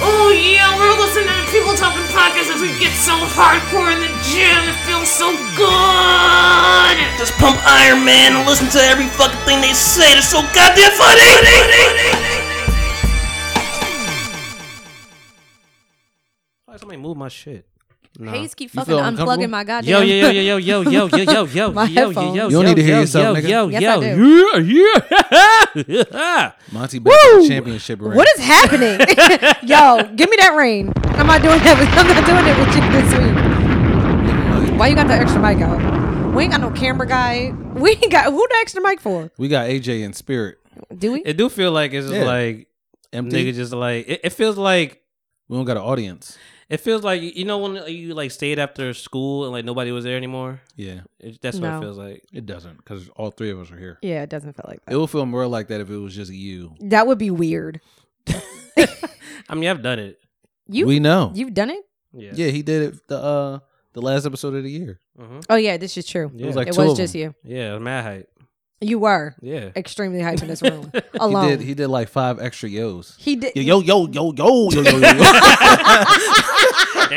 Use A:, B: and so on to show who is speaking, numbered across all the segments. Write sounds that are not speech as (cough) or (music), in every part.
A: Oh, Talking Podcast as we get so hardcore in the gym. It feels so good.
B: Just pump Iron Man and listen to every fucking thing they say. They're so goddamn funny. Why somebody move my shit? No.
C: Hayes keep
D: You
C: fucking
D: feel uncomfortable?
C: unplugging my goddamn.
B: Yo yo yo yo yo yo yo yo yo yo
C: My
B: yo yo
C: headphones.
B: yo.
C: You
D: don't
B: yo,
D: need to hear
B: yo,
D: yourself,
B: yo,
D: nigga.
B: Yo
C: Yes,
B: yo
C: I
B: yeah (laughs) yeah.
D: Monty back to
C: Woo!
D: the championship ring.
C: What is happening?
D: (laughs)
C: (laughs) yo, give me that rain. I'm not doing that. With, (laughs) I'm not doing it with you this week. Why you got that extra mic out? We ain't got no camera guy. We ain't got who the extra mic for?
D: we got AJ in spirit.
C: Do we?
B: It do feel like it's just
D: Yeah.
B: like
D: Empty.
B: nigga just like it, it feels like
D: we don't got an audience.
B: it feels like you know when you like stayed after school and like nobody was there anymore.
D: Yeah,
B: It, that's what
C: No.
B: it feels like.
D: it doesn't because all three of us are here.
C: Yeah, it doesn't feel like
D: It
C: that.
D: will feel more like that if it was just you.
C: That would be weird.
B: I mean, I've done it.
C: You
D: we know.
C: you've done it?
B: Yeah.
D: yeah, he did it the uh the last episode of the year.
B: hmm
C: Oh yeah, this is true.
B: Yeah.
D: It was like
C: it
D: two
C: was
D: of
C: just
D: them.
C: you.
B: Yeah. Mad hype.
C: You were
B: Yeah.
C: extremely hype in this room alone.
D: (laughs) He did. He did like five extra yos.
C: He did.
D: Yo yo yo yo yo yo yo. yo, yo.
C: (laughs)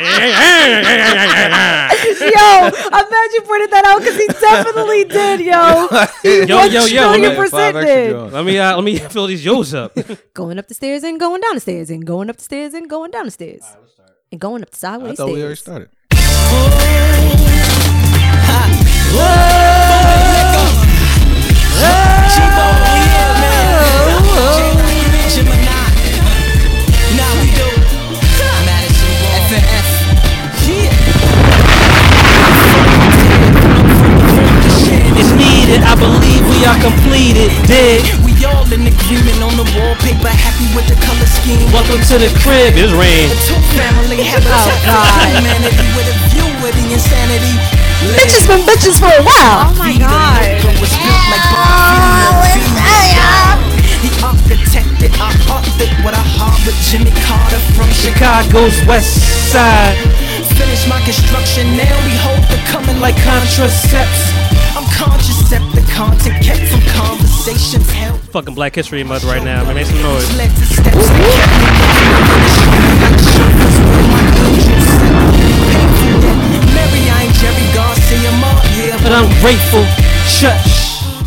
C: yo,
B: (laughs)
C: I'm glad you pointed that out because
D: (laughs)
C: he definitely did, yo. He
B: Yo,
C: one
B: yo, yo,
C: trillion
B: okay,
C: percent did.
D: yos.
B: let me uh, let me (laughs) fill these yo's up.
C: Going up the stairs and going down the stairs and going up the stairs and going down the stairs. And going up the
D: I
C: sideways
D: thought we already
C: stairs.
D: started.
E: It's needed, I believe we are completed. Dig. We all in agreement on the wall, paper happy with the color scheme. Welcome to the crib.
B: It's rain.
E: Two family habitat for humanity with a view of the insanity.
C: Bitches been bitches for a while. Oh my god. Oh,
E: He architected, I authored what I harbored. Jimmy Carter from Chicago.
B: Chicago's west side.
E: Finish my construction, now we hold the coming like contracepts. I'm contracept, the content kept from conversations held.
B: Fucking Black History Month right now. Man, make some noise.
E: Led to steps that kept me moving. Like chauffeurs with my angels set. Painful yet Mary, I ain't Jerry Garcia, Ma, yeah,
B: But
E: but
B: I'm grateful.
E: shush.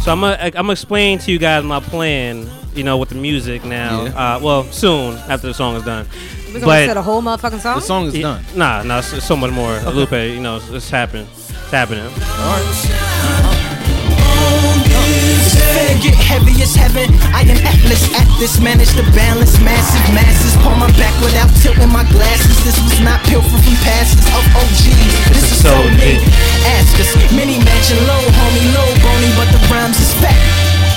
B: So I'm gonna I'm gonna explain to you guys my plan. You know, with the music now.
D: Yeah.
B: Uh, well, soon after the song is done.
C: We're
B: But-
C: gonna set a whole motherfucking song.
D: The song is
B: Y-
D: done.
B: Nah, nah, it's, it's so much more. Lupe, you know, it's, it's happening. It's happening.
E: This fear get heavy as heaven. I am atlas at this, managed to balance massive masses. Pull my back without tilting my glasses. This was not pilfer from passes of OGs. This is so me. Ask us, many matching low, homie, low bony, but the rhymes is fat.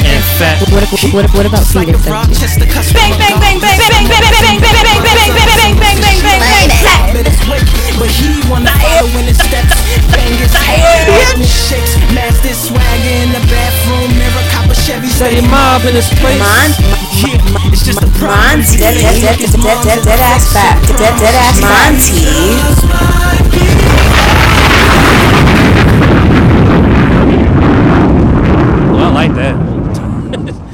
B: In fact,
C: What, what, what, what about
E: It's like a
C: Phoenix?
E: Rochester custom. Bang, bang, bang, bang, bang, bang, bang, bang, bang, bang, bang, bang, bang, bang, bang, bang, But he wanna follow in his steps. Bang his head, shakes, master swag in the bathroom mirror, copper Chevy.
B: Say mob in this place.
E: Yeah, it's just a bronze.
F: Monty, dead, dead, dead, dead, dead, dead, dead ass fat, dead, dead ass Monty.
B: Well, I like that.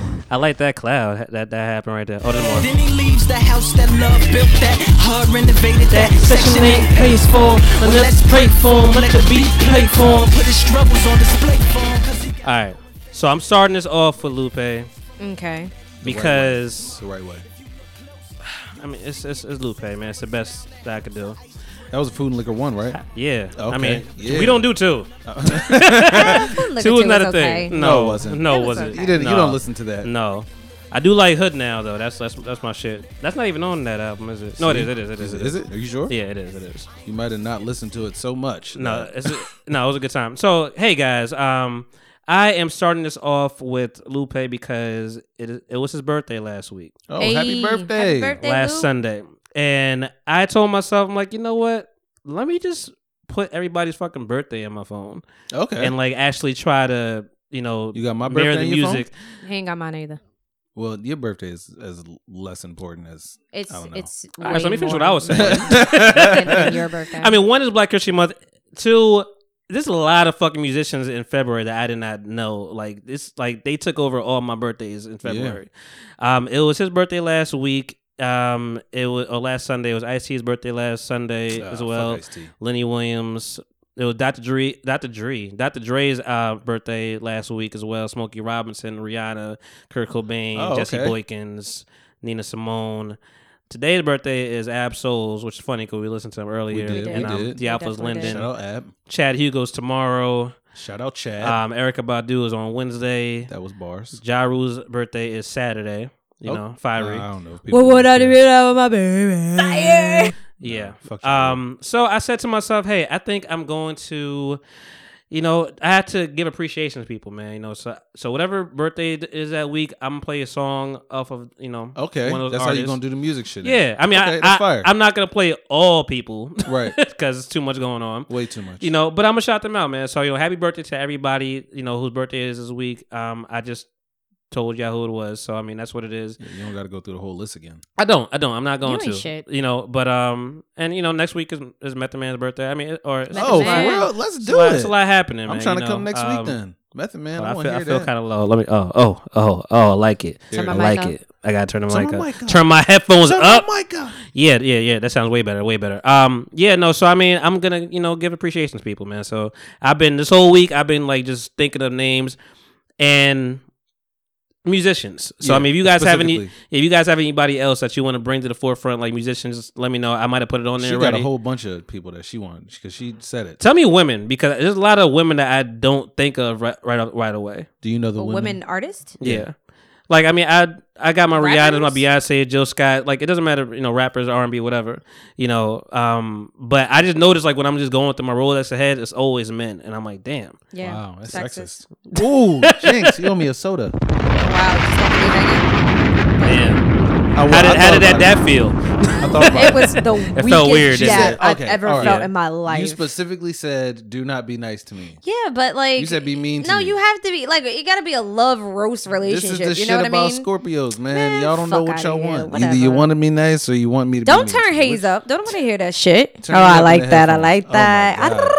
B: (laughs) I like that cloud that that happened right there. Oh, there's more.
E: Then he leaves the house that love built, that hard renovated, that section ain't pays for. Well, let's pray for him, let the beat play for him, put his struggles on display for him. 'cause he got-
B: All right, so I'm starting this off with Lupe
C: Okay.
B: because
D: The right way.
B: I mean it's, it's it's Lupe, man. It's the best that I could do.
D: That was food and liquor one, right?
B: Yeah, I
D: Okay,
B: mean
D: yeah.
B: we don't do two. (laughs)
C: Look
B: Two
C: at
B: is
C: you,
B: not
C: it's
B: a
C: okay.
B: thing. No,
D: No, it wasn't.
B: No, it
C: It was
B: wasn't.
C: okay.
D: You didn't.
B: No.
D: You don't listen to that.
B: No, I do like Hood now though. That's that's that's my shit. That's not even on that album, is it? No, it is. It is. It is.
D: Is it? Is it? Are you sure?
B: Yeah, it is. It is.
D: You might have not listened to it so much.
B: No, it's a, no, it was a good time. So, hey guys, um, I am starting this off with Lupe because it is- it was his birthday last week,
D: Oh,
C: Hey,
D: happy
C: happy
D: birthday!
C: birthday,
B: last
C: Lupe.
B: Sunday, and I told myself, I'm like, you know what? Let me just put everybody's fucking birthday in my phone
D: Okay.
B: and like actually try to, you know,
D: you got my
B: mirror
D: birthday
B: the
D: in your phone?
B: music.
C: He ain't got mine either.
D: Well, your birthday is as less important as
C: It's
D: I don't know.
C: it's.
B: All right, so let
C: way
B: me finish
C: more
B: what I was saying. (laughs)
C: than- than your birthday.
B: I mean, one is Black History Month. Two, there's a lot of fucking musicians in February that I did not know. Like this, like they took over all my birthdays in February. Um, it was his birthday last week. Um, it was or last Sunday. It was Ice-T's birthday last Sunday
D: Ah,
B: as
D: fuck
B: well.
D: Ice-T.
B: Lenny Williams. It was Dr. Dre, Dr. Dre, Dr. Dre's uh, birthday last week as well. Smokey Robinson, Rihanna, Kurt Cobain,
D: Oh,
B: Jesse
D: okay.
B: Boykins, Nina Simone. Today's birthday is Ab Souls, which is funny because we listened to him earlier.
D: did, we
B: and um,
D: did.
B: Dialpha's
G: We definitely did.
B: Linden.
D: Shout out Ab.
B: Chad Hugo's tomorrow.
D: Shout out Chad.
B: Um, Erica Badu is on Wednesday.
D: that was bars.
B: Ja Rule's birthday is Saturday. You
D: Oh,
B: know, fiery.
D: I don't know. if people
G: What would I do
D: care.
G: without my baby?
B: yeah.
D: fuck Ja Rule.
B: um. So I said to myself, hey, I think I'm going to, you know, I had to give appreciation to people, man. You know, so so whatever birthday th- is that week, I'm gonna play a song off of you know.
D: Okay,
B: one of those
D: that's how
B: artists.
D: you gonna do the music shit. now.
B: Yeah, I mean,
D: Okay,
B: I,
D: that's
B: I,
D: fire.
B: I'm not gonna play all people, (laughs)
D: Right.
B: Because it's too much going on.
D: way too much.
B: You know, but I'm gonna shout them out, man. So you know, happy birthday to everybody. You know whose birthday it is this week. Um, I just told y'all who it was, so I mean that's what it is.
D: Yeah, you don't got to go through the whole list again.
B: I don't, I don't. I'm not going
G: You
B: to.
G: ain't shit.
B: You know, but um, and you know, next week is is Method Man's birthday. I mean, it- or it's,
G: Method Oh,
D: Oh,
B: it's a lot-
G: Man.
D: for real? Let's
B: it's a
D: do
B: lot,
D: it.
B: it's a lot happening.
D: I'm
B: man,
D: trying
B: you
D: to
B: know.
D: come next
B: Um,
D: week then. Method man,
B: hold on,
D: I
B: I
D: want
B: feel,
D: to
B: I
D: hear
B: feel
D: that.
B: kind of low. Let me. Oh, oh, oh, oh, I like it.
D: Turn
B: I
D: my
B: like
G: mic up.
B: it. I gotta turn the
D: Turn
B: mic
D: my
B: up.
D: mic up.
B: Turn my headphones
D: Turn
B: up.
D: my mic up.
B: Yeah, yeah, yeah. That sounds way better, way better. Um, yeah, no. So I mean, I'm gonna you know give appreciation to people, man. So I've been this whole week. I've been like just thinking of names and musicians. So I
D: Yeah,
B: mean, if you guys have any,
D: specifically.
B: if you guys have anybody else that you want to bring to the forefront, like musicians, let me know. I might have put it on there
D: She got
B: already.
D: a whole bunch of people that she wanted because she said it.
B: Tell me women because there's a lot of women that I don't think of right right, right away.
D: Do you know the
G: A
D: women?
G: women artist?
B: Yeah. Like I mean, I I got my Rihanna, my
G: Rappers?
B: Beyonce, Jill Scott. Like it doesn't matter, you know, rappers, R and B, whatever, you know. Um, but I just noticed like when I'm just going through my Rolex ahead, it's always men, and I'm like, damn,
G: Yeah.
D: Wow, that's sexist.
G: (laughs)
D: Ooh, Jinx, you owe me a soda.
G: Wow, just don't believe that
B: man.
D: I,
B: How did,
D: I
B: how did that that
D: thought about
B: feel?
D: (laughs) it.
B: (laughs)
D: I thought about
G: yet. It was the
B: felt
G: weakest
B: weird, didn't
D: it?
G: jab I've
D: Okay,
G: ever
D: alright.
G: felt in my
D: You
G: life.
D: specifically said, "Do not be nice to me."
G: yeah, but like
D: You said be mean to
G: No,
D: me.
G: you have to be like it got to be a love roast
D: This
G: relationship.
D: is the
G: you
D: shit
G: know what I
D: about
G: mean?
D: Scorpios, man.
G: Man,
D: Y'all don't know
G: fuck
D: what
G: outta
D: y'all
G: here,
D: want.
G: whatever.
D: Either you want to be nice or you want me to.
G: Don't
D: be mean
G: turn
D: to you.
G: Hayes
D: Which-
G: up. Don't want to hear that shit.
D: Turn
G: oh,
D: it up
G: I
D: in
G: like
D: the
G: that. I
D: headphones.
G: like
D: Oh my
G: that. I-
D: God.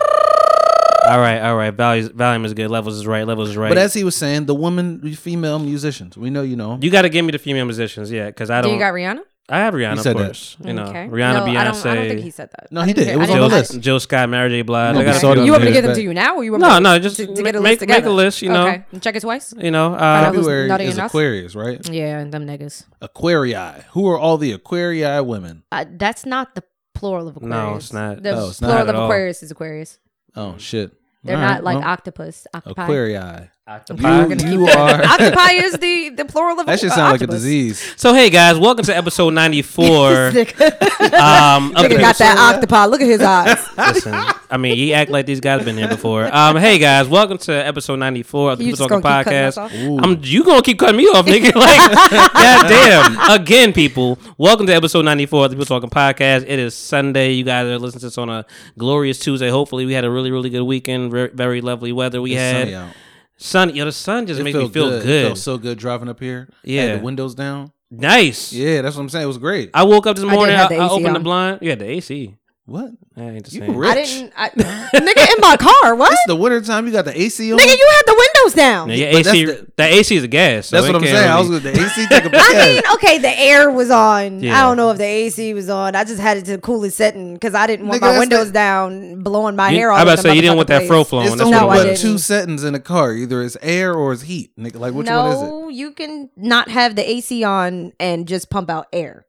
B: all right, all right. Values, volume is good. Levels is right. Levels is right.
D: But as he was saying, the women, female musicians, we know you know. 'em.
B: you got to give me the female musicians, yeah, because I
G: Do
B: don't.
G: you got Rihanna?
B: I have Rihanna, of
D: said that.
B: course. You know,
G: okay.
B: Rihanna,
G: no,
B: Beyonce,
G: I don't, I don't think he said that.
D: No,
G: I
D: he
G: didn't
D: did.
G: hear-
D: It
G: I
D: was
G: didn't
D: on
G: hear
D: the
G: that.
D: list.
B: Jill Scott, Mary J. Blige.
D: You
B: I
D: gonna be
B: gotta-
D: sorted
G: You want me to
D: Here's
G: give them
D: back.
G: to you now, or you want
B: no,
G: me
B: no, just
G: to, to get a
B: make
G: list
B: make
G: together?
B: a list. You know,
G: Okay, and check it twice.
B: you know.
G: out
B: Uh,
G: who's
D: February
G: nutty
D: is
G: and us?
D: Aquarius, right?
G: Yeah, and them niggas.
D: Aquarii. Who are all the Aquarii women?
G: Uh, that's not the plural of Aquarius.
B: it's not.
G: The
D: No, it's not
G: plural
B: at
G: of
B: all.
G: Aquarius is Aquarius.
D: Oh shit.
G: They're
D: All
G: not
D: right,
G: like
D: well,
G: octopus, octopi.
D: Aquarii.
B: Octopi.
D: You, you
G: (laughs)
D: are.
G: octopi is the, the plural of
D: (laughs) that should
G: uh,
D: sound like a
G: octopus. (laughs)
D: disease.
B: So hey guys, welcome to episode
D: (laughs)
B: ninety four.
G: This nigga,
B: um, of
G: nigga
B: the-
G: got
D: uh,
G: that octopi. Look at
D: (laughs)
G: his eyes.
B: Listen, I mean, you act like these guys been here before. Um, hey guys, welcome to episode ninety four of the
G: You
B: People Talking
G: just gonna keep cutting us
B: Podcast.
G: off?
D: Ooh.
B: I'm you gonna keep cutting me off, nigga? (laughs) Like, goddamn. Again, people, welcome to episode ninety four of the People Talking Podcast. It is Sunday. You guys are listening to this on a glorious Tuesday. Hopefully, we had a really, really good weekend. Very, very lovely weather we
D: It's
B: had.
D: sunny out.
B: Sun, yo, the sun just
D: It
B: makes me
D: felt
B: feel good.
D: It felt so good driving up here.
B: Yeah.
D: Had the windows down.
B: nice.
D: Yeah, that's what I'm saying. It was great.
B: I woke up this
G: did
B: morning. I,
G: have the
B: I
G: AC
B: opened the
G: on.
B: blind. Yeah, the AC.
D: what?
B: I ain't the
D: You
B: same.
D: rich.
G: I didn't.
D: (laughs)
G: I, nigga, in my car. What?
D: It's the winter time. You got the AC on.
G: Nigga, you had the windows down.
B: Now, your
D: But
B: AC,
D: that's the-
B: that AC is a gas. so
D: that's
B: it
D: what I'm
B: can't
D: saying. I was
B: really-
D: with the
B: (laughs)
D: AC. Take a big
G: I mean, okay, the air was on.
B: Yeah.
G: I don't know if the AC was on. I just had it to the coolest setting because I didn't want
D: Nigga,
G: my
D: that's
G: windows
D: the-
G: down, blowing my
B: You-
G: hair
B: I
G: off.
B: about to say you didn't want that fro flowing.
D: It's
B: That's
D: only
G: No, I
B: what it
D: but
B: was.
G: didn't.
D: two settings in a car. Either it's air or it's heat. Nigga, like which
G: no,
D: one is it?
G: you can not have the AC on and just pump out air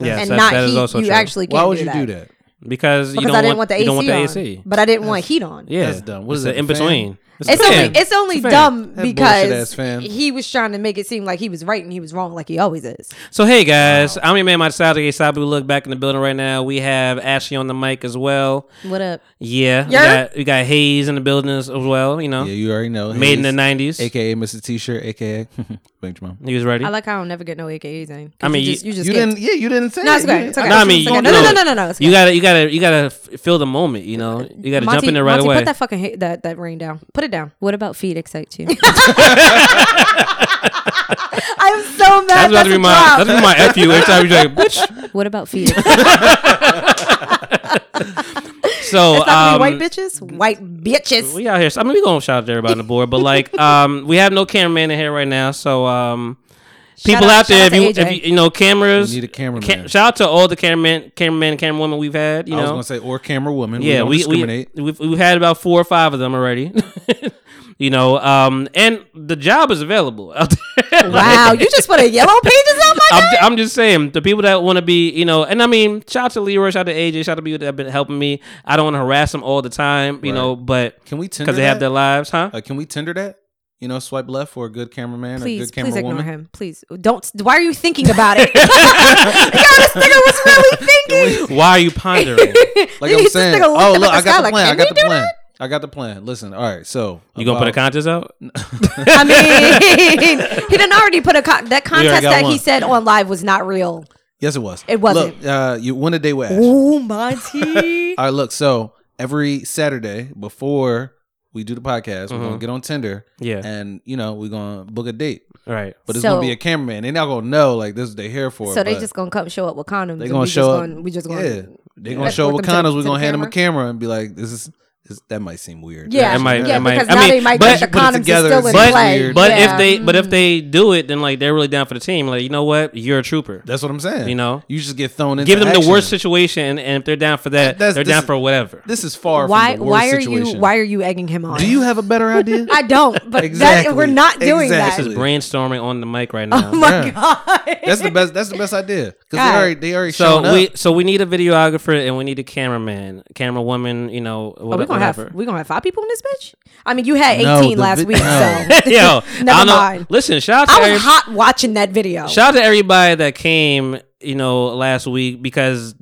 B: Yes,
G: and
B: that-
G: not
B: that is
G: heat.
B: also
G: you
B: true.
G: actually can't
D: Why would
G: do
D: you
G: that.
D: do that?
B: because you
G: Because
B: don't
G: I didn't
B: want,
G: want, the
B: you
G: AC
B: don't want the
G: on,
B: AC.
G: but I didn't want heat on.
B: Yeah,
D: That's dumb. What
B: it's
D: is
B: the
D: it, a
B: in between. a
G: It's
B: fan.
G: only it's only
D: It's a fan.
G: dumb
D: That
G: because
D: bullshit-ass fan.
G: he was trying to make it seem like he was right and he was wrong, like he always is.
B: so hey guys, I'm your man, my Saturday Sabu. Look back in the building right now. We have Ashley on the mic as well.
G: What up?
B: Yeah, we
G: Yer.
B: got, we got Hayes in the building as as well. You know,
D: Yeah, you already know.
B: made in the '90s.
D: Hayes, aka Mr. T-shirt, aka (laughs) Thank you, mom.
B: He was ready.
G: I like how I don't never get no AKAs in. 'cause
B: I mean,
G: you just,
B: you-
G: you just
D: You
G: skipped.
D: didn't. Yeah, you didn't say.
G: No,
D: it.
G: it's okay.
D: You-
G: It's okay.
B: no, I mean, you,
G: It's okay.
B: you
G: No, no,
B: know,
G: no, no, no, no. It's
B: You
G: okay.
B: gotta, you gotta, you gotta f- feel the moment. You know, you gotta jump in there right
G: Monty,
B: away.
G: Put that fucking ha- that that rain down. Put it down. What about feet excite you? (laughs) I'm so mad.
B: that's
G: That's,
B: about to
G: a
B: be my,
G: drop.
B: that's about to be my f you every time you
G: (laughs)
B: like, bitch.
G: What about feet? Excite-
B: So,
G: It's not
B: um,
G: gonna be white bitches. White bitches.
B: We out here. so- I
G: (laughs)
B: mean, we gonna shout out to everybody on the board, but like, um, we have no cameraman in here right now, so um, people
G: out-
B: out there,
G: shout
B: if
G: out
B: you,
G: to
B: if
G: AJ.
B: you, you know, cameras.
D: We need a cameraman.
B: Ca- shout out to all the cameramen, cameramen, and camerawomen we've had. You
D: I was
B: know,
D: gonna say or camera woman.
B: yeah,
D: we,
B: we,
D: don't
B: we,
D: discriminate.
B: we've, we've had about four or five of them already. (laughs) you know, um, and the job is available out there. (laughs)
G: Wow, you just put a yellow pages on my.
B: I'm, ju- I'm just saying the people that want to be, you know, and I mean, shout out to Leroy, shout out to AJ, shout out to people that have been helping me. I don't want to harass them all the time, you
D: Right.
B: know, but
D: Can we Tinder
B: because they have
D: that?
B: their lives, huh?
D: Uh, can we Tinder that? You know, swipe left for a good cameraman or a
G: Please,
D: good camera
G: please ignore
D: woman.
G: him. Please don't. Why are you thinking about
D: (laughs)
G: it? (laughs) Yo, this nigga was really thinking.
B: Why are you
G: (laughs)
B: pondering?
D: Like
G: You
D: I'm
G: just
D: saying,
G: think of
D: oh
G: looking
D: look,
G: up at Skylar.
D: I got the plan. I
G: Can
D: got
G: we
D: the
G: do
D: plan. I got the plan. Listen, all right. So
B: you gonna put a
D: about-
B: contest out?
G: I mean,
D: (laughs)
G: (laughs) he didn't already put a con- that contest
D: got
G: that he
D: one.
G: said on live was not real.
D: Yes, it was.
G: It wasn't.
D: Look, uh, you won a day with Ash.
G: Oh my
D: (laughs)
G: tea.
D: All right, look. So every Saturday before we do the podcast, we're gonna
B: Mhm.
D: get on Tinder,
B: Yeah.
D: and you know we're gonna book a date.
B: Right.
D: But it's
G: So-
D: gonna be a cameraman. They're not gonna know like this is what they're here for.
G: so they
D: but
G: just gonna come show up with condoms.
D: they
G: and
D: gonna
G: we
D: show
G: just
D: up.
G: Gonna, we just
D: yeah,
G: gonna. Yeah,
D: they
G: Yeah.
D: gonna show
G: Report
D: up with
G: them to-
D: condoms. We're
G: to the
D: gonna hand them a
G: camera.
D: camera and be like, this is. this- That might seem weird.
G: yeah,
B: It might- it might-
G: because
B: I
G: now
B: mean,
G: they might
B: but-
G: get the
D: put it
G: condoms is
D: together,
G: still in
D: it's
G: play.
D: weird.
B: But
G: Yeah. Mm.
B: if they but if they do it, then like they're really down for the team. Like you know what, you're a trooper.
D: That's what I'm saying.
B: You know?
D: you just get thrown into.
B: Give them the
D: action.
B: worst situation, and if they're down for that,
D: That's-
B: they're
D: this
B: down
D: is-
B: for whatever.
D: This is far
G: why
D: from the worst
G: why are
D: situation.
G: you why are you egging him on?
D: Do you have
G: (laughs)
D: a better idea?
G: I don't. But
D: Exactly.
G: that, we're not doing
D: Exactly.
B: This is
G: that.
B: brainstorming on the mic
G: (laughs)
B: right now.
D: (laughs)
G: Oh my
D: Yeah.
G: god.
D: that's the best. That's the best idea because they
G: God.
D: already they already shown
B: So we
D: up.
B: so we need a videographer and we need a cameraman, camera woman, you know, whatever.
G: Are Oh, we gonna have we gonna have five people in this bitch? I mean, you had
D: No,
G: eighteen
D: the
G: last
D: vi-
G: week,
D: no.
B: (laughs)
G: so
B: Yo,
G: (laughs) Never
B: I don't know.
G: mind.
B: Listen, shout out to
G: I was
B: every-
G: hot watching that video.
B: shout out to everybody that came, you know, last week because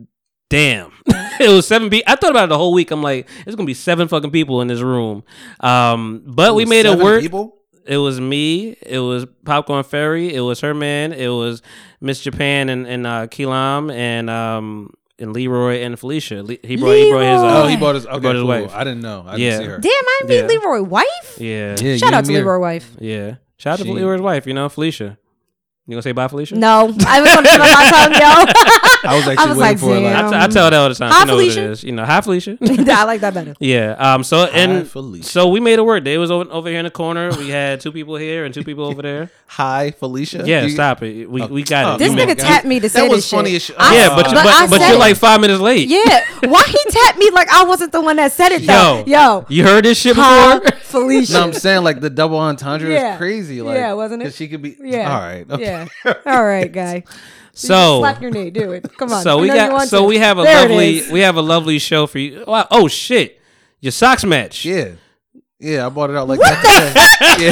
B: damn, (laughs) it was seven people. I thought about it the whole week. I'm like, it's gonna be seven fucking people in this room. Um, but we made it
D: Seven
B: work.
D: People?
B: It was me. It was Popcorn Fairy. It was her man. It was Miss Japan and and uh, Kilam and um and Leroy and Felicia. Le- he brought he brought his uh,
D: Oh, he bought his. Okay,
B: brought his
D: cool.
B: wife.
D: I didn't know. I
B: Yeah.
D: didn't see her.
G: Damn, I mean
B: Yeah.
G: Leroy wife.
B: yeah
D: Yeah,
G: Shout
D: you
G: out to
D: and me are-
G: Leroy wife.
B: yeah. Shout out to
D: She-
B: Leroy's wife. You know Felicia. You gonna say bye, Felicia?
G: No, I was gonna give up my tongue,
B: (laughs)
G: yo. (laughs)
D: I was actually
G: was
D: waiting
G: like,
D: for
B: I,
D: like
B: t- I tell her that all the time.
G: Hi,
B: you know what it
G: Felicia.
B: is. You know, hi Felicia.
G: I like that better.
B: yeah. Um. So and
D: Felicia.
B: so we made it work. They was over, over here in the corner. We had two people here and two people over
D: (laughs)
B: there.
D: hi Felicia.
B: Yeah.
D: You-
B: stop it. We we got it.
G: This
D: Oh
B: You
D: my
B: made-
G: nigga
D: God.
G: tapped me to
D: That
G: say
D: was
G: this
D: funny
G: shit.
D: as shit.
G: I-
B: yeah, but
D: Uh,
B: but
G: but I
B: but,
G: said
B: you're
G: it.
B: like five minutes late.
G: Yeah, why he tapped me like I wasn't the one that said it though?
B: Yo,
G: Yo,
B: you heard this shit
G: huh,
B: before?
G: Felicia.
D: No, I'm saying like the double entendre
G: Yeah.
D: is crazy. Like,
G: Yeah, wasn't it?
D: 'cause She could be.
G: yeah.
D: All right. Okay.
G: Yeah.
D: (laughs)
G: All right, guy.
B: So
G: slap your knee. Do it. Come on.
B: so
G: I
B: we
G: know you
B: got
G: want
B: so
G: to.
B: we have a
G: There it
B: lovely
G: is.
B: we have a lovely show for you. Wow, oh shit, your socks match.
D: Yeah. Yeah, I bought it out like that. (laughs) yeah.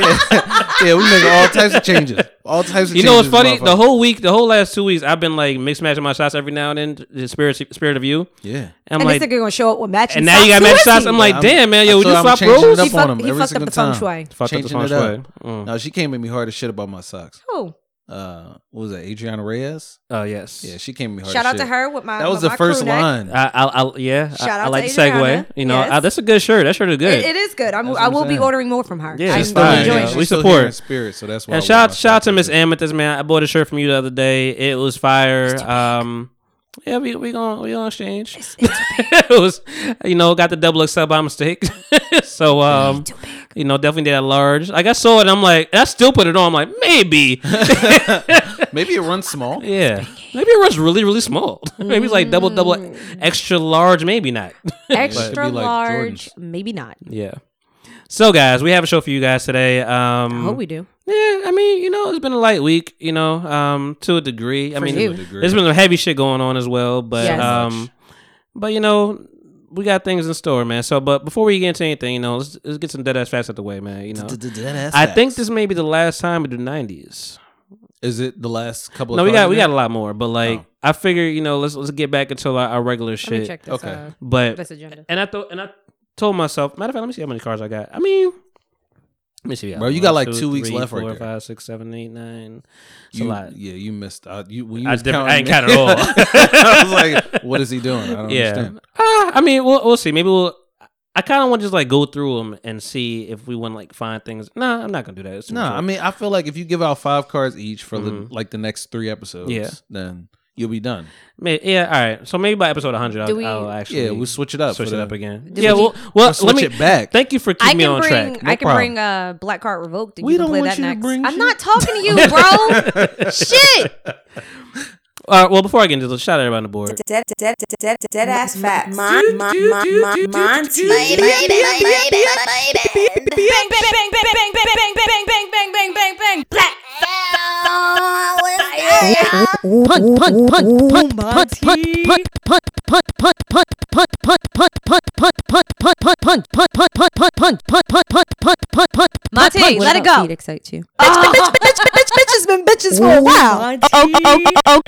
D: yeah. Yeah, we make all types of changes. All types of
B: You
D: changes.
B: know what's funny? The
D: motherfucker.
B: whole week, the whole last two weeks, I've been like mix matching my shots every now and then. The spirit spirit of you.
D: Yeah.
B: And I'm
G: and
B: like,
G: this nigga gonna show up with matching.
B: and now you got
G: Who
B: match
G: is
B: shots.
G: he?
B: I'm like,
D: I'm-
B: damn man,
D: I
B: yo, would
D: feel
B: you
D: I'm
B: swap
D: changing it
B: rules?
G: He
D: up on
G: fucked-
D: him
G: he
D: every
G: fucked up
D: single
G: the feng shui.
D: time.
B: Fucked up the
D: Changing
B: feng
D: it up.
B: shui. Mm.
D: Now she came at me hard as shit about my socks.
G: Oh,
D: Uh, what was that? Adriana Reyes.
B: Oh yes.
D: Yeah, she came at me hard.
G: shout
D: as
G: out to
D: shit.
G: her with my.
D: That was
G: with
D: the
G: my
D: first
G: crew neck.
D: line.
B: I, I'll, I'll, yeah. I-
G: Shout
B: I,
G: out
B: like
G: to
B: the segue.
G: Adriana.
B: You know,
G: Yes.
B: uh, that's a good shirt. That shirt is good.
G: It, it is good. I'm,
D: That's what
G: I
D: I'm
G: will be
D: saying.
G: ordering more from her.
B: Yeah,
G: I'm
B: it's
D: She's still
B: fine,
G: really
B: yo.
D: here.
G: enjoying
D: She's
G: it.
B: We
D: still
B: support.
D: here in spirit, so that's why. I
B: and
D: wore
B: shout
D: my
B: out, shout out to
D: socks.
B: Miss Amethyst, man. I bought a shirt from you the other day. It was fire. Um, yeah, we we gonna we gonna exchange. (laughs) it was, you know, got the double XL by mistake. (laughs) so um, you know, definitely did a large. Like I saw it, I'm like, and I still put it on. I'm like, maybe,
D: Maybe it runs
B: (laughs)
D: small.
B: yeah, maybe it was really really small. (laughs) maybe it's like double
G: Mm.
B: double extra large. Maybe not.
G: Extra
D: Should be like
G: large, maybe not.
B: yeah. So guys, we have a show for you guys today. Um,
G: I hope we do.
B: Yeah, I mean, you know, it's been a light week, you know, um, to a degree. I mean,
G: you. To a
D: degree.
B: there's been some heavy shit going on as well, but
G: Yes.
B: um, but you know, we got things in store, man. So, but before we get into anything, you know, let's, let's get some dead ass facts out the way, man. You know, I think this may be the last time we do '90s.
D: is it. The last couple.
B: No,
D: of
B: we
D: cards
B: got we
D: in
B: got a
D: there?
B: lot more, but like,
D: Oh.
B: I figure, you know, let's let's get back into our, our regular
G: Let me
B: shit.
G: check this.
D: Okay.
G: uh,
B: But
G: this agenda.
B: and I thought and I told myself, matter of fact, let me see how many cards I got. I mean, let me see.
D: Bro, you got like two weeks left right
B: four,
D: there.
B: five, six, seven, eight, nine. It's
D: You-
B: a lot.
D: Yeah, you missed. Uh, you, when you
B: I
D: was
B: didn't- I
D: counting,
B: ain't count at
D: (laughs)
B: all.
D: I was like, "What is he doing?" I
B: (laughs)
D: don't
B: Yeah.
D: understand.
B: Ah, I mean, we'll we'll see. Maybe we'll. I kind of want to just like go through them and see if we want to like find things. Nah, I'm not gonna do that. It's too
D: No,
B: much
D: I
B: work.
D: mean, I feel like if you give out five cards each for
B: Mhm.
D: the, like the next three episodes,
B: Yeah.
D: then you'll be done.
B: May- yeah, all right. So maybe by episode 100,
G: Do
B: I'll,
G: we-
B: I'll actually
D: Yeah, we'll switch it up.
B: switch
D: for
B: it
D: the-
B: up again.
G: Do
B: yeah,
G: we-
B: well, well
D: switch
B: let me
D: it back.
B: Thank you for keeping
G: I
B: me
G: can
B: on
G: bring
B: track.
G: I can
D: problem.
G: bring uh Black Card Revoked. and
D: We
G: You can
D: don't
G: play
D: want
G: that
D: you to
G: next.
D: bring
G: I'm
D: shit.
G: not talking to you, bro. Shit.
B: Uh, well, before I get into this, shout out everybody on the board.
F: Dead, dead, dead, dead, dead ass facts. Monty.
H: bang bang bang bang bang bang bang bang bang bang bang bang bang black
G: Punt, punt, punt, punt, punt, punt, punt, punt, punt, punt, punt, punt, punt, punt, punt, punt, punt, punt, punt, punt, punt, punt, punt, punt, punt, punt, punt, punt, punt, punt, punt. Monty, let it go.
H: excites you
G: Bitch, bitch, bitch, bitch, bitch, bitch, bitch has been bitches for a while.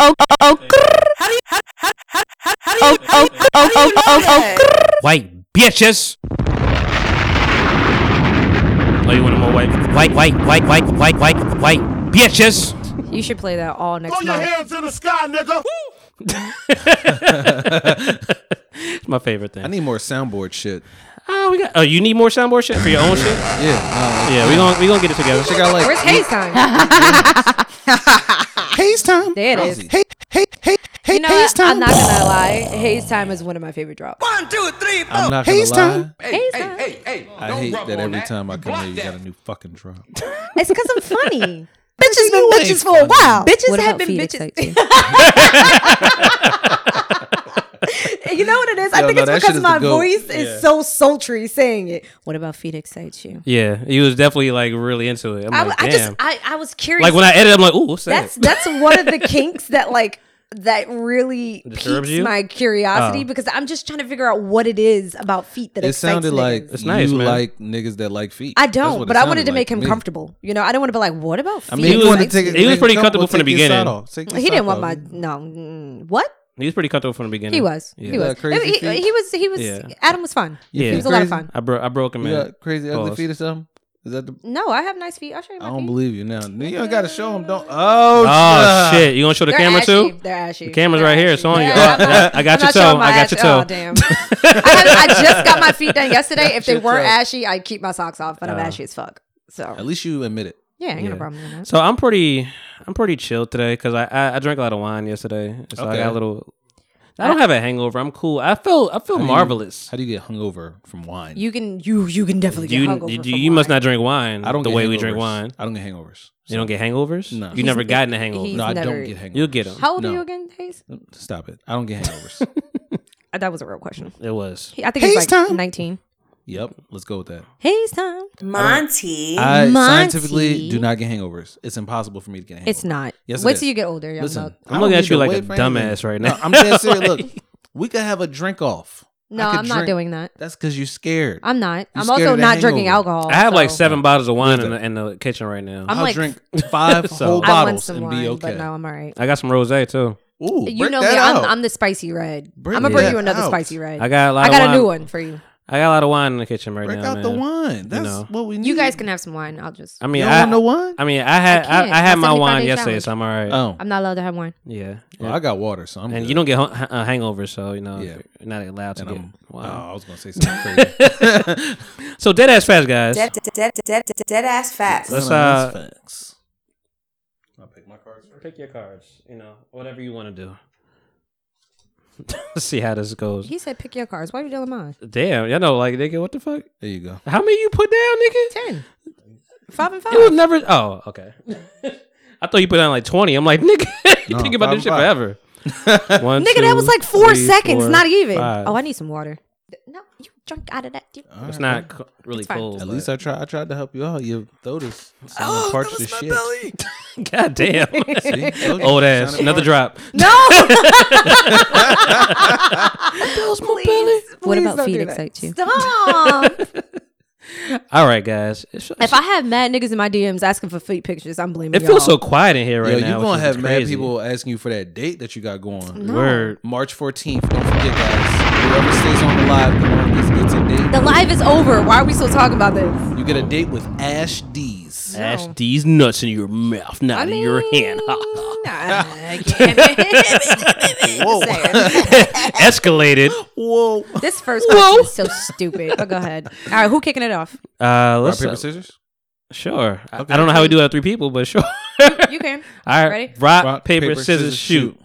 B: White bitches. Oh, you want more white, white, white, white, white, white, white, white bitches?
G: You should play that all next month.
B: It's my favorite
D: I
B: thing.
D: need more soundboard shit.
B: Oh, we got. Oh, you need more soundboard shit for your own shit.
D: Yeah,
B: Yeah, we gonna we gonna get it together.
D: no, I got like
G: Where's Hayes time?
D: haze time.
G: There it is.
D: Hey, hey, hey, hey,
G: You know
D: haze
G: what? I'm not
D: time.
G: gonna lie. Haze time is one of my favorite drops.
D: I'm not gonna
I: Haze
D: lie.
I: time.
G: Haze time.
D: I hate that every time I come here, you got a new fucking
G: (laughs)
D: drop.
G: It's because I'm funny.
I: (laughs) Bitches been bitches for a while.
G: Bitches
H: what
G: have
H: about
G: been
H: feet
G: bitches.
H: excites you
G: (laughs) You know what it is? I
D: Yo,
G: think
D: no, that
G: it's
D: shit
G: because
D: is
G: my
D: the goat.
G: voice is
D: Yeah.
G: so sultry saying it.
H: what about feet excites you
B: Yeah, he was definitely like really into it. I'm
G: I,
B: like,
G: w- I
B: damn.
G: just I, I was curious.
B: like when I edit, I'm like, ooh, what's that?
G: that's that's one
D: (laughs)
G: of the kinks that like that really
B: Disturbs
G: piques
B: you?
G: my curiosity
B: Oh.
G: because I'm just trying to figure out what it is about feet that
D: It
G: excites
D: sounded like
G: niggas.
B: It's nice,
D: you
B: man.
D: like niggas that like feet.
G: I
D: That's
G: don't,
D: what
G: but
D: it
G: I wanted to
D: sounded
G: make
D: like
G: him
D: me.
G: comfortable. You know, I don't want to be like, what about feet?
D: I mean, he,
B: was-
D: wanted
G: excites
D: to take,
G: you?
B: he was
D: nigga,
B: pretty
D: come
B: comfortable
D: on,
B: from the
D: take your
B: beginning.
D: shirt off. Take your
G: he didn't
D: sock
G: want
D: off.
G: my no. mm, What
B: he was pretty comfortable from the beginning.
G: he was,
B: Yeah.
G: he was,
D: Got crazy
G: he,
D: feet?
G: he was, he was.
B: Yeah.
G: Adam was fun.
B: Yeah.
G: he was a lot of
D: Crazy?
G: fun.
B: I broke I broke him in.
D: You got crazy
B: Pause.
D: ugly feet or something? Is that the?
G: No, I have nice feet. I'll show you my
D: I don't
G: feet.
D: believe you now. You don't gotta show him. Don't. Oh,
B: Oh
D: shit.
B: shit! You gonna show the
G: They're
B: camera
G: ashy.
B: too?
G: They're ashy.
B: The camera's
G: They're
B: right here.
G: ashy.
B: It's on you.
G: Yeah,
B: Oh,
G: I'm not-
B: (laughs) I got your
G: I'm not showing
B: toe.
G: my
B: I got
G: ass-
B: your toe.
G: Oh, damn. I, haven't- I just got my feet done yesterday. If they
D: your
G: were
D: toe.
G: ashy, I keep my socks off, but I'm
B: Uh,
G: ashy as fuck.
D: At
G: So
D: least you admit it.
G: yeah, ain't got
B: yeah.
G: no problem with that.
B: So I'm pretty I'm pretty chill today because I, I I drank a lot of wine yesterday. So I
D: Okay.
B: got a little. I don't have a hangover. I'm cool. I feel I feel
D: How do you-
B: marvelous.
D: How do you get hungover from wine?
G: You can you you can definitely get
B: You
G: hungover
B: you,
G: from
B: you must
G: wine.
B: not drink wine.
D: I don't
B: the
D: get
B: way
D: hangovers.
B: we drink wine.
D: I don't get hangovers.
B: You don't get hangovers.
D: No.
B: you never gotten a hangover.
G: he's
D: No, I
G: never-
D: don't get hangovers.
B: You'll get 'em.
G: How old are
D: No.
G: you again, Hayes?
D: Stop it. I don't get hangovers.
G: (laughs) Uh, That was a real question.
B: It was.
G: He- I think he's like 19.
D: yep. Let's go with that.
G: Hayes time.
F: Monty.
D: I
G: Monty.
D: scientifically do not get hangovers. It's impossible for me to get hangovers.
G: It's not.
D: Yes, it
G: Wait
D: is.
G: till you get older, young
D: Listen,
G: buck.
D: I
B: I'm
D: don't
B: looking at
D: need
B: you
D: to
B: like
D: wait
B: a
D: for anything.
B: dumbass right now.
D: No, I'm dead
B: (laughs)
D: serious. Look, we could have a drink off.
G: No,
D: I could
G: I'm not
D: drink-
G: doing that.
D: That's because you're scared.
G: I'm not.
D: You
G: I'm
D: scared
G: also
D: of the
G: not drinking
D: hangover.
G: alcohol.
B: I have like
G: so-
B: seven bottles of wine in
D: Listen.
B: the, in the kitchen right now.
G: I'm
D: I'll
G: like- (laughs)
D: drink five
B: So-
D: whole
B: I
G: I want
D: bottles
G: some
D: and
G: wine,
D: be okay.
G: but no, I'm all right.
B: I got some rosé too.
D: Ooh,
G: You
D: break
G: know
D: that
G: me. I'm,
D: out.
G: I'm the spicy red.
D: Break
G: I'm gonna bring
D: that
G: you another
D: out.
G: spicy red.
B: I got a lot.
G: I got
B: of wine.
G: a new one for you.
B: I got a lot of wine in the kitchen right
D: break
B: now,
D: out
B: man.
D: the wine. That's
B: know.
D: what we need.
G: You guys can have some wine. I'll just.
B: I
D: You
B: mean,
D: don't
B: I
D: want no wine?
B: I mean, I had I,
G: I
B: I,
G: can't.
B: had my
G: My 75
B: wine
G: day
B: yesterday,
G: challenge.
B: so I'm all right.
D: oh,
G: I'm not allowed to have wine.
B: Yeah.
D: well, I got water, so I'm.
B: And
D: good.
B: you don't get hung- a hangover, so you know
D: Yeah.
B: you're not allowed to
D: And
B: get
D: I'm- Oh,
B: wine.
D: I was gonna say (laughs) something crazy.
B: (laughs) So dead ass fast, guys.
F: Dead, dead, dead, dead, dead, dead ass facts.
B: Let's,
D: That's
B: uh,
D: facts. I'll pick my cards. first.
B: Pick your cards. You know, whatever you want to do. Let's (laughs) see how this goes.
G: He said, "Pick your cards." Why are you dealing mine?
B: Damn, y'all know, like nigga, what the fuck?
D: There you go.
B: How many you put down, nigga?
G: Ten. Five and
B: You
G: five.
B: would never. Oh, okay. (laughs) I thought you put down like twenty. I'm like, (laughs) nigga, you
D: No,
B: think about this shit
D: five
B: forever. (laughs) One,
G: Nigga,
B: two,
G: that was like four
B: three,
G: seconds.
B: four,
G: not even.
B: five.
G: Oh, I need some water. No, you drunk out of that. You-
D: All
B: It's
D: right.
B: not co- really
G: It's fine.
B: cold.
D: At
B: but- (laughs)
D: least I tried. I tried to help you out. You noticed. Oh, parched that was my shit. belly.
B: God
G: (laughs)
B: damn.
D: (laughs) See? Told you.
B: Old ass.
D: Sounded
B: Another
D: parched.
B: drop.
G: No. (laughs) please,
H: What
G: please
H: about
G: don't
H: feet
G: do that.
H: excite you?
G: Stop.
B: All right, guys. It's-
G: if I have mad niggas in my DMs asking for feet pictures, I'm blaming
B: it
G: y'all.
B: feels so quiet in here right
D: Yo,
B: now.
D: you
B: which
D: gonna
B: is
D: have mad
B: crazy.
D: people asking you for that date that you got going.
B: Word.
D: March 14th. Don't forget, guys. Whoever stays on the live the longest gets a date.
G: The live is over. Why are we still talking about this?
D: You get a date with Ash D's.
B: Ash these nuts in your mouth, not in (laughs) your hand.
D: (laughs)
G: I (laughs) can't.
B: Escalated.
D: Whoa.
G: This first question is so stupid. But
B: (laughs)
G: go ahead. All right, who kicking it off?
B: Uh,
D: Rock
B: let's
D: paper scissors.
B: sure. I- I don't know how we do it at three people, but sure.
G: You can.
B: (laughs) All right,
G: Ready?
B: rock, paper, scissors, shoot.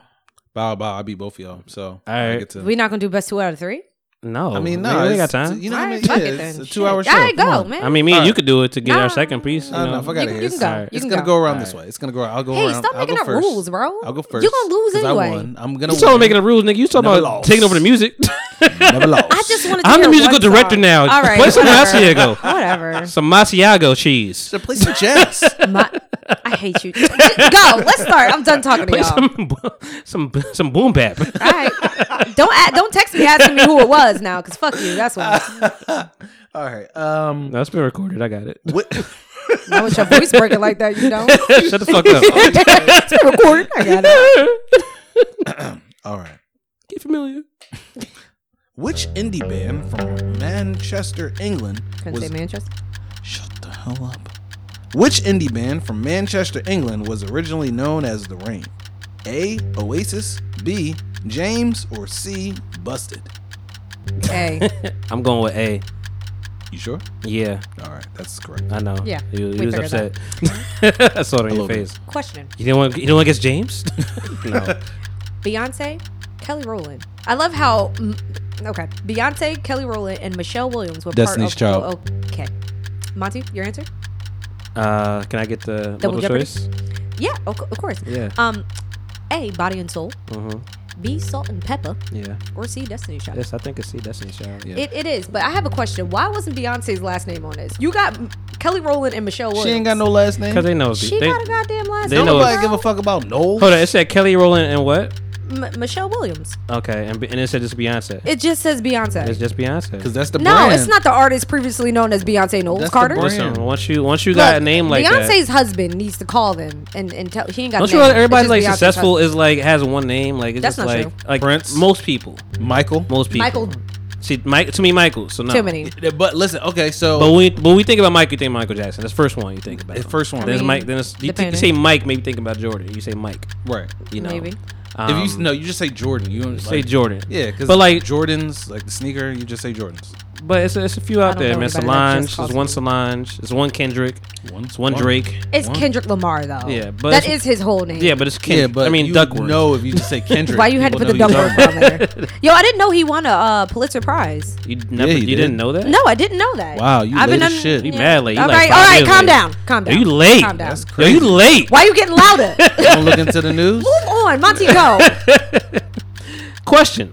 D: Bow bow. I beat both of y'all. So
B: All right.
D: I get to.
G: We not gonna do best two out of three.
B: No,
D: I mean,
B: we-
D: no,
B: we ain't
D: it's-
B: got time.
D: You know what I
G: Alright,
D: mean?
G: fuck
D: Yeah,
G: it
D: it's
G: then.
D: a two-hour show.
G: All right,
D: Come
G: go,
D: on.
G: man.
B: I mean, me and you
D: Alright.
B: could do it to get our
G: Nah.
B: second piece. You
D: I don't know.
B: know?
D: Fuck out
G: You-
D: of here.
G: you can
D: It's-
G: go.
D: alright.
G: You
D: It's
G: can
D: gonna
G: go.
D: go around this
B: Alright.
D: way. It's gonna go. around. I'll go
G: Hey,
D: around.
G: stop
D: I'll go
G: making up
D: first.
G: rules, bro.
D: I'll go
G: You
D: first.
G: gonna lose
D: 'cause I
G: anyway.
D: won. I'm gonna.
B: You talking about
D: win.
B: making the rules, nigga? You talking
D: Never
B: about
D: lost.
B: taking over the
D: (laughs)
B: music?
D: Never lost.
G: I just wanted. To
B: I'm the
G: hear
B: musical
G: one
B: director
G: song.
B: now.
G: All right,
B: Play some
G: (laughs) whatever.
B: Asiago. (laughs)
G: Whatever.
B: Some Masiago cheese.
D: to play some
G: (laughs)
D: jazz.
G: My, I hate you. Go. Let's start. I'm done talking
B: (laughs)
G: to
B: Play
G: y'all.
B: some (laughs) some some boom
D: (laughs)
B: bap.
G: All right. Don't a don't text me asking me who it was now, cause fuck you. That's why.
D: All right. Um.
B: That's been recorded. I got
G: (laughs)
B: it.
D: What?
G: Not with your voice breaking like that, you know.
B: Shut the fuck
G: (laughs)
B: up.
G: it's been recorded. I got it.
D: (coughs) All right.
B: Get familiar.
D: Which indie band from Manchester, England
G: Couldn't
D: was
G: say Manchester.
D: Shut the hell up. Which indie band from Manchester, England was originally known as The Rain? A. Oasis, B. James, or C. Busted? (laughs)
G: Hey,
B: I'm going with A.
D: You sure?
B: Yeah,
D: All right, that's correct.
B: I know.
G: Yeah,
B: you,
G: we
B: you was
G: figured
B: upset. (laughs)
G: that.
B: I saw it on your
D: little bit.
B: face.
G: question.
B: You didn't want. You didn't want to guess James. (laughs) no.
G: Beyonce, Kelly Rowland. I love how. mm, Okay, Beyonce, Kelly Rowland, and Michelle Williams were
D: Destiny's
G: part of. Oh,
D: Child.
G: Okay, Monty, your answer?
B: Uh, can I get the
G: Double
B: multiple
G: Jeopardy?
B: choice?
G: Yeah, of, cou- of course.
B: Yeah.
G: Um, A. Body and Soul.
D: Uh-huh.
B: Mhm.
G: B. Salt and Pepper.
B: Yeah.
G: Or C. Destiny's Child.
B: Yes, I think it's C. Destiny's Child. Yeah.
G: It, it is, but I have a question. Why wasn't Beyonce's last name on this? You got mm, Kelly Rowland and Michelle Williams.
D: She ain't got no last name.
B: Because they know.
G: She
B: they,
G: got a goddamn last
B: they
G: name.
B: know
D: Nobody
B: it's-
D: give a fuck about Noel.
B: Hold on. It said Kelly Rowland and what?
G: M- Michelle Williams.
B: Okay, and, and it said just Beyonce.
G: It just says Beyonce.
B: It's just Beyonce.
D: Because that's the
G: no,
D: brand.
G: it's not the artist previously known as Beyonce Knowles
D: That's the
G: Carter.
D: brand.
B: Listen, once you once you got
G: Look,
B: a name like
G: Beyonce's
B: that,
G: husband needs to call them and, and tell he ain't got.
B: don't
G: a
B: you
G: name.
B: realize
G: It's
B: everybody
G: just
B: like
G: Beyonce's
B: successful
G: husband.
B: is like has one name? Like it's
G: That's
B: just
G: not
B: like
G: true.
B: like
D: Prince.
B: Most people.
D: Michael.
B: Most people.
G: Michael
B: See, Mike. To me, Michael. So no.
G: too many.
D: But listen, okay, so
B: But when we when we think about Mike, you think Michael Jackson. That's the first one you think about.
D: the first one,
B: Then it's
G: mean,
B: Mike. Then it's, you, think- you
G: depending.
B: say Mike, maybe think about Jordan. You say Mike.
D: right?
B: You know.
G: Maybe.
B: Um,
D: if you no, you just say Jordan. You don't
B: say
D: like-
B: Jordan.
D: Yeah, because
B: but like
D: Jordans, like the sneaker, you just say Jordans.
B: But it's, it's a few
G: I
B: out
G: don't
B: there,
G: know
B: man.
G: anybody that
B: Solange,
G: just
B: there's
G: calls
B: one
G: me.
B: Solange, there's one Kendrick,
D: One,
B: there's one Drake.
G: It's Kendrick Lamar though.
B: Yeah, but
G: that
B: it's-
G: is his whole name.
B: Yeah, but it's Kendrick.
D: yeah, but
B: I mean
D: you
B: Duckworth.
D: know if you just
B: (laughs)
D: say Kendrick,
G: why you had to put
D: people
G: the dumb
D: know you're
G: word
D: dumb.
G: on there? Yo, I didn't know he won a uh, Pulitzer Prize.
B: You never,
D: Yeah,
B: you
D: you
B: didn't
D: did.
B: know that?
G: No, I didn't know that.
D: Wow, you late as
G: un-
D: shit. You
B: mad late. You
G: all
B: like
G: right,
B: five
G: all right,
B: years
G: calm
B: late.
G: down, calm
B: Are
G: down.
B: you late?
G: Calm down.
D: That's
B: Yo,
D: crazy.
B: you late.
G: Why you
B: (laughs)
G: getting louder? Move
D: Don't look into the
G: (laughs)
D: news.
G: on, Monty. Go.
B: Question.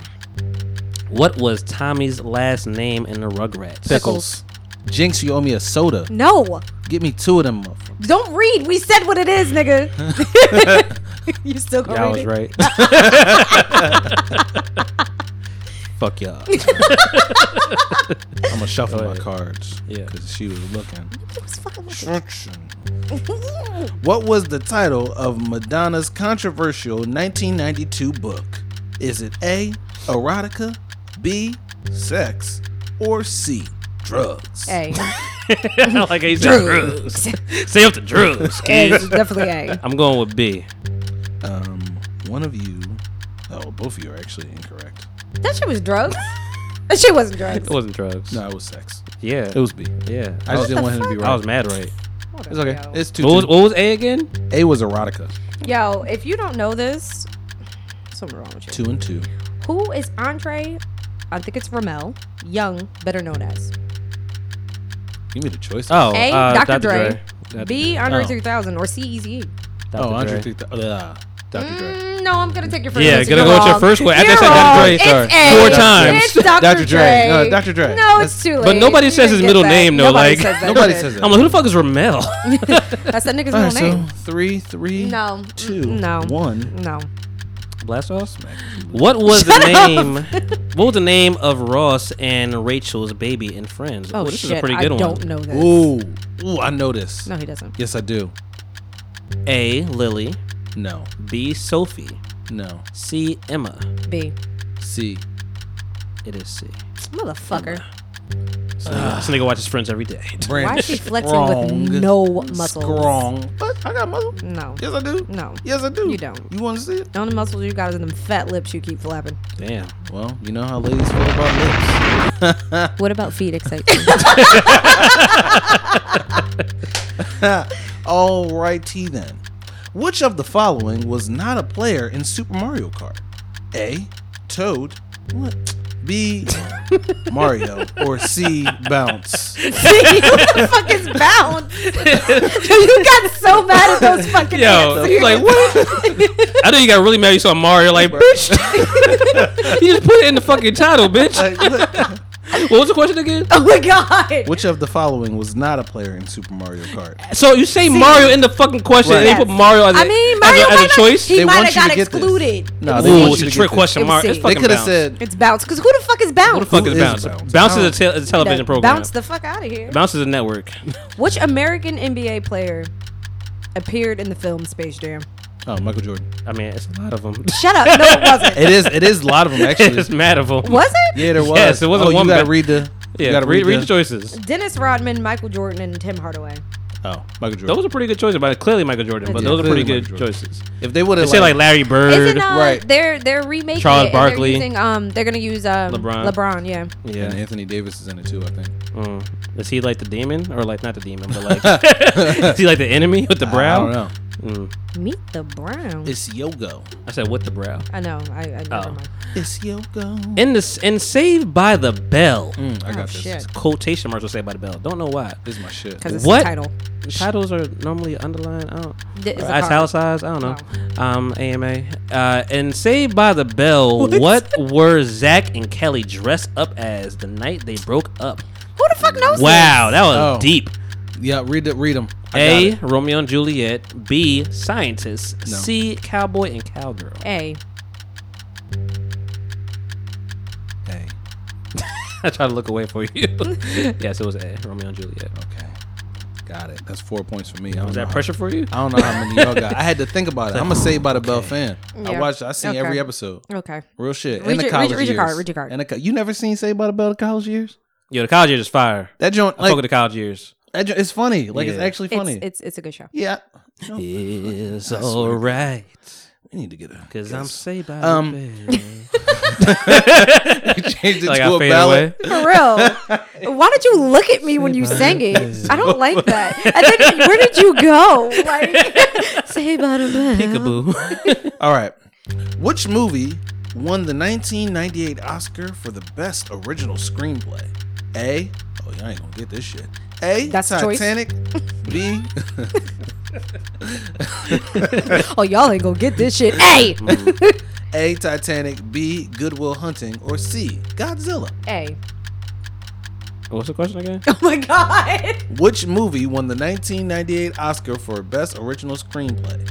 B: What was Tommy's last name in the Rugrats?
D: Pickles. Jinx, you owe me a soda.
G: No,
D: Get me two of them. motherfuckers.
G: don't read. We said what it
B: (laughs)
G: is, nigga. you still gonna
B: Y'all
G: read
B: was
G: it? (laughs)
B: right.
D: (laughs)
G: (laughs)
D: Fuck y'all. I'm gonna shuffle my cards.
B: Yeah.
D: Because she was looking.
G: It was fucking
D: What was the title of Madonna's controversial 1992 book? Is it A, erotica, B, sex, or C, drugs?
B: (laughs)
G: A.
B: (laughs) like I said, drugs. Stay up to drugs,
G: A
B: kids.
G: is definitely A.
B: I'm going with B.
D: Um, one of you. Oh, both of you are actually incorrect.
G: That shit was drugs. That shit wasn't drugs.
B: It wasn't drugs.
D: No, it was sex.
B: Yeah.
D: It was B.
B: yeah.
D: I just didn't want him to be right.
B: I was mad right.
D: it's okay. It's two.
B: Oh. What was,
D: two.
B: what was A again?
D: A was erotica.
G: Yo, if you don't know this, something wrong with you.
D: Two and two.
G: Who is Andre? I think it's Ramel Young, better known as
D: Give me the choice.
B: Oh,
G: A.
B: uh,
G: Dr. Dre,
B: Dr.
G: B. Andre
D: Oh.
G: 3000, or C. E Eazy-E.
B: Dr.
D: oh, Andre
B: Dre.
D: 3000. Ugh, Dr. Dre.
G: Mm, no, I'm gonna take your first.
B: Yeah,
G: answer.
B: gonna
G: You're
B: go with your
G: wrong.
B: first one. I
G: You're
B: think I said
G: wrong.
B: Dre,
G: It's
B: sorry.
G: A.
B: Four times.
G: It's Dr.
D: Dr. Dre.
G: Dre.
D: No, Dr. Dre.
G: No, it's
D: That's-
G: too late.
B: But nobody
G: You
B: says
G: didn't
B: his
G: get
B: middle
G: that.
B: name, though,
G: Nobody
B: like-
G: says that.
D: Nobody says that.
B: I'm like, who the fuck is Ramel?
G: (laughs) That's that nigga's middle
D: All right, so
G: name.
D: three, three,
G: No.
D: two,
G: Mm, no.
D: one.
G: No.
B: Blast off? What was the
G: (laughs)
B: name? What was the name of Ross and Rachel's baby and friends?
G: Oh
B: Ooh, this
G: shit!
B: is a pretty good
G: I
B: one.
G: don't know this.
D: Ooh, ooh, I know this.
G: No, he doesn't.
D: Yes, I do.
B: A. Lily.
D: No,
B: B. Sophie.
D: no.
B: C. Emma.
G: B.
D: C.
B: It is C.
G: Motherfucker.
B: So this nigga watches Friends every day.
D: Brand
G: Why is she flexing with no muscles?
D: Strong. What? I got muscle.
G: No.
D: Yes, I do.
G: No.
D: Yes, I do.
G: You don't.
D: You want to see it?
G: The only muscles you got is in them fat lips you keep flapping.
B: Damn.
D: Well, you know how ladies feel about lips.
G: What about feet excitement?
D: (laughs) Alrighty then. Which of the following was not a player in Super Mario Kart? A. Toad. What?
G: (laughs)
D: B. Mario. Or C.
G: (laughs)
D: Bounce.
G: See, what the fuck is
B: (laughs)
G: bound? you got so mad at those fucking
B: Yo,
G: answers.
B: like what? I know you got really mad. You saw Mario, like (laughs) bitch. you just put it in the fucking title, bitch.
G: (laughs)
D: Like, look,
B: What was the question again?
G: (laughs) Oh my god.
D: (laughs) Which of the following was not a player in Super Mario Kart?
B: So you say Mario in the fucking question, and
D: Right.
B: they put Mario as a,
G: I mean,
B: as a-
G: Mario
B: as a,
G: might not-
B: choice.
G: He
D: They
G: might
D: want
G: have
D: you to
G: got
D: get this.
G: excluded.
D: No, they want
B: Ooh,
D: you
B: it's a
D: to get
B: trick
D: this.
B: question,
G: It was
B: Mark.
G: C.
B: It's
G: They
D: They
B: fucking
D: could have
B: bounce.
D: said
G: It's bounce. Because who the fuck is bounce?
B: Who the fuck
D: Who
B: is
D: is
B: bounce?
D: Bounce?
B: Bounce is a, tel- is a television
G: That-
B: program.
G: Bounce the fuck out of here.
B: Bounce is a network.
G: Which American NBA player appeared in the film Space Jam?
D: Oh, Michael Jordan.
B: I mean, it's a lot of them.
G: Shut up. No, (laughs) it wasn't.
D: It is. It is a lot of them
B: (laughs) it's
D: (laughs) actually.
B: mad of them.
G: Was it?
D: Yeah, there was.
B: Yes, it was a
D: oh,
B: one
D: You gotta
B: ba-
D: read the.
B: Yeah,
D: you gotta
B: read,
D: read,
B: read the
D: the.
B: choices.
G: Dennis Rodman, Michael Jordan, and Tim Hardaway.
D: Oh, Michael Jordan.
B: Those are pretty good choices, but clearly Michael Jordan. But
G: Yeah,
B: those are
D: clearly
B: pretty good
D: Michael Jordan.
B: choices.
D: if they would
B: They
D: have
B: say like Larry Bird.
G: Isn't uh,
D: Right.
G: they're they're remaking
B: Charles
G: it and they're
B: Barkley.
G: using, um, they're gonna use um,
B: LeBron.
G: LeBron. yeah.
D: yeah, and Anthony Davis is in it too. I think.
B: Mm. Is he like the demon or like not the demon, but like (laughs)
G: (laughs)
B: is he like the enemy with the
D: I
B: brow?
D: don't know.
G: Meet the Brown.
D: It's Yogo.
B: I said with the brow.
G: I know. I, I never
B: Oh.
G: mind.
D: It's Yogo.
B: In this in Saved by the Bell.
D: Mm, I got
G: Oh
D: this.
G: shit.
B: Quotation marks will Saved by the Bell. Don't know why.
D: This is my shit.
G: Because it's
B: What?
G: the title.
B: Titles are normally underlined. I don't.
G: Th- it's
B: or
G: a card.
B: italicized. I don't know. Um, AMA. Uh, and Saved by the
G: (laughs)
B: Bell. what were Zach and Kelly dressed up as the night they broke up?
G: Who the fuck knows?
B: Wow, that was
D: Oh.
B: deep.
D: Yeah, read the, read them.
B: A. Romeo and Juliet. B. Scientists.
D: No.
B: C. Cowboy and Cowgirl. (laughs)
G: this? A.
D: Hey.
B: I tried to look away for you. (laughs) yes, it was A. Romeo and Juliet.
D: Okay. Got it. That's four points for me. I don't
B: Was
D: know
B: that
D: how-
B: pressure for you?
D: I don't know how many y'all got. I had to think about it. I'm gonna say by the Bell fan. I
G: Yeah.
D: watched. I seen
G: Okay.
D: every episode.
G: Okay.
D: Real shit.
G: Read
D: in
G: your-
D: the
G: read
D: college
G: your- read your card,
D: years.
G: read your card.
D: In the co- you never seen Saved by the Bell the college years?
B: Yo, the college years is fire.
D: That joint,
B: I fuck with
D: like,
B: the college years.
D: that joint, it's funny. Like, it's
B: Yeah.
D: actually funny.
G: It's, it's it's a good show.
D: yeah. No, we
B: It's
D: I swear.
B: alright.
D: need to get a.
B: Because I'm saved by
D: Um, (laughs)
B: the bell.
D: changed it
B: like
D: to
B: I
D: a
B: fade
D: ballad.
B: away.
D: (laughs)
G: For real. Why did you look at me when you sang it? I don't like that. And then where did you go? Like say about a man.
B: Peekaboo.
D: All right. Which movie won the 1998 Oscar for the best original screenplay? A. Oh, y'all ain't gonna get this shit. A.
G: That's a choice.
D: Titanic. B.
G: Oh y'all ain't gonna get this shit. A.
D: A. Titanic. B. Goodwill Hunting. Or C. Godzilla.
G: A.
B: What's the question again?
G: (laughs) Oh my god.
D: Which movie won the 1998 Oscar for Best Original Screenplay?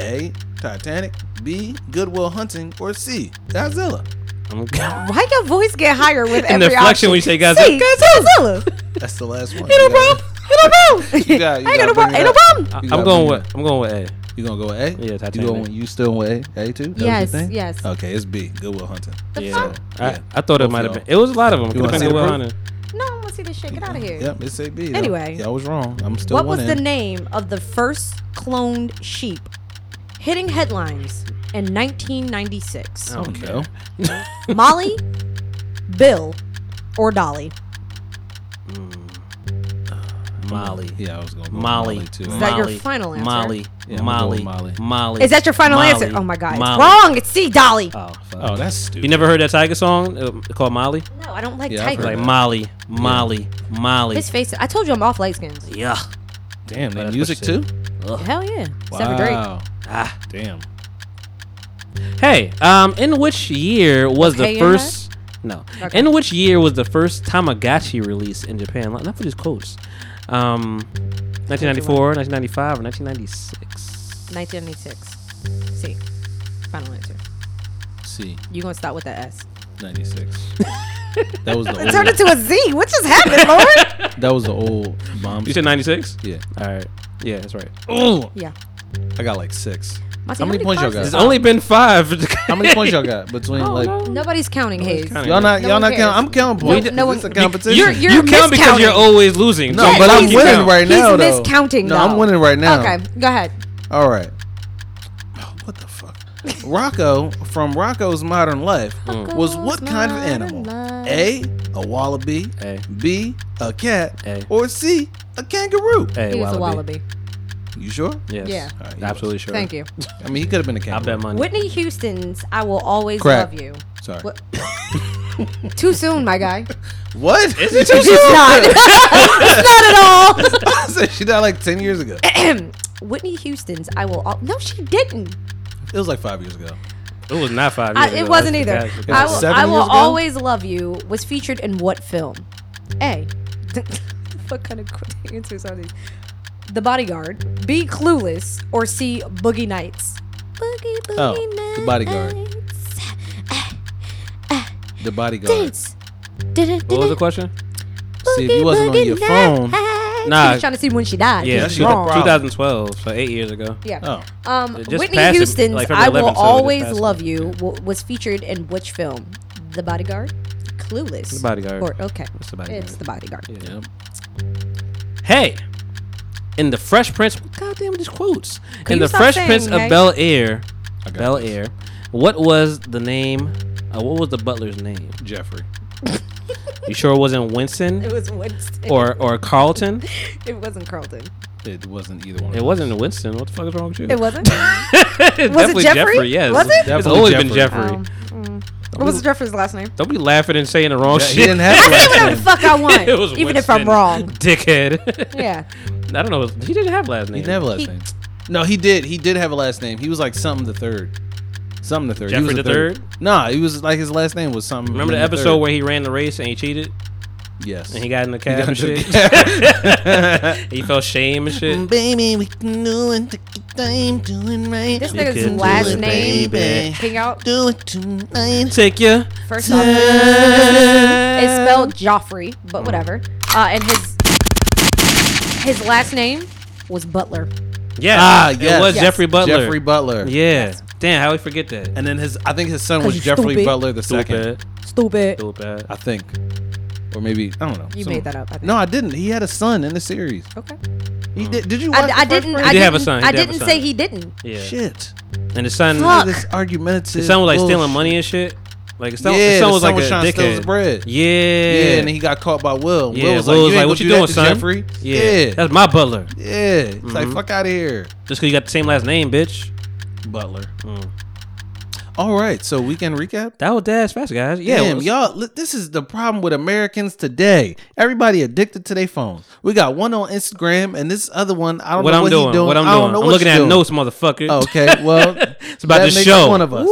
D: A. Titanic. B. Goodwill Hunting. Or C. Godzilla.
B: I'm
G: Why your voice get higher with
B: And
G: every
B: the inflection
G: option?
B: when you say guys.
G: See, Godzilla.
D: That's the last
G: Ain't
D: one.
G: no
D: You gotta-
G: problem. Ain't no (laughs) problem.
D: You got- you
G: ain't got
D: gotta
G: no
D: bring
G: problem.
D: it
G: Ain't no
D: up.
G: problem.
B: I-
D: You
B: I'm
D: gotta
B: going
D: bring
B: with I'm going with A.
D: You gonna go with A?
B: Yeah,
D: You,
B: Titanic.
D: going, you still with A? A too? That was your
G: Yes,
D: thing?
G: yes.
D: Okay, it's B. Goodwill Hunting.
B: Yeah,
D: fuck?
B: I,
D: Yeah.
B: I thought it might have
D: y'all.
B: been. It was a lot of them.
D: You
B: Could
D: wanna
B: have
D: see
B: been Will
D: the
B: Hunter.
G: No, I want to see this shit. Get out of here.
D: Yep, it's A B.
G: Anyway.
D: y'all was wrong. I'm still
G: What was
D: winning.
G: the name of the first cloned sheep hitting headlines in 1996?
D: I don't know.
G: Molly, Bill, or Dolly?
B: Molly.
D: Yeah, I was going.
B: Molly.
D: too.
B: Molly.
G: that your final answer?
B: Molly.
D: Yeah, I'm
B: Molly.
D: going Molly.
B: Molly.
G: Is that your final
B: Molly.
G: answer? Oh my god,
B: Molly.
G: it's wrong. It's C, Dolly.
B: Oh, fuck.
D: Oh, that's stupid.
B: You never heard that Tiger song uh, called Molly?
G: no, I don't like
D: Yeah, I've
G: Tiger.
D: heard
B: Like Molly, Molly, Molly.
G: His face. I told you I'm off light skins.
B: yeah.
D: Damn,
B: Oh, That's
D: that
B: what
D: music
B: she said.
D: too.
G: Hell yeah. Seven Drake.
B: Ah.
D: damn.
B: Hey, um, in which year was
G: Okay,
B: the
G: you're not?
B: first? No.
G: Okay.
B: In which year was the first Tamagotchi release in Japan? Not for these quotes. Um, 1994, 1995, or 1996.
G: 1996. C. Final answer.
D: C
G: You gonna stop with that S?
D: ninety six. that was the
G: It (laughs) turned
D: old.
G: into a Z. What just happened, (laughs) Lord?
D: that was the old bomb.
B: You said 96?
D: Yeah.
B: All right. Yeah, that's right.
D: Oh,
G: yeah.
D: I got like six.
G: Monty,
D: How many points y'all got?
B: It's only been five. (laughs)
D: How many points y'all
G: (laughs)
D: got between like?
G: Nobody's counting Hayes.
B: counting.
D: Y'all not
G: Oh, No
D: y'all
G: one
D: not
G: cares.
D: counting. I'm counting
G: No-
D: points.
G: no
D: 'cause
G: one-
D: it's a competition.
B: You're,
G: You're
B: you count because
G: miscounting.
B: you're always losing.
D: no,
B: so
G: Yeah,
D: but I'm
B: fuck
G: he's-
B: you.
D: winning
B: Count.
D: right
G: He's
D: now. though.
G: miscounting,
D: No, I'm
G: though.
D: winning right now.
G: Okay, go ahead.
D: All right. Oh, what the fuck? Rocco from Rocco's Modern Life was what kind of animal? A. A wallaby.
B: A.
D: B. A cat.
B: A.
D: Or C. A kangaroo.
B: Hey,
G: He was a
B: wallaby.
G: wallaby.
D: You sure?
B: Yes.
J: Yeah.
D: All right, he
B: Absolutely sure.
J: Thank you.
D: I mean, he could have been a
B: I
D: kangaroo.
B: bet money.
G: Whitney Houston's "I Will Always
D: Crack.
G: Love You."
D: Sorry. What?
G: What- (laughs)
J: Too soon, my guy.
D: (laughs) Is it
J: It's not. it's not at all.
D: I said she died like 10 years ago. It
G: (laughs) Whitney Houston's "I Will." Al- no, she didn't.
D: was like five years ago.
B: It was not five years
G: I,
B: ago.
G: it wasn't
B: That's
G: either.
B: the
G: I
B: guy-
D: was
G: will,
D: seven
G: I will
D: years ago?
G: always love you was featured in what film? A. (laughs) what kind of qu- (laughs) answers are these? The Bodyguard. B. Clueless. Or C. Boogie Nights. Boogie Boogie
D: Oh,
G: Nights.
D: The Bodyguard. The bodyguard.
G: Dance. Did
B: What was the question?
D: See, if you wasn't on your phone.
B: Nah.
G: She was trying to see when she died.
B: Yeah,
D: that's
B: she-
D: your problem.
B: 2012, so eight years ago.
G: Yeah.
D: Oh.
G: Um,
B: It just
G: Whitney
B: passed it,
G: Houston's
B: like, February
G: "I Will
B: 11th, so it just
G: Always
B: passed it.
G: Love You" w- was featured in which film? The Bodyguard, Clueless,
B: The Bodyguard.
G: Or okay,
B: It's The Bodyguard.
G: It's the Bodyguard.
D: Yep.
B: Hey, in the Fresh Prince, God damn these quotes. in
J: you
B: the
J: stop
B: Fresh
J: saying,
B: Prince of
J: Meg?
B: Bel Air,
D: I got
B: Bel
D: this.
B: Air, what was the name? Uh, what was the butler's name?
D: Jeffrey.
B: You sure it wasn't Winston
G: It was Winston.
B: or or Carlton?
G: It wasn't Carlton.
D: It wasn't either one.
B: It wasn't Winston. What the fuck is wrong with you? (laughs)
G: It wasn't.
B: It's
J: was it
B: definitely
J: Jeffrey?
B: Yes,
J: Was it? Oh.
B: It's
D: Definitely
B: always been
D: Jeffrey.
B: Jeffrey.
J: What was Jeffrey's last name?
B: Don't be laughing and saying the wrong
D: Yeah,
B: oh, shit.
D: he didn't have a last
G: Whatever the
D: name.
G: fuck I want,
B: (laughs) It was
G: even if
B: Winston, (laughs)
G: I'm wrong.
J: (laughs)
B: dickhead.
G: Yeah.
B: (laughs) I don't know. He didn't have last name.
D: He didn't have a last
G: He-
D: name. No, he did. He did have a last name. He was like something the third. Something the third. he
B: Jeffrey
D: was
B: the
D: Nah, he was like his last name was something.
B: Remember the
D: in
B: episode
D: third.
B: where he ran the race and he cheated
D: yes
B: and he got in the cab and
D: (laughs) into the
B: shit? (laughs) he felt shame and
J: Mm-hmm.
B: shit.
D: Baby, we can do it. Take your time doing right.
G: This
B: You could do
G: nigga's
B: it,
G: last name.
B: baby.
G: Ping out.
D: Do it tonight.
B: Take you. (laughs)
G: First off, it's spelled Joffrey, but whatever. Uh, and his his last name was Butler.
B: Yeah.
D: Ah,
B: It
D: yes.
B: was
D: Yes.
B: Jeffrey Butler.
D: Jeffrey Butler.
B: Yeah. Damn, how we forget that?
D: And then his, I think his son
G: 'Cause
D: was
G: he's
D: Jeffrey
G: stupid.
D: Butler the second. Ah,
B: Stupid.
G: Stupid.
B: Stupid.
D: I think, or maybe I don't know.
G: You
D: Some-
G: made that up. I think.
D: No, I didn't. He had a son in the series.
G: Okay.
D: He
B: Mm.
D: did. Did you watch?
G: I,
D: the
G: I
D: first
G: didn't.
D: one?
G: I
B: did have a
G: didn't-
B: son. He
G: I
B: did have a
G: didn't
B: son.
G: say he didn't.
B: Yeah.
D: Shit.
B: And the son,
G: Fuck.
D: This argumentative.
B: the son was like stealing
D: bullshit.
B: money and shit. Like the son,
D: Yeah,
B: the son was like
D: was
B: a
D: trying to steal his
B: dickhead.
D: bread.
B: Yeah.
D: Yeah, and then he got caught by Will.
B: Yeah,
D: Will was
B: Will
D: like, you ain't
B: "What you
D: gonna do
B: doing,
D: that to
B: son?"
D: Jeffrey.
B: Yeah.
D: yeah.
B: That's Mm-hmm. my butler. Just
D: Yeah. It's like fuck out of here,
B: because you got the same last name, bitch.
D: Butler.
B: Mm.
D: All right, so weekend recap.
B: That was dad's fast, guys. Yeah.
D: Damn,
B: what's-
D: y'all, li- this is the problem with Americans today. Everybody addicted to their phone. We got one on Instagram and this other one. I don't
B: What
D: know
B: I'm
D: what he
B: doing,
D: doing.
B: what I'm
D: I don't
B: doing.
D: know
B: I'm
D: what
B: looking
D: you
B: at
D: doing.
B: notes, motherfucker.
D: Oh, okay,
B: (laughs)
D: well, it's
B: about
D: that
B: to
D: makes
B: show.
D: one of us.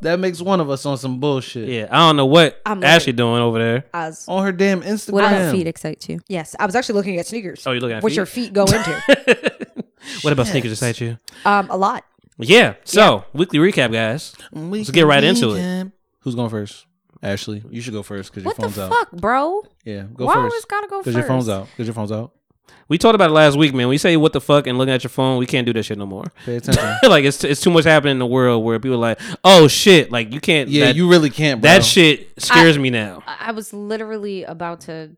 D: That makes one of us on some bullshit.
B: Yeah, I don't know what
G: I'm Ah,
B: Ashley doing over there.
G: As
D: On her damn Instagram.
G: what about feet excites you?
J: Yes, I was actually looking at sneakers.
B: Oh, you're looking at
J: Which
B: feet?
J: your feet
B: (laughs)
J: go into.
B: What about sneakers excite you?
G: Um, a lot.
B: Yeah. So weekly recap, guys.
D: Let's
B: get right into it.
D: Who's going first? Ashley, you should go first because your
G: What the
D: phone's out.
G: fuck, bro?
D: Yeah, go
G: Why
D: first.
G: always gotta go
D: Because your phone's
G: first?
D: out. Because your phone's out.
B: We talked about it last week, man. We say what the fuck and looking at your phone. We can't do that shit no more. (laughs)
D: Pay attention.
B: like it's it's too much happening in the world where people are like, oh shit, like you can't.
D: yeah,
B: that,
D: you really can't. Bro.
B: that shit scares me now.
G: I I was literally about to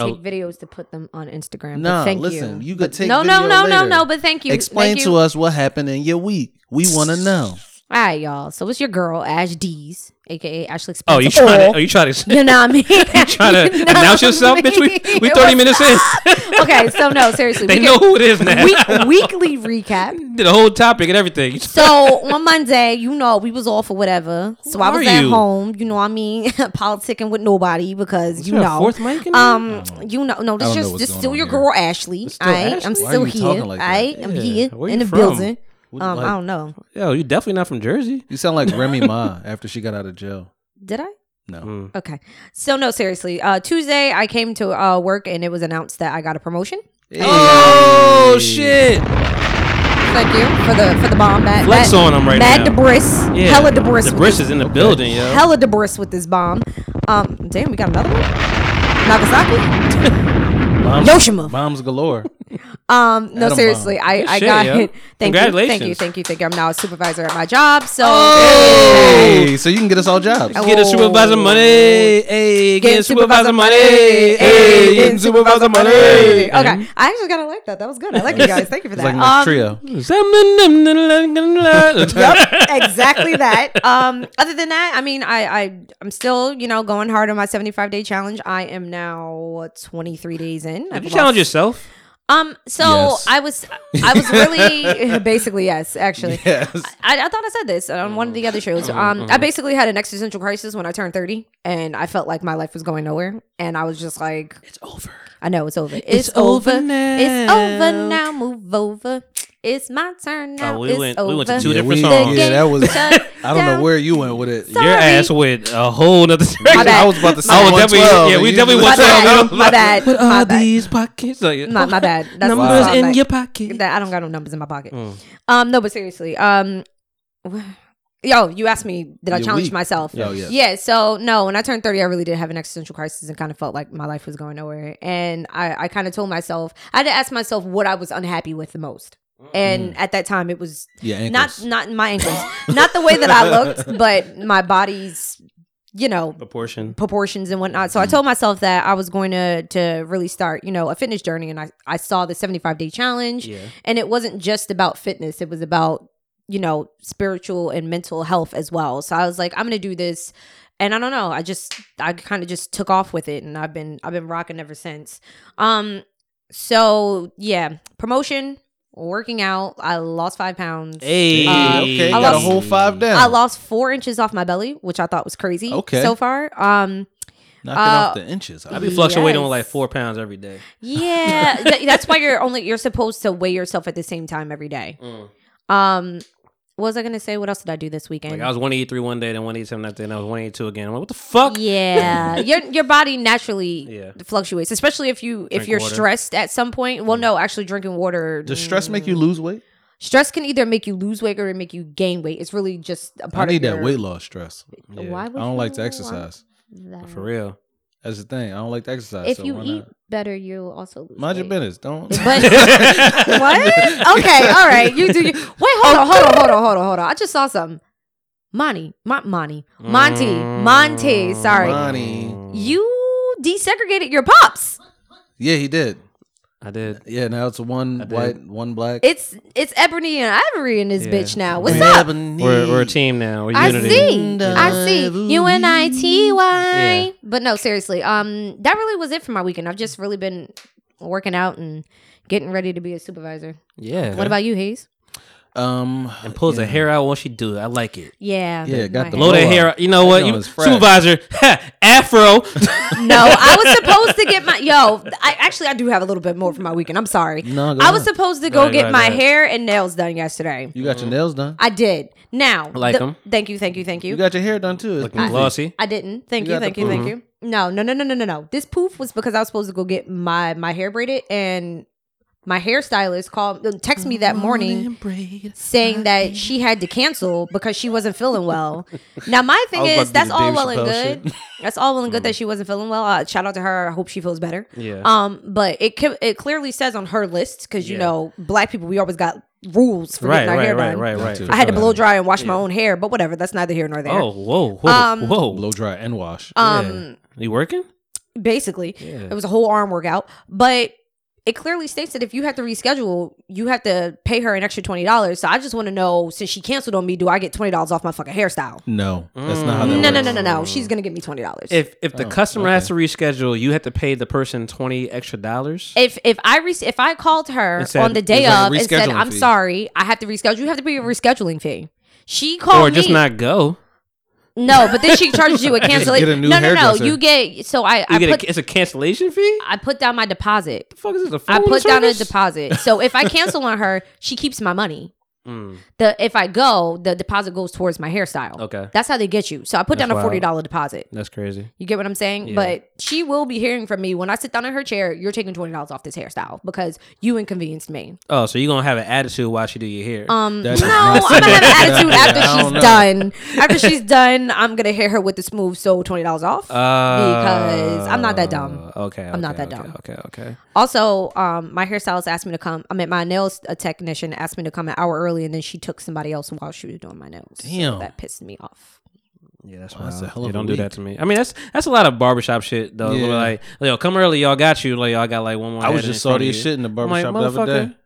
B: Oh.
G: take videos to put them on Instagram. but
D: Nah,
G: thank
D: listen,
G: you.
D: you could
G: But
D: take
G: no, no,
D: video
G: no, no,
D: later.
G: no. But thank you.
D: Explain
G: thank
D: to
G: you.
D: us what happened in your week. We want to know.
G: All right, y'all. So it's your girl Ash D's, aka Ashley Spencer.
B: Oh, you trying
G: Or-
B: to? Are you trying to? (laughs)
G: You know what I mean?
B: trying
G: (laughs)
B: to
G: You know
B: announce
G: what I
B: yourself, bitch? We
G: (laughs) mean?
B: we
G: It
B: thirty
G: was-
B: minutes in.
G: okay, so no, seriously.
B: they
G: we
B: know
G: can-
B: who it is now. (laughs)
G: Week, weekly recap.
B: did a whole topic and everything. You
G: So (laughs) on Monday, you know, we was off or whatever. So I
B: are
G: was at
B: you?
G: home, you know what I mean, (laughs) politicking with nobody because you
B: there a
G: know.
B: fourth mic in
G: um, you know, no, this
D: I don't know
G: just
D: what's
G: this
D: going
G: still
D: on
G: your
D: here.
G: girl Ashley.
B: still
G: I
B: Ashley?
G: I'm
B: Why
D: are
G: still
D: you
G: here.
D: talking like that?
G: I I'm
B: Yeah,
G: here
B: where
G: in
B: you
G: the
B: from?
G: building.
D: What,
G: Um,
D: like-
G: I don't know.
B: yo, you definitely not from Jersey.
D: You sound like Remy
B: (laughs)
D: Ma after she got out of jail.
G: Did I?
D: No.
B: Hmm.
G: Okay. So no, seriously. Uh, Tuesday, I came to uh, work and it was announced that I got a promotion.
B: Oh shit!
G: Thank you for the for the bomb. Mad,
B: Flex
G: mad,
B: on 'em right
G: mad
B: now.
G: Debris.
B: Yeah,
G: Hella debris.
B: The
G: with
B: Briss
G: this-
B: is in the building, yo.
G: Hella debris with this bomb. Um, damn, we got another one. Nagasaki.
D: Bombs,
G: Yoshima.
D: Bombs
G: (laughs)
D: galore.
G: Um, no,
D: Adam
G: seriously,
D: bomb.
G: I
B: Good
G: I
B: shit,
G: got
B: yo.
G: it. Thank you, thank you,
B: Congratulations.
G: thank you, thank you. I'm now a supervisor at my job. So Oh.
D: hey, so you can get us all jobs.
G: I will-
B: Get a supervisor money. Hey, get
G: Getting
B: a supervisor
G: Oh. supervisor
B: money. Hey,
G: money.
B: getting
G: Getting
B: supervisor money.
G: Okay, I actually kind of like that. That was good. I like you guys. Thank you for
D: It's
G: that.
D: like my
G: Um,
D: trio.
G: yep, exactly that. Um, other than that, I mean, I, I, I'm still, you know, going hard on my 75 day challenge. I am now 23 days in.
B: Did
G: I've
B: you challenge
G: lost-
B: yourself?
G: Um, so
D: Yes.
G: I was, I was really basically yes, actually.
D: (laughs) Yes.
G: I, I thought I said this on one of the other shows.
B: Mm-hmm.
G: Um, I basically had an existential crisis when I turned thirty, and I felt like my life was going nowhere, and I was just like,
B: It's over.
G: I know it's over. It's,
B: over
G: over.
B: now.
G: It's over now. Move over. It's my turn now.
B: Oh, we
G: it's
B: went-
G: over.
B: we went to two
D: Yeah,
B: different
D: we-
B: songs.
D: Yeah, that was.
G: (laughs) Shut
D: I don't know
G: down.
D: where you went with it.
G: Sorry.
B: Your ass went a whole nother direction.
G: bad.
D: I was about to say.
B: I was Oh, definitely,
D: 112,
B: yeah,
D: and
B: we
D: you
B: definitely
G: My
D: just-
B: went to
G: bad.
B: another
G: My
B: level.
G: bad.
B: Put all
G: My bad.
B: these pockets. Like, oh,
G: My, my bad. That's
B: Numbers
G: wow.
B: in
G: like,
B: your pocket.
G: That I don't got no numbers in my pocket.
D: Mm.
G: Um, no, but seriously, um, yo, you asked me did I
D: You're
G: challenge
D: weak.
G: myself?
D: Oh, yes.
G: Yeah. So no, when I turned thirty, I really did have an existential crisis and kind of felt like my life was going nowhere. And I, I kind of told myself I had to ask myself what I was unhappy with the most. And at that time, it was
D: Yeah,
G: not
D: Mm. ankles.
G: not my ankles, not the way that I
D: (laughs)
G: looked, but my body's, you know,
B: Proportion.
G: proportions and whatnot.
D: Mm-hmm.
G: So I told myself that I was going to to really start, you know, a fitness journey. And I I saw the seventy five day challenge,
B: Yeah.
G: and it wasn't just about fitness; it was about you know spiritual and mental health as well. So I was like, I'm going to do this, and I don't know. I just I kind of just took off with it, and I've been I've been rocking ever since. Um, so yeah, promotion, working out. I lost five pounds.
B: Hey.
G: Uh,
D: okay,
G: I
D: got a
G: lost-
D: whole five down.
G: I lost four inches off my belly, which I thought was crazy.
D: Okay.
G: so far. Um.
D: Knocking
G: uh,
D: off the inches.
B: I be fluctuating on
G: Yes.
B: like four pounds every day. (laughs)
G: Yeah, th- that's why you're only you're supposed to weigh yourself at the same time every day. Um, what was I gonna say? What else did I do this weekend?
B: Mm. Like I was 183 one day, then 187 that day, and I was 182 again. I'm like, what the fuck?
G: yeah, your your body naturally
B: Yeah.
G: fluctuates, especially if you if
B: Drink
G: you're
B: water.
G: stressed at some point. Well, no, actually, drinking water.
D: Mm.
G: mm.
D: Does stress make you lose weight?
G: Stress can either make you lose weight or make you gain weight. It's really just a
D: I
G: part
D: need
G: of
D: that
G: your-
D: weight loss stress.
B: Yeah,
G: Why would
D: I don't like to
G: you
D: exercise.
G: want that?
B: For real.
D: That's the thing. I don't like to exercise.
G: If
D: so
G: you
D: why
G: eat
D: not?
G: better, you also lose
D: mind your
G: weight.
D: business.
G: (laughs)
D: Don't. (laughs)
G: But what? Okay, all right. You do. You. Wait, hold on, hold on, hold on, hold on, hold on. I just saw some. Monty, Mon- Monty, Monty, Monty.
D: Mm,
G: Sorry,
D: Monty.
G: you desegregated your pops.
D: Yeah, he did.
B: I did.
D: Yeah, now it's one
B: did.
D: white, one black.
G: It's it's Ebony and Ivory in this
B: Yeah.
G: bitch now. What's
D: Yeah,
G: up?
D: but need-
B: We're, we're a team now. We're
G: I
B: unity.
G: see, I see. U N I T
B: Yeah.
G: Y. But no, seriously. Um, that really was it for my weekend. I've just really been working out and getting ready to be a supervisor.
B: Yeah.
G: What about you, Hayes?
D: Um,
B: And pulls her hair out when she do it. I like it.
G: Yeah,
D: Yeah,
G: but
D: got
G: my
D: the
G: hair-
B: Blow that
D: Blow
B: hair
D: up.
B: out. You know
D: That
B: what? You,
D: joint is fresh.
B: supervisor, (laughs) afro.
G: No, I was supposed to get my yo. I actually I do have a little bit more for my weekend. I'm sorry.
D: No, go
G: I was
D: ahead.
G: supposed to go
B: Right,
G: get
B: right,
G: my
B: right.
G: hair and nails done yesterday.
D: you got your nails done.
G: I did. Now,
B: like
G: the-
B: 'em.
G: Thank you, thank you, thank you.
D: You got your hair done too. It's
B: Looking glossy.
G: I didn't. Thank
D: You
G: you,
D: got
G: thank
D: the
G: you, thank you. No, no, no, no, no, no, no. This poof was because I was supposed to go get my my hair braided and my hairstylist called uh, text me that morning saying that she had to cancel because she wasn't feeling
D: (laughs)
G: well. Now my thing is
D: was about to do
G: that's
D: the
G: all
D: Dave
G: well and
D: Chappelle
G: good. (laughs) That's all well and good that she wasn't feeling well. Uh, shout out to her. I hope she feels better.
B: Yeah.
G: Um, but it ca- it clearly says on her list because you
B: Yeah.
G: know black people we always got rules for
B: Right,
G: getting our
B: right,
G: hair
B: right,
G: done.
B: right, right.
D: too.
G: I had to blow dry and wash my own hair, but whatever. That's neither here nor there.
B: Oh, whoa, whoa,
G: Um,
B: whoa.
D: blow dry and wash.
G: Um,
B: You working?
G: basically, it was a whole arm workout, but. It clearly states that if you have to reschedule, you have to pay her an extra twenty dollars. So I just want to know, since she canceled on me, do I get twenty dollars off my fucking hairstyle?
D: no, that's not how that
G: Mm. No, no,
D: works.
G: no, no, no. She's gonna give me twenty dollars.
B: If if the customer has to reschedule, you have to pay the person twenty extra dollars.
G: if if I re- if I called her
B: It said-
G: on the day
D: it's like a
G: of and said
D: rescheduling
G: I'm
D: fee."
G: sorry, I have to reschedule. You have to pay a rescheduling fee. She called
B: Or just
G: me.
B: not go.
G: No, but then she charges
D: (laughs)
G: you a cancellation.
D: get a new
G: no, no, no.
D: hairdresser.
G: You get so I
B: You
G: I
B: get
G: put
B: a, it's a cancellation fee.
G: I put down my deposit.
B: fuck is this a
G: I
B: phone
G: put down a
B: service?
G: deposit. So if I cancel on her, she keeps my money.
B: Mm.
G: The if I go, the deposit goes towards my hairstyle.
B: Okay.
G: That's how they get you. So I put
B: That's
G: down a
B: wild.
G: forty dollar deposit.
B: That's crazy.
G: You get what I'm saying?
B: Yeah.
G: But she will be hearing from me when I sit down in her chair. You're taking twenty dollars off this hairstyle because you inconvenienced me.
B: Oh, so you're gonna have an attitude while she do your hair?
G: Um,
D: That's
G: no, I'm
D: not-
G: gonna have an attitude
D: Yeah,
G: after
D: I
G: she's
D: don't know.
G: done. After she's done, I'm gonna hit her with the smooth so twenty dollars off because I'm not that dumb.
B: Uh, Okay,
G: I'm not
B: okay,
G: that
B: okay,
G: dumb.
B: Okay, okay.
G: Also, um, my hairstylist asked me to come. I mean, my nails a technician asked me to come an hour early, and then she took somebody else while she was doing my nails. So
D: Damn.
G: that pissed me off.
B: Yeah, that's,
D: Oh, that's
B: wild.
D: a hell of
B: yeah,
D: a
B: don't do
D: week.
B: that to me. I mean, that's that's a lot of barbershop shit though.
D: Yeah.
B: Like, yo, come early, y'all got you. Like, y'all got like one more.
D: I was
B: head in
D: just
B: front
D: saw
B: of
D: this
B: you.
D: shit in the
B: I'm like,
D: barbershop the other
B: motherfucker.
D: day.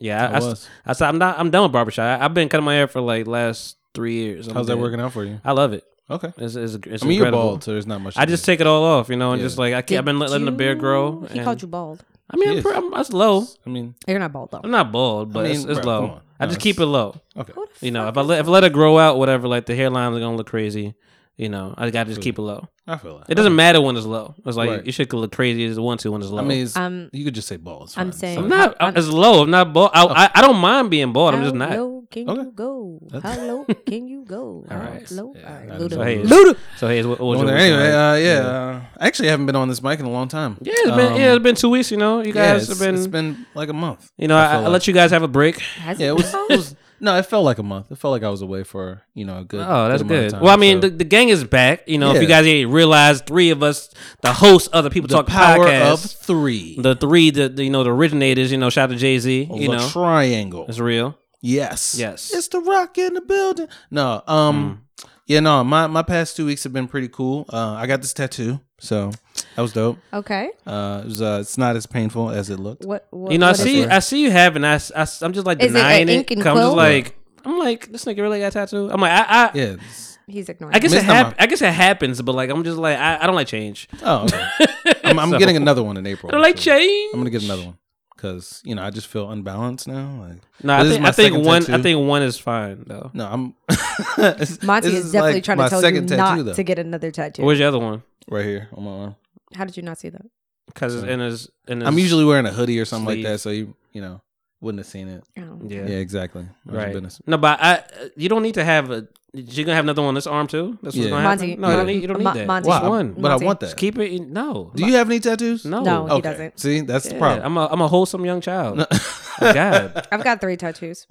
B: Yeah, I,
D: I
B: I, s-
D: was.
B: I said I'm not. I'm done with barbershop. I, I've been cutting my hair for like last three years. I'm
D: How's that
B: dead.
D: working out for you?
B: I love it.
D: Okay.
B: It's, it's, it's
D: I mean, you're
B: incredible.
D: bald, so there's not much.
B: I
D: to
B: just
D: do.
B: take it all off, you know, and just like I can't, I've
G: Did
B: been let- letting the beard
G: you-
B: grow.
G: He
B: and
G: called you bald.
B: I mean, I'm,
D: Yes.
B: pre- I'm, that's low.
D: I mean,
K: You're not bald though.
B: I'm not bald, but
D: mean,
B: it's, it's
D: bro,
B: low.
D: come on.
B: I
D: No,
B: just
D: it's-
B: keep it low.
D: okay.
B: You know, if I let if I let it grow out, whatever, like the hairlines are gonna look crazy. You know, I gotta just keep it low.
D: I feel that.
B: It doesn't matter when it's low. It's like
D: Right.
B: you should look crazy as you want to when it's low.
D: I mean, it's,
K: Um,
D: you could just say balls.
K: I'm
D: fine.
K: saying-
B: I'm
D: So,
B: not. I'm, it's low. I'm not bald.
D: Oh.
B: I, I, I don't mind being bald. I'm just
K: How
B: not.
K: low can
D: Okay.
K: you go?
D: That's-
K: How
D: (laughs)
K: low can you go? How
B: right.
K: low?
D: Yeah,
K: All right,
D: that
K: Luda.
D: is
B: So hey,
D: Luda.
B: it's- So hey, it's what, what
D: well,
B: your
D: anyway,
B: weekend
D: uh,
B: like?
D: yeah. Uh, I actually haven't been on this mic in a long time.
B: Yeah, it's been
D: Um,
B: yeah, it's been two weeks. You know, you
D: yeah,
B: guys
D: it's-
B: have been,
D: It's been like a month.
B: You know, I, I,
D: feel like-
B: let you guys have a break.
K: Has
D: Yeah,
K: it
D: it was,
K: been
D: it was. No, it felt like a month. It felt like I was away for you know a good.
B: Oh, that's
D: amount of
B: good.
D: time,
B: well, I mean,
D: so-
B: the, the gang is back. You know, if you
D: Yeah.
B: guys didn't realize, three of us, the hosts of the People
D: the
B: Talk
D: power of
B: podcast,
D: three.
B: the three, the, the, you know, the originators. You know, shout out to Jay Z. You
D: the
B: know,
D: triangle.
B: it's real.
D: Yes.
B: Yes.
D: It's the rock in the building. No. Um. Yeah. No. My my past two weeks have been pretty cool. Uh, I got this tattoo, so that was dope.
K: Okay.
D: Uh, it was, uh, it's not as painful as it looked.
K: What? what
B: You know, I
K: what is
B: see,
K: it?
B: I see you having. I, I, am just like
K: Is it a
B: denying it.
K: ink and
B: 'cause I'm just
K: quill?
B: like, I'm like, this nigga really got tattoo. I'm like, I, I,
D: Yeah. it's-
K: He's ignoring.
B: I guess it
D: Miss Nama.
B: hap- I guess it happens, but like, I'm just like, I, I don't like change.
D: Oh.
B: (laughs)
D: okay. I'm, I'm
B: So-
D: getting another one in April.
B: I don't like
D: so
B: change.
D: I'm gonna get another one because you know I just feel unbalanced now. Like
B: No, I
D: this is
B: think,
D: my
B: I think
D: second
B: one. I
D: tattoo.
B: think one is fine though.
D: No, I'm. (laughs)
K: Monty
D: this
K: is definitely
D: like
K: trying to
D: my
K: tell you
D: second
K: not
D: tattoo, though.
K: to get another tattoo.
B: Where's the other one?
D: right here on my arm.
K: How did you not see that?
B: Because it's in his. In his
D: I'm usually wearing a hoodie or something
B: sleeve.
D: like that, so you you know wouldn't have seen it.
K: Oh.
B: Yeah.
D: Yeah, exactly. Mind your
B: Right.
D: business.
B: No, but I. You don't need to have a. You're gonna have another one on this arm too. That's what's
D: Yeah.
B: gonna
K: Monty,
B: happen. No, you don't
K: Mon-
B: need. You don't need
K: Mon-
B: that.
K: Monty.
B: Just
D: Well, I-
B: one.
D: but I
K: Monty.
D: want
B: Just
D: that.
B: keep it. in- No.
D: Do you Oh, have any tattoos?
B: No.
K: No, he
D: Okay.
K: doesn't.
D: See, that's the
B: Yeah,
D: problem.
B: I'm a. I'm a wholesome young child. My
D: (laughs)
B: God.
K: I've got three tattoos.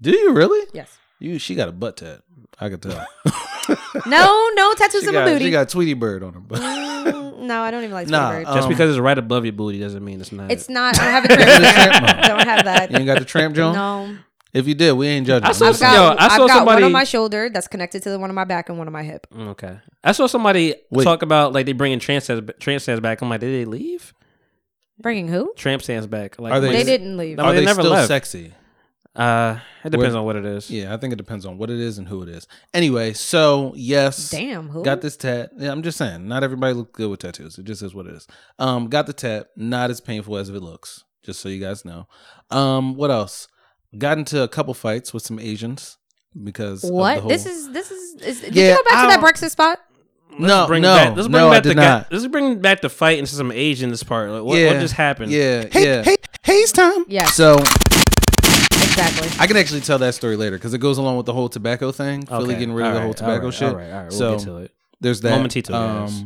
D: Do you really?
K: Yes.
D: You she got a butt tat. I
K: (laughs)
D: could tell.
K: No, no tattoos
D: she,
K: in my
D: got, she
K: booty.
D: got Tweety Bird on
K: (laughs)
D: her butt. (laughs)
K: Mm, no, I don't even like
D: Nah,
K: Sweetbird.
D: uh,
B: Just
D: Um,
B: because it's right above your booty doesn't mean it's not.
K: it's not. I don't
D: (laughs)
K: have a tramp.
D: tramp.
K: don't have that.
D: you ain't got the tramp joint.
K: No,
D: If you did, we ain't judging.
B: I
D: I'm
B: saw
D: just
K: I've
B: some-
D: saying.
B: Yo,
K: got,
B: I
K: I've
B: saw
K: got one
B: somebody-
K: on my shoulder that's connected to the one on my back and one on my hip.
B: Mm, okay. I saw somebody
D: Wait.
B: talk about like they bringing trans trans stands back. I'm like, did they leave?
K: Bringing who?
B: Tramp stands back. Like
D: Are they-
K: They
D: Yes.
K: didn't leave.
B: No.
D: Are
B: they
D: they
B: never
D: still
B: left.
D: sexy?
B: Uh, it depends
D: Where-
B: on what it is.
D: Yeah, I think it depends on what it is and who it is. Anyway, so yes,
K: Damn, who?
D: got this tat. Yeah, I'm just saying, not everybody looks good with tattoos. It just is what it is. Um, got the tat. Not as painful as it looks. Just so you guys know. Um, what else? Got into a couple fights with some Asians because of uh, the
K: What?
D: whole-
K: This is this is. is did
D: Yeah,
K: you go back
D: I
K: to that
D: don't-
K: breakfast spot?
D: no,
B: bring
D: no,
B: back, let's bring
D: no.
B: back
D: I did
B: the
D: not.
B: Guy, let's bring back the fight into some age in this part. Like, what, what just happened?
D: Yeah,
E: Hey,
D: yeah.
E: hey, haze time.
K: Yeah,
D: So
K: exactly.
D: I can actually tell that story later because it goes along with the whole tobacco thing. Philly
B: Okay.
D: getting rid of
B: All
D: the whole
B: right,
D: tobacco
B: all right,
D: shit.
B: All right, all right. We'll
D: So
B: get to it.
D: there's that. um,
B: Momentito, guys.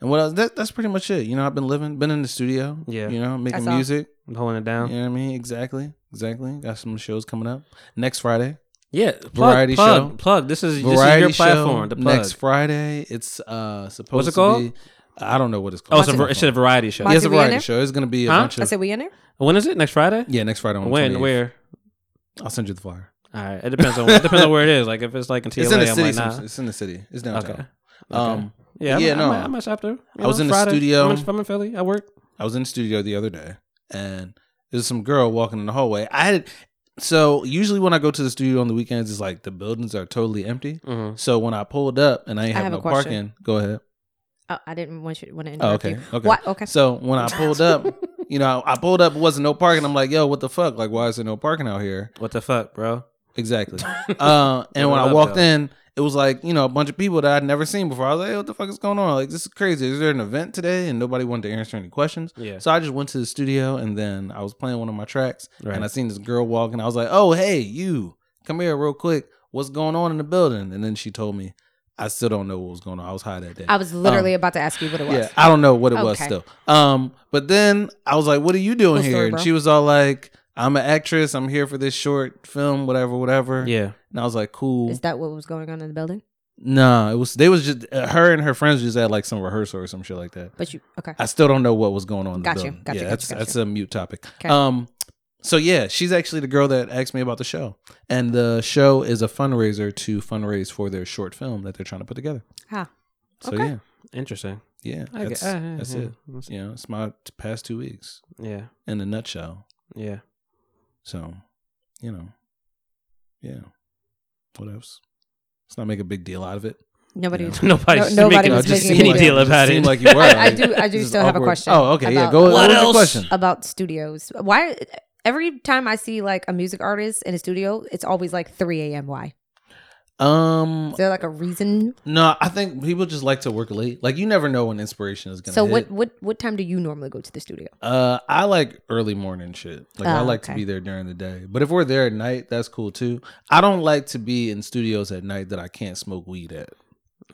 D: and what else? That, that's pretty much it. You know, I've been living, been in the studio.
B: Yeah.
D: You know, making
K: That's all.
D: music.
B: I'm holding it down.
D: You know what I mean? Exactly. Exactly. Got some shows coming up next Friday.
B: Yeah, plug,
D: Variety
B: plug,
D: show.
B: Plug. This is
D: Variety
B: this is your platform.
D: show
B: the plug.
D: next Friday. It's uh supposed
B: What's it
D: to
B: called?
D: be. I don't know what it's
B: oh,
D: called.
B: it's a, var- it's a variety show.
D: yeah, it's
K: Monty,
D: a
K: we in
D: variety
K: it?
D: show. It's gonna be a
B: Huh?
D: bunch
K: I
D: of
K: said we in there.
B: When is it? Next Friday?
D: yeah next Friday. On the
B: when?
D: 28th.
B: Where?
D: I'll send you the flyer.
B: All right. It depends on it depends on where it is. Like if it's like in TLA,
D: It's in the
B: I'm
D: city.
B: like,
D: some-
B: nah.
D: It's in the city. It's
B: Okay.
D: downtown.
B: okay.
D: Um,
B: yeah,
D: yeah,
B: yeah, no.
D: no.
B: I might, I might shop there. You
D: I was in the
B: Friday.
D: studio.
B: I'm in, I'm in Philly. I work.
D: I was in the studio the other day, and there's some girl walking in the hallway. I had so usually when I go to the studio on the weekends, it's like the buildings are totally empty.
B: Mhm.
D: So when I pulled up and I ain't
K: I
D: have,
K: have a
D: no
K: question.
D: parking, go ahead.
K: Oh, I didn't want you want to
D: Oh,
K: interrupt
D: okay,
K: you.
D: okay.
K: What? Okay.
D: So when I
K: (laughs)
D: pulled up, you know, I, I pulled up, it wasn't no parking. I'm like, yo, what the fuck? Like, why is there no parking out here?
B: What the fuck, bro? (laughs)
D: Exactly. Uh, and when
B: What
D: I
B: up,
D: walked
B: though?
D: in, it was like you know a bunch of people that I'd never seen before. I was like, hey, what the fuck is going on? Like, this is crazy. Is there an event today? And nobody wanted to answer any questions.
B: Yeah.
D: So I just went to the studio and then I was playing one of my tracks
B: Right.
D: and I seen this girl walking. I was like, oh, hey, you, come here real quick. What's going on in the building? And then she told me, I still don't know what was going on. I was high that day.
K: I was literally about to ask you what it was.
D: Um, yeah, I don't know what it was
K: Okay.
D: still. Um, but then I was like, "What are you
K: Cool
D: doing here?"
K: story,
D: and
K: bro.
D: she was all like, "I'm an actress. I'm here for this short film, whatever, whatever."
B: Yeah.
D: And I was like, "Cool."
K: Is that what was going on in the building?
D: Nah, it was they was just uh, her and her friends just had like some rehearsal or some shit like that.
K: But you okay?
D: I still don't know what was going on. in the
K: Gotcha,
D: building.
K: gotcha,
D: yeah,
K: gotcha,
D: that's
K: gotcha.
D: that's a mute topic.
K: 'Kay.
D: Um, so yeah, she's actually the girl that asked me about the show, and the show is a fundraiser to fundraise for their short film that they're trying to put together.
K: Huh.
D: So
K: Okay.
D: yeah,
B: Interesting.
D: yeah,
B: I
D: that's,
B: get- uh,
D: that's
B: yeah,
K: uh-huh.
D: it.
B: that's-
D: You know, it's my t- past two weeks
B: Yeah.
D: in a nutshell.
B: Yeah.
D: So, you know, yeah, what else? Let's not make a big deal out of it.
L: Nobody.
B: (laughs) Nobody's
L: No- nobody's
B: making
L: No,
B: a
L: it just
B: any
L: seemed like-
B: deal
D: it just
B: about it.
D: seemed like you were.
L: I do- I do
D: This is
L: still have a
D: awkward.
L: question
D: Oh, okay. Yeah,
L: about-
D: go.
L: What
D: What was your
B: else?
D: question?
G: about studios. Why every time I see like a music artist in a studio, it's always like 3 a.m. Why?
D: Um,
G: Is there like a reason?
D: no, I think people just like to work late. Like you never know when inspiration is gonna.
G: So
D: hit.
G: what what what time do you normally go to the studio?
D: Uh, I like early morning shit. Like I
G: Oh,
D: like to
G: okay.
D: be there during the day. But if we're there at night, that's cool too. I don't like to be in studios at night that I can't smoke weed at.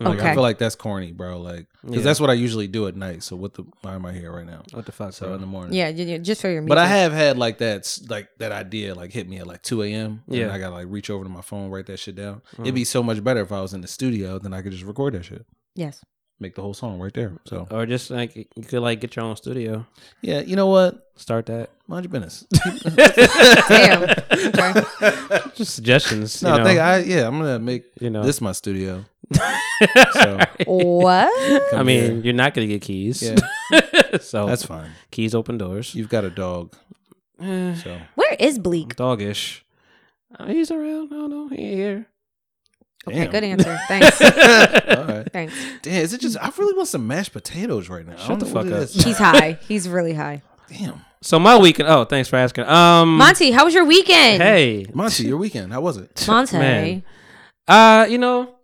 D: Like I
L: Okay.
D: feel like that's corny, bro. Like because
B: Yeah.
D: that's what I usually do at night. So what the why am I here right now?
B: (laughs) What the fuck?
D: So in the morning.
G: Yeah, yeah, yeah, just for your music.
D: But I have had like that s- like that idea like hit me at like two a.m. Yeah.
B: Yeah. Mm.
D: And I gotta like reach over to my phone, write that shit down. It'd be so much better if I was in the studio, then I could just record that shit,
G: yes.
D: make the whole song right there. So
B: Or just like you could like get your own studio,
D: yeah, you know what?
B: start that.
D: Mind
B: (laughs)
D: your business.
G: Damn. Okay.
B: Just suggestions.
D: no,
B: you
D: I
B: know,
D: think I yeah, I'm gonna make
B: you know.
D: this
B: (laughs)
D: my studio. so
G: What?
B: I
D: come
B: mean,
D: here.
B: you're not gonna get keys.
D: yeah,
B: (laughs) so
D: that's fine.
B: keys open doors.
D: You've got
B: (sighs)
D: a dog,
B: Eh,
D: so
G: Where is
B: (laughs)
G: Bleak?
B: Dogish. Uh, he's around. No, no, he ain't here.
G: Okay,
D: Damn.
G: good answer. Thanks.
D: all right.
G: Thanks.
D: Damn, is it just? I really want some mashed potatoes right now. I
B: Shut
D: don't
B: the
D: know what
B: fuck
D: it
B: up.
D: is.
G: He's high. He's really high.
D: Damn,
B: So my weekend. Oh, thanks for asking. Um,
G: Monty, how was your weekend?
B: hey,
D: Monty, your weekend? How
B: (laughs)
D: was it?
G: Monty.
B: man. Uh, you know,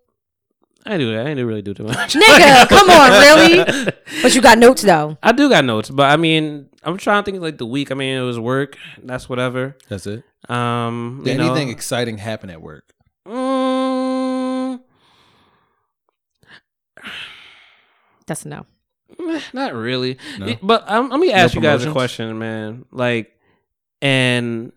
B: I do. I didn't really do too much. (laughs)
G: Nigga, come on, really? But you got notes though.
B: I do got notes, but I mean, I'm trying to think like the week. I mean, it was work. That's whatever.
D: That's it.
B: Um,
D: Did
B: you know,
D: anything exciting happen at work?
B: Mm,
G: That's a no.
B: eh, not really.
D: No?
B: Y- But um, let me ask you guys a
D: promotions?
B: question, man. Like, and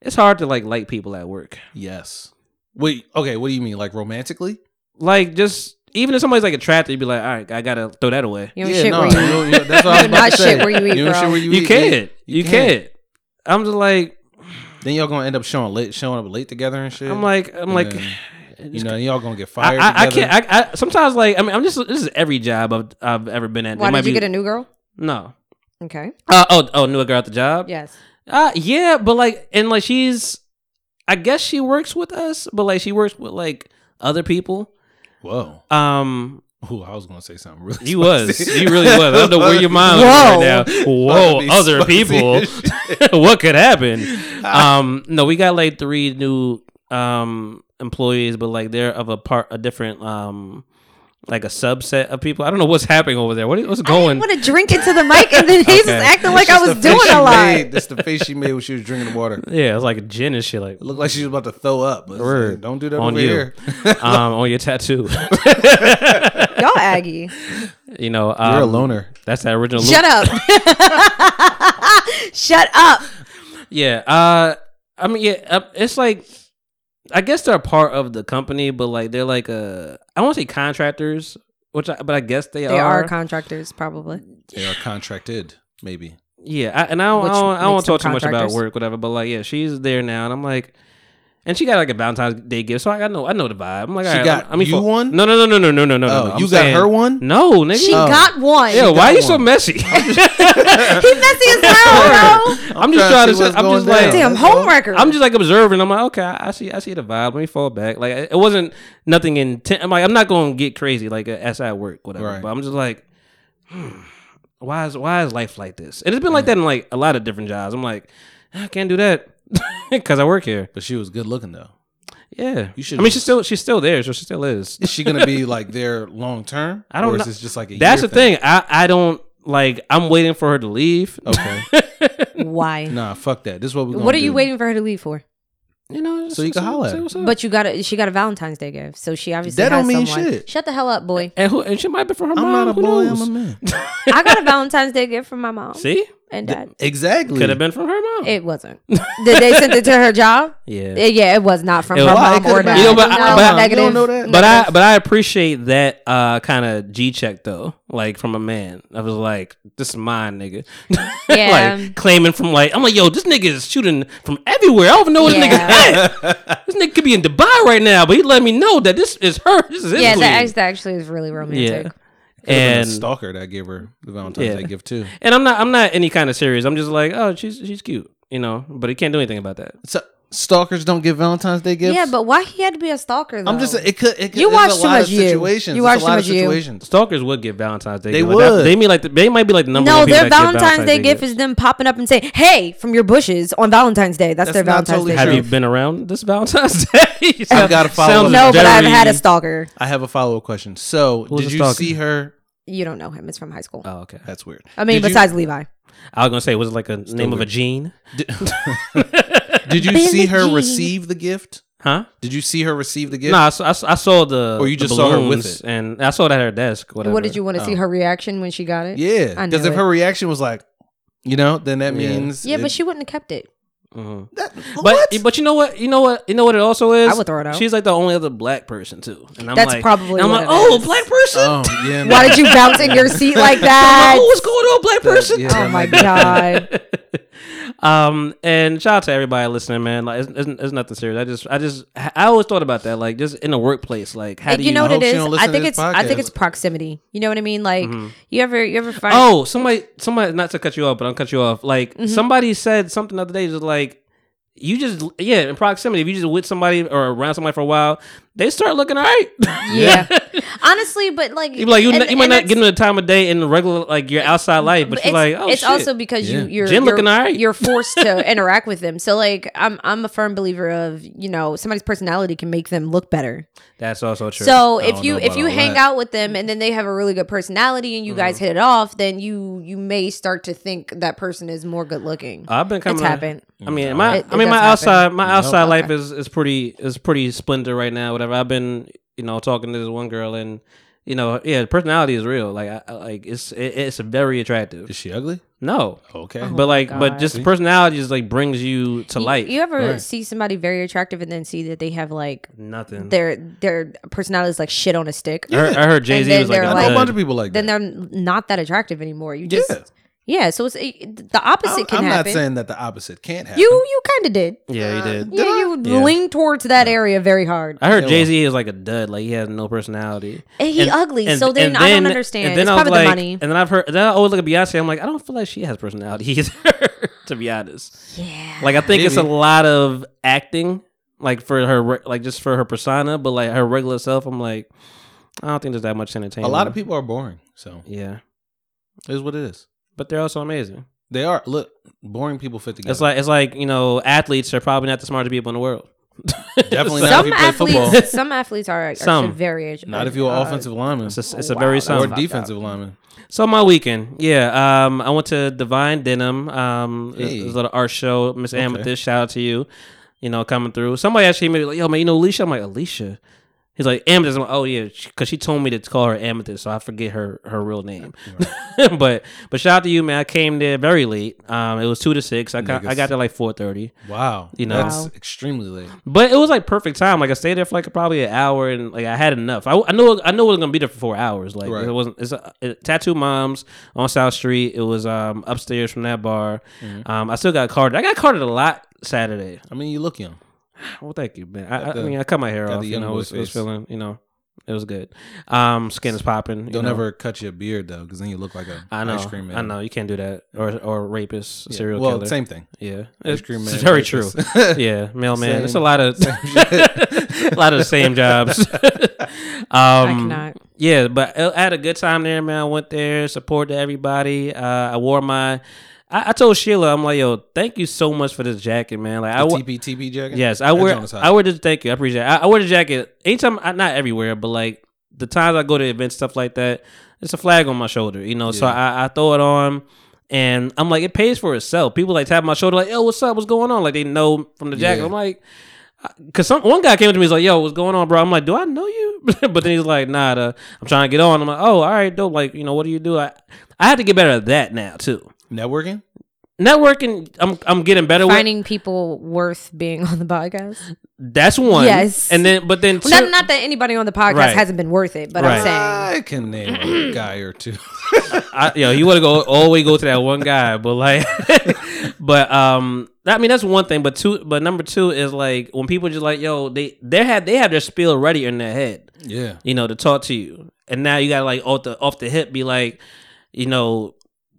B: it's hard to like like people at work.
D: Yes. Wait. Okay. What do you mean? Like romantically?
B: Like, just even if somebody's like attracted, you'd be like, all right, I gotta throw that away.
G: You know shit where
D: you
G: you
D: don't- you- (laughs) that's what I was about
G: Not
D: to
G: shit
D: say.
G: where you eat,
D: don't
G: bro.
D: shit where you,
B: You
D: eat,
B: can't.
D: You
B: You can't. I'm just like,
D: Then y'all gonna end up showing late, showing up late together and shit.
B: I'm like, I'm
D: And
B: like, (sighs)
D: then,
B: it
D: you
B: just-
D: know, y'all gonna get
B: I,
D: fired.
B: I, I
D: together.
B: can't. I, I sometimes like, I mean, I'm just. This is every job I've I've ever been at.
G: Why
B: It might
G: did you
B: be-
G: get a new girl?
B: no?
G: Okay.
B: Uh, oh, oh, knew a girl at the job.
G: Yes.
B: Uh, yeah, but like, and like, she's. I guess she works with us, but like, she works with like other people.
D: Whoa.
B: Um,
D: Ooh, I was gonna say something really.
B: you was,
D: spicy.
B: you really was. I don't know where your
D: (laughs)
B: mind was right now.
D: About
B: Whoa,
D: to be
B: other
D: spicy
B: people. (laughs)
D: as shit.
B: what could happen?
D: (laughs)
B: Um, no, we got like three new um employees, but like they're of a part, a different um, like a subset of people. I don't know what's happening over there. What is, what's going?
G: want to drink into the mic, and then he's just
B: Okay.
G: acting like
D: It's
G: I was
D: just the face
G: doing
D: she
G: a lot.
D: Made, that's the face she made when she was drinking the water. It
B: Yeah, it's like a gin and shit. Like
D: looked like she was about to throw up. But
B: Word.
D: like, don't do that
B: On
D: over
B: you. (laughs)
D: here.
B: um on your tattoo. (laughs)
G: Y'all, Aggie,
B: you know, um,
D: You're a loner.
B: That's that original.
G: shut
B: look.
G: up. (laughs) Shut up.
B: Yeah. Uh, I mean, yeah. uh, It's like, I guess they're a part of the company, but like they're like uh, I won't say contractors, which I, but I guess they,
G: They are contractors, probably.
D: They are contracted, maybe.
B: Yeah, I, and I don't,
G: Which
B: I don't, I
G: makes
B: don't talk too
G: them
B: much about
G: contractors.
B: work, whatever. But like, yeah, she's there now, and I'm like, and she got like a Valentine's Day gift, so I got no, I know the vibe. I'm like,
D: She
B: all right,
D: got
B: I mean,
D: you one?
B: No, no, no, no, no, no, no, no.
D: Oh,
B: no. I'm
D: you got
B: saying-
D: her one?
B: No, nigga.
G: She got one.
B: yeah, why are
D: got
B: you so
D: one.
B: messy? (laughs) I'm just,
G: He messy as hell, bro.
B: I'm just trying to.
D: see
B: say,
D: what's
B: I'm
D: going
B: just like,
D: down.
G: Damn,
D: That's all.
G: homewrecker.
B: I'm just like observing. I'm like, okay, I I see, I see the vibe. Let me fall back. Like, it it wasn't nothing intent. I'm like, I'm not going to get crazy like as I work, whatever.
D: Right.
B: But I'm just like, hmm, why is why is life like this? And it's been like that in like a lot of different jobs. I'm like, I can't do that (laughs) because I work here.
D: But she was good looking though.
B: Yeah,
D: You should
B: I mean, she's
D: just-
B: still she's still there, so she still is.
D: Is she
B: (laughs)
D: gonna be like there long term?
B: I don't
D: Or is
B: know.
D: this just like a
B: That's
D: year
B: the thing. I I don't like. I'm waiting for her to leave.
D: Okay.
G: Why?
D: Nah, fuck that. This is what we.
G: What are you waiting for her to leave for?
B: (laughs) You know,
D: So you can holler at her.
B: what's up.
G: But you got a, she got a Valentine's Day gift, so she obviously
D: That
G: has
D: don't mean
G: someone.
D: shit.
G: Shut the hell
B: (laughs)
G: up, boy.
B: and who and she might be from her
D: I'm
B: mom.
D: not a
B: who
D: boy.
B: knows?
D: I'm
G: (laughs)
D: a man.
G: I got a Valentine's Day gift from my mom
B: See,
G: and dad.
D: Exactly.
B: could have been from her mom. (laughs)
G: It wasn't. Did they send it to her job? Uh,
B: yeah.
G: Yeah, it was not from
B: It
G: her
B: was-
D: Why? It
G: mom
D: could've
G: or
D: been
G: dad.
B: You know, but I-
G: No,
B: but I-
G: negative.
D: You don't know that?
B: but I but I appreciate that uh kind of G check though, like from a man. I was like, this is mine, nigga. (laughs)
G: Yeah.
B: like claiming from like I'm like, yo, this nigga is shooting from everywhere. I don't even know where this nigga's
D: (laughs)
B: at. this nigga could be in Dubai right now, but he let me know that this is her. This is his
G: yeah, that,
B: queen.
G: act- that actually is really romantic.
B: yeah.
D: Could've been a
B: And
D: stalker that gave her the Valentine's
B: Yeah.
D: Day gift too.
B: and I'm not I'm not any kind of serious. I'm just like, oh, she's she's cute, you know. But he can't do anything about that.
D: So stalkers don't get Valentine's Day gifts.
G: Yeah, but why he had to be a stalker though?
D: I'm just it could. It could
G: You
D: there's
G: watch
D: a
G: too
D: lot of
G: much you.
D: Situations.
G: You
D: There's
G: watch too
D: a lot
G: much
D: of
G: you.
D: situations.
B: Stalkers would get Valentine's Day.
D: They
B: gifts. Like, that-
D: would.
B: They mean like the, they might be like the number.
G: no,
B: one people
G: their
B: that get
G: Valentine's Day gift
B: gifts.
G: is them popping up and saying, "Hey, from your bushes on Valentine's Day." That's,
D: That's
G: their
D: not
G: Valentine's
D: totally
G: Day.
B: Have
D: True.
B: you been around this Valentine's (laughs) Day?
D: I've got a follow-up.
B: Sounds
G: No, but I've
B: very- (laughs)
G: had a stalker.
D: I have a follow up question. So,
B: was
D: did
B: the
D: you
B: stalker?
D: see her?
G: You don't know him. It's from high school.
B: Oh, okay.
D: That's weird.
G: I mean,
D: Did you-
G: besides Levi.
B: I was gonna say, was it like a name of a
D: weird.
B: gene?
G: (laughs)
D: did you see her receive the gift?
B: Huh?
D: Did you see her receive the gift?
B: No, I saw, I saw- I saw the.
D: Or you
B: the
D: just saw her with
B: balloons
D: it.
B: and I saw it at her desk. Whatever.
G: What did you want to see her reaction when she got it?
D: Yeah,
G: I
D: because
G: knew
D: if
G: it.
D: her reaction was like, you know, then that means
G: Yeah,
D: it-
G: but she wouldn't have kept it.
D: that-
B: But
D: what?
B: but you know what? You know what? You know what it also is.
G: I would throw it out.
B: She's like the only other black person too. And I'm
G: That's
B: like,
G: probably
B: and I'm
G: what
B: like,
G: it
B: oh,
G: is.
B: a black person.
D: oh yeah, man.
G: Why did you bounce in your seat like that?
B: (laughs) Oh, what's going on, black person?
D: Yeah,
G: Oh my
D: like-
G: god!
B: Um, and shout out to everybody listening, man. Like, it's, it's, it's nothing serious. I just, I just, I always thought about that. Like, just in the workplace, like, how do you,
G: you know what
D: hope
G: it
D: she
G: is?
D: don't listen
G: I
D: to
G: think
D: this
G: it's I think
D: podcast.
G: it's proximity. You know what I mean? Like you ever you ever find
B: Oh, somebody, somebody, not to cut you off, but I'll cut you off. Like
G: Mm-hmm.
B: somebody said something the other day, just like you just, yeah, in proximity, if you just with somebody or around somebody for a while, they start looking all right. (laughs)
G: yeah. (laughs) Honestly, but like
B: you be like you,
G: and-
B: n- you might
G: and
B: not
G: it's-
B: give them the time of day in the regular like your outside life, but,
G: it's,
B: you're like, oh
G: it's
B: shit.
G: also because
D: Yeah.
G: you you're
B: Jen
G: you're,
B: looking all right.
G: you're
B: (laughs)
G: forced to interact with them. So like I'm I'm a firm believer of you know somebody's personality can make them look better.
B: That's also true.
G: So
D: don't
G: if you
D: know
G: if
D: about
G: you
D: all
G: hang
D: that. Mm-hmm.
G: out with them and then they have a really good personality and you guys hit it off, then you you may start to think that person is more good looking.
B: I've been coming.
G: it's happened.
B: I mean, my
G: It- it
B: I mean, my
G: does happen.
B: outside my outside
G: Okay.
B: life is is pretty is pretty splendid right now. Whatever I've been, you know, talking to this one girl, and you know, yeah, the personality is real. Like, I, I- like it's it, it's very attractive.
D: Is she ugly?
B: No,
D: Okay,
G: Oh
B: but like, but just the personality just like brings you to
G: You-
B: life.
G: You, ever see somebody very attractive and then see that they have like
D: Mm-hmm.
B: Nothing.
G: their their personality is like shit on a stick?
B: I heard, I heard Jay Z
G: then
B: was like,
G: they're
D: I
B: I'm
D: know
G: like-
D: a
B: good.
D: bunch of people like
G: Then
D: that.
G: they're not that attractive anymore. You just
D: Yeah.
G: yeah. so it's it, the opposite
D: I'm,
G: can
D: I'm
G: happen.
D: not saying that the opposite can't happen.
G: you you kind of did.
B: yeah, he did.
G: yeah, you lean towards that area very hard.
B: I heard Jay Z is like a dud. Like he has no personality.
G: And he ugly, so then I don't understand. It's
B: I was
G: probably the
B: like- uh,
G: money.
B: And then I've heard. Then I always look at Beyonce. I'm like, I don't feel like she has personality (laughs) either. to be honest, yeah. Like I think it's a
D: Maybe.
B: lot of acting, like for her, re- like just for her persona, but like her regular self, I'm like, I don't think there's that much
D: a
B: entertainment.
D: lot of people are boring, so
B: Yeah,
D: it is what it is.
B: but they're also amazing.
D: They are. Look, boring people fit together.
B: It's like it's like you know, athletes are probably not the smartest people in the world.
D: definitely not if
G: Some
D: you play football.
G: athletes, (laughs) some athletes are, are
B: Some.
G: some very
D: Not if you're an
G: uh,
D: offensive lineman
B: It's a, it's a
G: Wow,
B: very
G: that's
B: sound.
D: or
G: fucked
D: defensive lineman.
B: So my weekend, yeah. Um, I went to Divine Denim. Um, it-
D: Hey.
B: it was a little art show. Miss Amethyst, shout out to you. You know, coming through. Somebody actually made like, yo, man, you know Alicia. I'm like Alicia. He's like Amethyst. I'm like, oh yeah, because she told me to call her Amethyst, so I forget her her real name. (laughs) but but shout out to you, man. I came there very late. Um, it was two to six. I got, I got there like four thirty.
D: Wow, you
B: know.
D: that's extremely late.
B: But it was like perfect time. Like I stayed there for like probably an hour, and like I had enough. I, I know I know it was gonna be there for four hours. Like
D: Right.
B: it wasn't. It's a, it, Tattoo Moms on South Street. It was um upstairs from that bar.
D: Mm-hmm.
B: Um, I still got carded. I got carded a lot Saturday.
D: I mean, you look young.
B: Well, thank you, man. I, I
D: the-
B: mean, I cut my hair
D: got
B: off.
D: the
B: You
D: young
B: know, it
D: boy
B: was, it was
D: face.
B: feeling. You know, it was good. Um, skin is popping. you
D: Don't
B: know.
D: ever cut your beard though, because then you look like a
B: I know.
D: ice cream man.
B: I know you can't do that or or rapist serial
D: Well,
B: killer.
D: same thing.
B: Yeah,
D: Ice cream
B: It's
D: man,
B: very true.
D: breakfast. (laughs)
B: yeah, mailman. It's a
D: Same-
B: lot of (laughs) a lot of the same jobs.
D: (laughs)
G: I
B: um,
G: cannot.
B: yeah, but I I had a good time there, man. I went there, supported everybody. Uh, I wore my. I, I told Sheila, I'm like, yo, thank you so much for this jacket, man. Like, I wa-
D: TP TP jacket.
B: yes, I
D: That
B: wear,
D: joint is hot.
B: I wear this. Thank you, I appreciate. it. I, I wear the jacket anytime, I, not everywhere, but like the times I go to events, stuff like that. It's a flag on my shoulder, you know. So I, I throw it on, and I'm like, it pays for itself. People like tap my shoulder, like, yo, what's up? What's going on? Like they know from the jacket.
D: Yeah.
B: I'm like. Cause some one guy came to me, he's like, "Yo, what's going on, bro?" I'm like, "Do I know you?" (laughs) but then he's like, "Nah, uh, I'm trying to get on." I'm like, "Oh, all right, dope. Like, you know, what do you do?" I I had to get better at that now too.
D: Networking.
B: Networking, I'm I'm getting better. with.
G: Finding people worth being on the podcast.
B: That's one.
G: Yes.
B: and then but then two,
G: Not, not that anybody on the podcast
B: Right.
G: hasn't been worth it, but
B: Right.
G: I'm saying
D: I can name
C: (clears throat)
D: a guy or two. (laughs)
B: I, yo, you want to go always go to that one guy, but like, (laughs) but um, I mean that's one thing. But two, but number two is like when people just like, yo, they they had they have their spiel ready in their head,
D: Yeah.
B: you know, to talk to you, and now you got to like off the off the hip, be like, you know.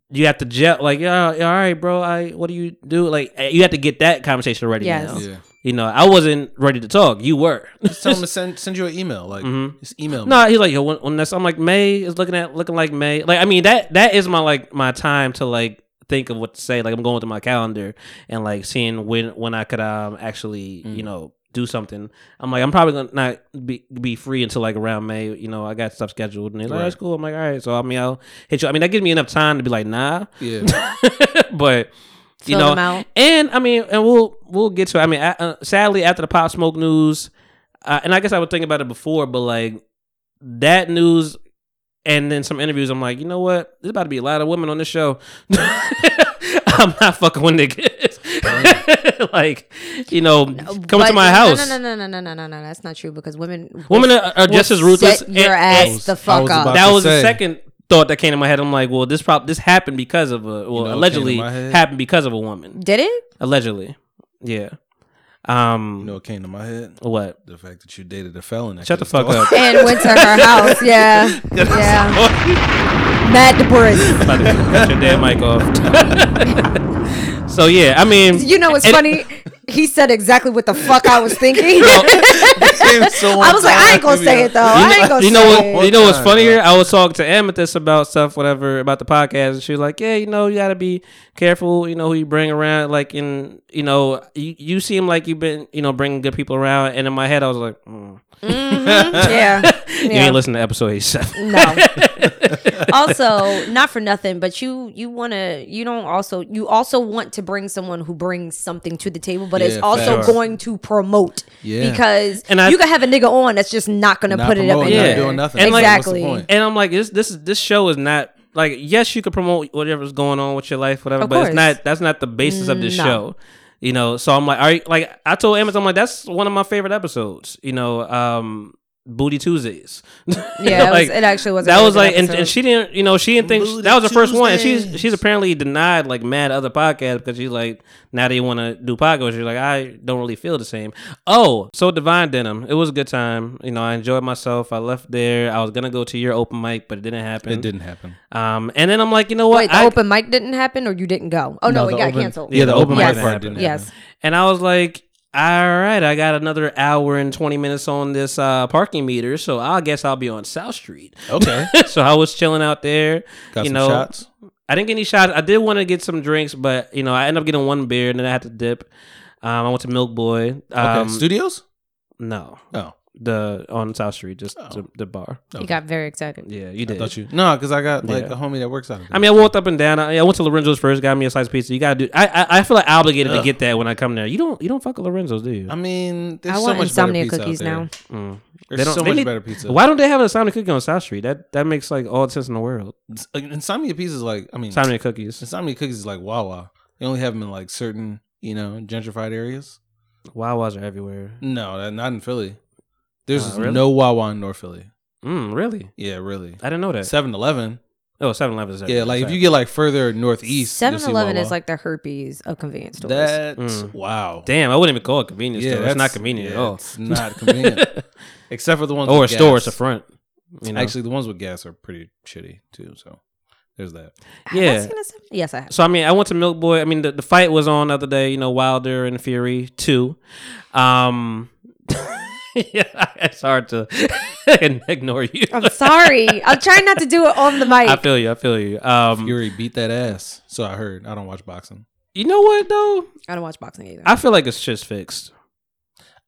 B: You have to jet like yeah, yeah, all right, bro. I what do you do? Like eh, you have to get that conversation ready
G: Yes.
B: now.
D: Yeah.
B: You know, I wasn't ready to talk. You were. (laughs)
D: Just tell him to send send you an email. Like just email me.
B: Mm-hmm. No, he's like, yo, when, when that's, I'm like, May is looking at looking like May. Like, I mean, that that is my like my time to like think of what to say. Like, I'm going through my calendar and like seeing when when I could um actually you know do something. I'm like, I'm probably gonna not be be free until like around May. You know, I got stuff scheduled, and he's like,
D: Right.
B: that's cool. I'm like, all right, so I mean, I'll hit you. I mean, that gives me enough time to be like, nah,
D: Yeah.
B: but. You
K: Fill
B: know,
K: them out.
B: and I mean, and we'll we'll get to. It. I mean, I, uh, sadly, after the pop smoke news, uh, and I guess I would think about it before, but like that news, and then some interviews. I'm like, you know what? There's about to be a lot of women on this show. (laughs) I'm not fucking with niggas. (laughs) like, you know, come
K: But-
B: to my house.
K: No, no, no, no, no, no, no, no, no. That's not true because women
B: Women are, are just as ruthless.
K: Set your ass
B: and- and-
K: the
D: I
K: fuck
D: was
K: up.
D: about-
B: that
D: to
B: was the
D: say.
B: second thought that came to my head. I'm like, well, this prob this happened because of a well,
D: came to
B: allegedly
D: my head?
B: happened because of a woman.
K: Did it?
B: Allegedly, yeah. Um,
D: You know what came to my head?
B: what?
D: The fact that you dated a felon. I
B: Shut the
D: could've
B: fuck
D: thought- (laughs)
B: up.
K: And went to her
B: (laughs)
K: house. Yeah. yeah. Mad depressed.
B: About to cut your damn mic off. (laughs) so yeah, I mean,
C: You know what's
B: and-
C: funny? He said exactly what the fuck I was
B: (laughs)
C: thinking.
D: Came so
C: (laughs) I was like, I ain't gonna say it though. I ain't gonna
B: You know
C: say
B: what?
C: it.
B: You know what's
D: Time.
B: funnier? I was talking to Amethyst about stuff, whatever, about the podcast, and she was like, "Yeah, you know, you gotta be careful. You know who you bring around. Like, in you know, you, you seem like you've been, you know, bringing good people around." And in my head, I was like, mm,
K: Yeah.
B: (laughs) "You ain't listen to episode 87.
K: No. (laughs) also, not for nothing, but you you want to you don't also you also want to bring someone who brings something to the table, but is
D: Yeah,
K: also
D: facts.
K: going to promote.
D: Yeah.
K: Because
B: And I-
K: you can have a nigga on that's just not going to
D: Not
K: put it up
D: promoting,
K: in
B: not
K: there.
B: doing
D: nothing.
B: And, like,
K: exactly.
D: what's the point?
B: And I'm like, "This, this, is this show is not." Like yes, you could promote whatever's going on with your life, whatever,
K: Of
B: but it's
K: course.
B: not. That's not the basis of this
K: No.
B: show, you know. So I'm like, are you, like I told Amazon, I'm like that's one of my favorite episodes, you know. Um, Booty Tuesdays. (laughs)
K: Yeah, it, was, it actually was. a
B: that
K: really
B: was
K: good
B: like, and,
K: episode.
B: and she didn't, you know, she didn't think
D: Booty
B: that was the first one. And she's
D: Tuesdays.
B: she's apparently denied like mad other podcasts because she's like, now they want to do podcasts. She's like, I don't really feel the same. Oh, so Divine Denim, it was a good time. You know, I enjoyed myself. I left there. I was gonna go to your open mic, but it didn't happen.
D: (laughs) It didn't happen.
B: Um, and then I'm like, you know what?
K: Wait, the
B: I-
K: open mic didn't happen, or you didn't go? Oh no,
D: the
K: it got
D: open-
K: canceled.
D: Yeah, the open
K: Yes.
D: mic part didn't
K: Yes.
D: happen.
B: And I was like, all right, I got another hour and 20 minutes on this uh, parking meter, so I guess I'll be on South
D: (laughs)
B: Street. (laughs)
D: Okay.
B: so I was chilling out there.
D: Got
B: you
D: some
B: know,
D: shots.
B: I didn't get any shots. I did want to get some drinks, but, you know, I ended up getting one beer and then I had to dip. Um, I went to Milk Boy.
D: Okay.
B: Um,
D: Studios?
B: no,
D: Oh.
B: the on South Street, just
D: Oh.
B: the, the bar.
K: He got very excited.
B: Yeah, you did.
D: Thought you. No, because I got like
B: Yeah.
D: a homie that works out of there.
B: I mean, I walked up and down. I, I went to Lorenzo's first, got me a slice of pizza. You gotta do. I I, I feel like obligated to
D: Ugh.
B: get that when I come there. You don't you don't fuck with Lorenzo's, do you?
D: I mean, there's
K: I
D: so
K: want
D: much better
K: insomnia
D: pizza out
K: cookies
D: there.
K: now.
B: Mm.
D: There's so
B: they
D: much
B: need-
D: better pizza.
B: Why don't they have an Insomnia Cookie on South Street? That that makes like all the sense in the world.
D: Ins- Insomnia pizza is like. I mean,
B: Insomnia Cookies.
D: insomnia cookies is like Wawa. They only have them in like certain, you know, gentrified areas.
B: Wawas are everywhere.
D: No, that- not in Philly. There's
B: Uh, really?
D: no Wawa in North Philly.
B: Mm, really?
D: Yeah, really.
B: I didn't know that.
D: 7 Eleven.
B: Oh, 7 Eleven is
D: Yeah, like if you get like further northeast, you'll see
K: 7-Eleven
D: Wawa.
K: is like the herpes of convenience stores.
D: That's
B: Mm.
D: wow.
B: Damn, I wouldn't even call it convenience store. It's not
D: that's-
B: convenient
D: yeah,
B: at all. (laughs)
D: It's not (laughs) convenient. Except for the ones
B: Or a
D: with
B: store, it's a
D: gas.
B: front. You know?
D: Actually, the ones with gas are pretty shitty too. So there's that.
B: yeah.
K: yes, I have.
B: So I mean, I went to Milk Boy. I mean, the, the fight was on the other day. You know, Wilder and Fury two. Um, (laughs) yeah, it's hard to (laughs) ignore you.
K: I'm
B: (laughs)
K: sorry. I'm trying not to do it on the mic.
B: I feel you. I feel you. Um,
D: Fury beat that ass. So I heard. I don't watch boxing.
B: you know what though?
K: I don't watch boxing either.
B: I feel like it's just fixed.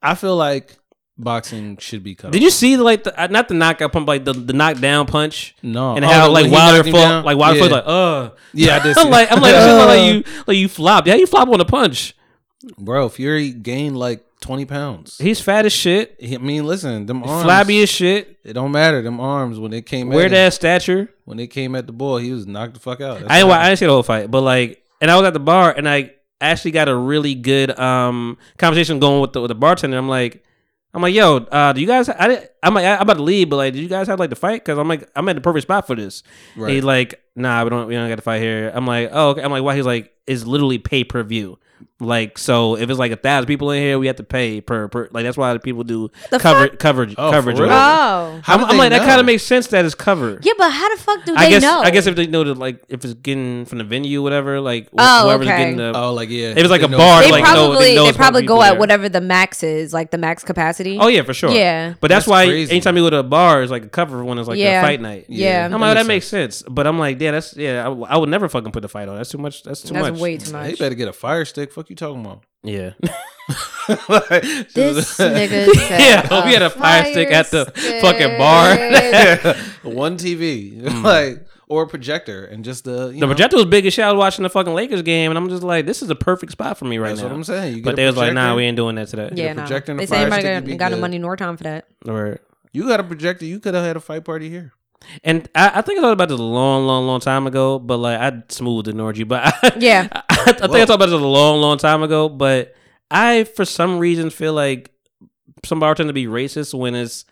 D: I feel like boxing should be cut.
B: Did
D: off.
B: you see like the, uh, not the knockout punch, but, like the, the knockdown punch?
D: No.
B: And
D: Oh,
B: how
D: when
B: like
D: he
B: Wilder
D: knocked him
B: fought,
D: down?
B: like Wilder
D: yeah.
B: fought, like uh.
D: yeah,
B: (laughs)
D: I did. see
B: I'm like,
D: that. (laughs)
B: I'm like, this look like you, like you flopped. Yeah, you flop on a punch.
D: bro, Fury gained like 20 pounds. He,
B: He's fat as shit,
D: I mean, listen, them arms.
B: flabby as shit,
D: It don't matter. Them arms when it came.
B: weird
D: at him,
B: ass stature.
D: when it came at the boy, he was knocked the fuck out. That's
B: I didn't, wa-
D: what
B: I didn't see the whole fight, but like, and I was at the bar, and I actually got a really good um conversation going with the, with the bartender. I'm like, I'm like, yo, uh, do you guys? I didn't, I'm like, I, am about to leave, but like, do you guys have like the fight? Because I'm like, I'm at the perfect spot for this.
D: Right.
B: He's like, nah, we don't, we don't got to fight here. I'm like, oh, okay. I'm like, why? He's like, is literally pay per view. Like so, if it's like a thousand people in here, we have to pay per per. Like that's why people do cover, coverage
D: Oh, for
B: coverage. or
D: real?
B: whatever.
G: Oh.
D: How
B: I'm,
D: did
B: I'm
D: they
B: like that
D: know?
B: kind of makes sense that it's covered.
G: Yeah, but how the fuck do they
B: I guess
G: know?
B: I guess if they know that like if it's getting from the venue, whatever, like wh-
G: Oh,
B: whoever's
G: okay.
B: getting the.
D: Oh, like yeah.
B: It was like
D: They
B: a
D: know-
B: bar,
G: they
B: like, no,
G: probably
B: know
G: they
B: it's more
G: probably
B: people
G: go at
B: there.
G: whatever the max is, like the max capacity.
B: Oh yeah, for sure.
G: Yeah.
B: but that's,
D: That's
B: why
D: crazy.
B: anytime you go to a bar, it's like a cover when it's like
G: Yeah.
B: a fight night.
G: Yeah.
B: I'm like, oh, that makes sense. But I'm like, yeah, that's yeah. I, w- I would never fucking put the fight on. That's too much. That's too
G: That's
B: much.
G: way too
D: He
G: much.
D: better get a fire stick. Fuck you talking about?
B: (laughs) Yeah. (laughs)
G: This nigga said
B: yeah. We had a fire, stick at the fucking bar. (laughs) Mm.
D: One (laughs) TV, like or a projector, and just the you
B: the
D: know,
B: projector was big as shit. I was watching the fucking Lakers game, and I'm just like, this is the perfect spot for me right
D: That's
B: now.
D: what I'm saying. You
B: but
D: get a
B: they was like, nah,
D: projector.
B: we ain't doing that today.
G: yeah, no.
D: projector and
G: They
D: a
G: say
D: fire
G: anybody
D: stick,
G: got,
D: you'd be
G: got no
D: good.
G: money nor time for that.
B: Or-
D: You got a projector. You could have had a fight party here.
B: And I, I think I thought about this a long, long, long time ago, but like I smoothed ignored you. But (laughs) I,
G: Yeah.
B: I, I think I thought about this a long, long time ago, but I for some reason feel like some bartender be racist when it's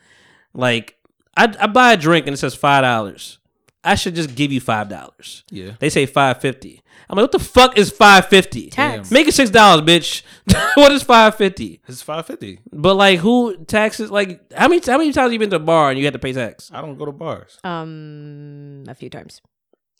B: like I, I buy a drink and it says five dollars. I should just give you five dollars.
D: Yeah.
B: They say five fifty. I'm like, what the fuck is five fifty?
G: Tax.
B: Make it six dollars, bitch. (laughs) what is five fifty?
D: It's five fifty.
B: But like, who taxes? Like, how many how many times you been to a bar and you had to pay tax
D: I don't go to bars.
G: Um, a few times.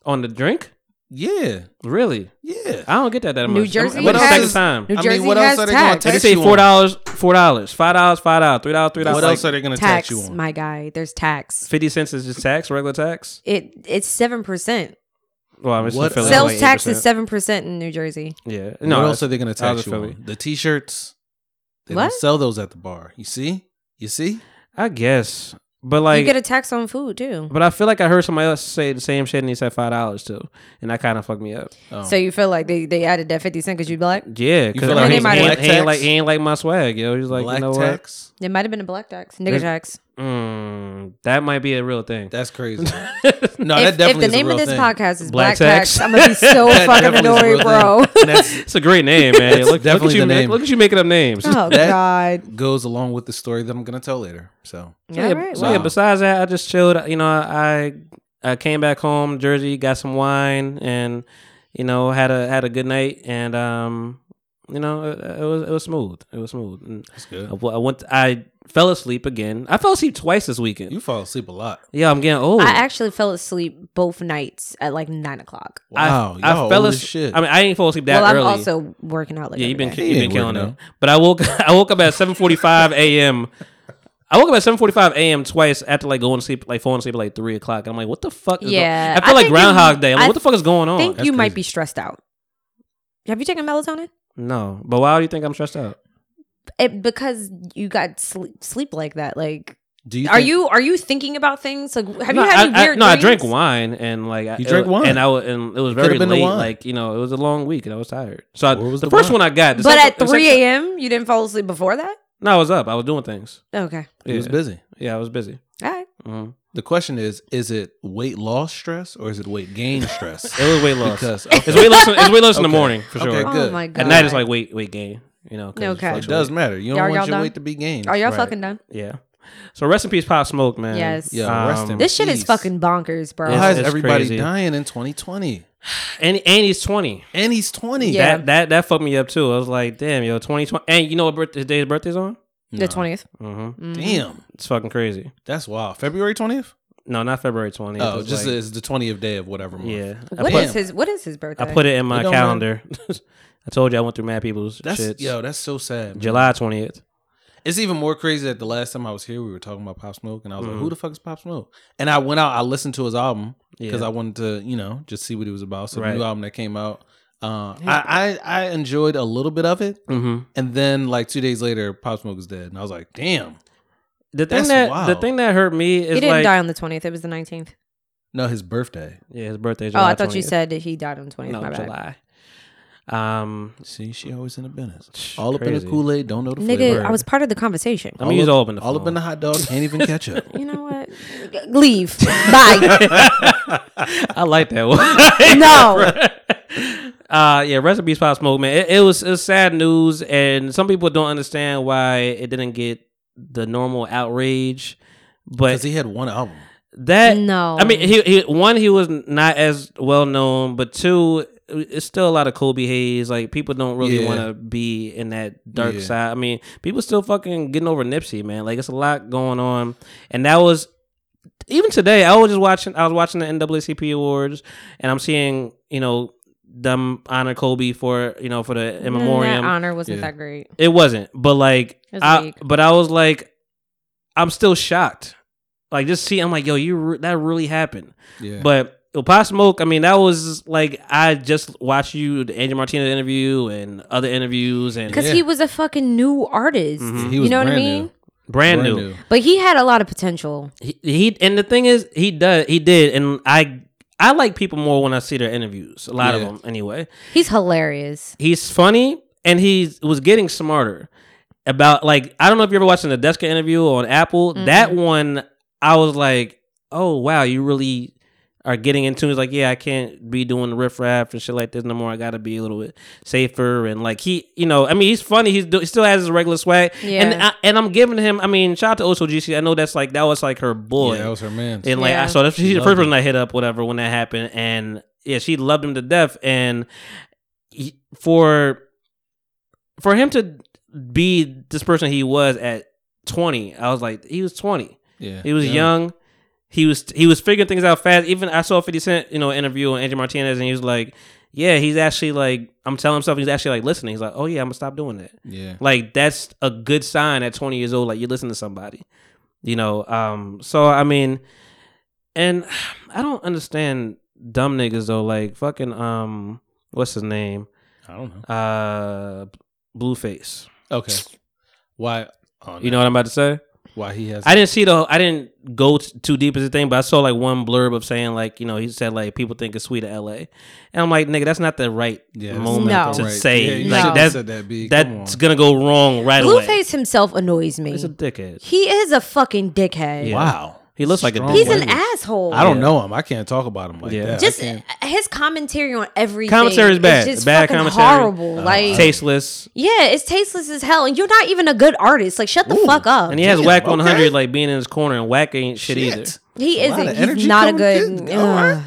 B: on the drink?
D: Yeah,
B: Really?
D: yeah.
B: I don't get that that much.
G: New Jersey
B: I'm, I'm the
D: has-
B: second time.
G: New
D: I mean,
G: Jersey
D: what
G: has
D: else are they gonna
G: tax.
B: They
D: tax
B: say
D: you on?
B: four dollars, four dollars, five dollars, five dollars, three dollars, three dollars.
D: What
B: like
D: else are they gonna tax
G: Tax,
D: you on?
G: my guy. There's tax.
B: Fifty cents is just tax, regular tax.
G: It it's seven percent.
B: Well, I'm just
D: What
B: Philly.
D: else?
B: it's like
G: Sales tax is
B: 8%.
G: seven percent in New Jersey.
B: Yeah,
D: what
B: no.
D: else are they
B: I
D: gonna
B: was
D: tax you
B: in Philly.
D: on? The t-shirts. They
G: What?
D: don't sell those at the bar. You see? You see?
B: I guess, but
G: you
B: like,
G: get a tax on food too.
B: but I feel like I heard somebody else say the same shit and he said five dollars too, and that kind of fucked me up.
D: Oh.
G: So you feel like they, they added that fifty cent because you'd be like,
B: Yeah, because
D: feel
G: like
B: like,
G: it's
B: he, he,
D: black
B: ain't- he ain't
D: tax?
B: like he ain't like my swag, yo. He's like,
D: black
B: you know
D: tax?
G: it might have been a black tax, nigga
B: There's-
G: tax.
B: what? Mm, that might be a real thing. (laughs)
D: That's crazy. no,
G: If,
D: Oh, that
G: if
D: definitely
G: the
D: is a
G: name of
D: real
G: this
D: thing.
G: podcast is
B: Black
G: Black,
B: Tax.
G: tax. I'm
D: (laughs)
G: gonna be so
D: That
G: fucking
D: definitely is a
G: annoyed,
D: real (laughs)
G: bro.
D: thing. And that's-
B: (laughs) It's a great name, man. Look, look at
D: definitely
B: you,
D: the
B: Nick.
D: name.
B: Look at you making up names.
G: Oh
D: That- (laughs)
G: god.
D: goes along with the story that I'm gonna tell later. So
B: Yeah,
G: All right.
B: so yeah,
D: wow.
B: besides that, I just chilled. You know, I I came back home, Jersey, got some wine, and you know had a had a good night, and um, you know it, it was it was smooth. It was smooth. And
D: that's good.
B: I, w- I went. I fell asleep again. I fell asleep twice this weekend.
D: You fall asleep a lot.
B: yeah, I'm getting old.
G: I actually fell asleep both nights at like nine o'clock.
D: Wow,
B: I,
D: y'all
B: I fell
D: old as
B: asleep.
D: shit.
B: I mean, I didn't fall asleep that
G: well,
B: early.
G: I'm also working out like
B: yeah,
G: every
B: you've been
G: day.
B: you've
D: He
B: been
D: ain't
B: killing
D: working
B: it. But I woke (laughs) I woke up at 7:45 a.m. I woke up at 7:45 a.m. twice after like going to sleep, like falling asleep at like three o'clock. And I'm like, what the fuck? Is going- I
G: Yeah, I
B: feel like
G: think you-
B: Groundhog Day. I'm like,
G: I
B: what the fuck is going on?
G: I think you
D: That's
G: might
D: crazy.
G: be stressed out. Have you taken melatonin?
B: no, but why do you think I'm stressed out?
G: It, because you got sleep, sleep like that. Like,
D: Do you
G: are
D: think-
G: you are you thinking about things? Like, have
B: no,
G: you had
B: I,
G: any weird?
B: I, no, I
G: dreams?
B: drank wine and like I-
D: You drank
B: it-
D: wine.
B: and I wa- and it was
D: could've
B: very
D: been the
B: late.
D: wine.
B: Like you know, it was a long week and I was tired. So I,
D: Where was
B: the,
D: the
B: first
D: wine?
B: one I got. the
G: But
B: second-
G: at
B: the second-
G: three a.m., you didn't fall asleep before that.
B: no, I was up. I was doing things.
G: Okay,
D: He was
B: Yeah.
D: busy.
B: Yeah, I was busy.
G: all right.
B: Mhm.
D: The question is: Is it weight loss stress or is it weight gain stress?
B: It was (laughs) weight loss.
D: because
B: it's
D: okay,
B: weight loss. It's weight loss in the
D: Okay.
B: morning for
D: Okay,
B: sure.
D: good.
G: Oh my god.
B: At night, it's like weight weight gain. You know, 'cause it
G: Okay. It
D: it
B: fluctuates.
D: does matter. You don't
G: Y'all-
D: want
G: y'all
D: your
G: done?
D: weight to be gained.
G: Are y'all
D: Right.
G: fucking done?
B: Yeah. So rest in peace, Pop Smoke, man.
G: Yes.
D: Yeah,
B: Um,
D: rest in
G: This shit is
D: Jeez.
G: fucking bonkers, bro.
B: It's-
D: Why is
B: it's
D: everybody
B: crazy.
D: dying in 2020?
B: And and he's twenty.
D: And he's 20.
G: Yeah.
B: That that that fucked me up too. I was like, damn, yo, twenty twenty. And you know what birth, his day's birthday's on?
G: The twentieth.
B: Mm-hmm.
G: Mm.
D: Damn,
B: It's fucking crazy.
D: that's wild. February 20th?
B: No, not February twentieth.
D: oh, just it's the 20th day of whatever month.
B: yeah. I
G: What
B: put,
G: is his What is his birthday?
B: I put it in
D: It
B: my
D: don't
B: calendar. (laughs) I told you I went through mad people's
D: That's
B: shit.
D: yo, that's so sad. man.
B: July twentieth.
D: It's even more crazy that the last time I was here, we were talking about Pop Smoke, and I was
B: Mm-hmm.
D: like, "Who the fuck is Pop Smoke?" And I went out, I listened to his album because
B: Yeah.
D: I wanted to, you know, just see what he was about. So
B: Right.
D: the new album that came out, uh, I, I I enjoyed a little bit of it,
B: Mm-hmm.
D: and then like two days later, Pop Smoke is dead, and I was like, "Damn!"
B: The thing
D: That's
B: that the
D: wild.
B: thing that hurt me
G: He
B: is
G: didn't
B: like
G: die on the twentieth. It was the nineteenth.
D: No, his birthday.
B: yeah, his birthday's
G: Oh,
B: July
G: I thought you
B: 20th.
G: said that he died on the twentieth.
B: no
G: my bad.
B: July. Um,
D: See, she always in the business.
B: Shh,
D: All up in
B: crazy.
D: the Kool Aid, don't know the
G: Nigga,
D: flavor.
G: I was part of the conversation.
B: I'm gonna use all up in the
D: all up
B: phone.
D: in the hot dog, can't even
B: (laughs)
D: catch up.
G: You know what? Leave. Bye.
B: I like that one. (laughs)
G: No.
B: Uh yeah, rest in peace, Pop Smoke, man. It, it was it's sad news, and some people don't understand why it didn't get the normal outrage. But
D: Because he had one album.
B: that
G: No. Um,
B: I mean, he, he one he was not as well known, but two it's still a lot of Kobe Hayes. Like people don't really
D: Yeah.
B: want to be in that dark
D: Yeah.
B: side. I mean, people still fucking getting over Nipsey, man. Like it's a lot going on, and that was even today. I was just watching. I was watching the NAACP awards, and I'm seeing you know them honor Kobe for you know for the
G: Mm-hmm.
B: in memoriam.
G: That honor wasn't
D: Yeah.
G: that great.
B: It wasn't, but like,
G: It was
B: I,
G: weak.
B: but I was like, I'm still shocked. Like, just see, I'm like, yo, you re- that really happened.
D: Yeah.
B: But El Paso Smoke, I mean, that was like, I just watched you the Angel Martinez interview and other interviews and
G: Because
D: Yeah.
G: he was a fucking new artist.
B: Mhm.
D: He
G: You
D: was
G: know what I
D: brand
G: mean?
D: new.
B: brand,
D: Brand
B: new.
D: new.
G: But he had a lot of potential.
B: He, he and the thing is, he does, he did, and I. I like people more when I see their interviews. A lot of
D: Yeah.
B: them, anyway.
G: He's hilarious.
B: he's funny and he was getting smarter about like I don't know if you ever watched an Deska interview on Apple. That one I was like, oh wow, you really are getting into it. He's like, yeah, I can't be doing the riffraff and shit like this no more. I gotta be a little bit safer and like he, you know, I mean, he's funny. He's do- he still has his regular swag.
D: uh,
B: And
G: Yeah.
B: I, and I'm giving him. I mean, shout out to Oso GC. I know that's like that was like her boy.
D: Yeah, that was her man.
B: And like
G: Yeah.
B: I saw that she's the
D: Loved
B: first
D: it.
B: person I hit up, whatever, when that happened. And yeah, she loved him to death. And he- for for him to be this person he was at twenty, I was like, he was twenty.
D: yeah.
B: He was
D: Yeah.
B: young. He was he was figuring things out fast. Even I saw Fifty Cent, you know, interview on Angie Martinez, and he was like, "Yeah, he's actually like I'm telling himself he's actually like listening. He's like, oh yeah, I'm gonna stop doing that.
D: Yeah.
B: Like that's a good sign at 20 years old. Like you listen to somebody, you know. Um. So I mean, and (sighs) I don't understand dumb niggas though. Like fucking um, what's his name?
D: I don't know.
B: Uh, Blueface.
D: Okay. Why? Oh,
B: You know what I'm about to say?
D: why he has?
B: I didn't see the. I didn't go t- too deep as the thing, but I saw like one blurb of saying like you know he said like people think it's sweet at L.A. and I'm like nigga that's not the right
D: Yeah, that's
B: moment
G: not
B: to
G: the
D: right- yeah,
B: say
D: you
B: like
D: shouldn't
B: that's
D: said that, B. Come
B: that's
D: on.
B: gonna go wrong right away.
G: Blueface himself annoys me.
B: He's a dickhead.
G: he is a fucking dickhead.
B: Yeah.
D: wow.
B: He looks like a
D: Strong
B: dickhead.
G: He's an
D: language.
G: asshole.
D: I don't
B: Yeah.
D: know him. I can't talk about him like
B: Yeah.
D: that. I
G: just uh,
D: can't-
G: his commentary on everything.
B: Commentary is bad.
G: It's just
B: Bad
G: fucking
B: commentary.
D: Uh,
G: horrible. like
B: tasteless.
G: yeah, it's tasteless as hell, and you're not even a good artist. Like shut the fuck up.
B: And he has
D: damn,
B: Whack
D: okay.
B: 100 like being in his corner, and Whack ain't shit, either.
G: he
D: A lot
G: isn't.
D: of
G: He's
D: energy
G: not a
D: coming
G: good.
D: in. All right.
G: ugh.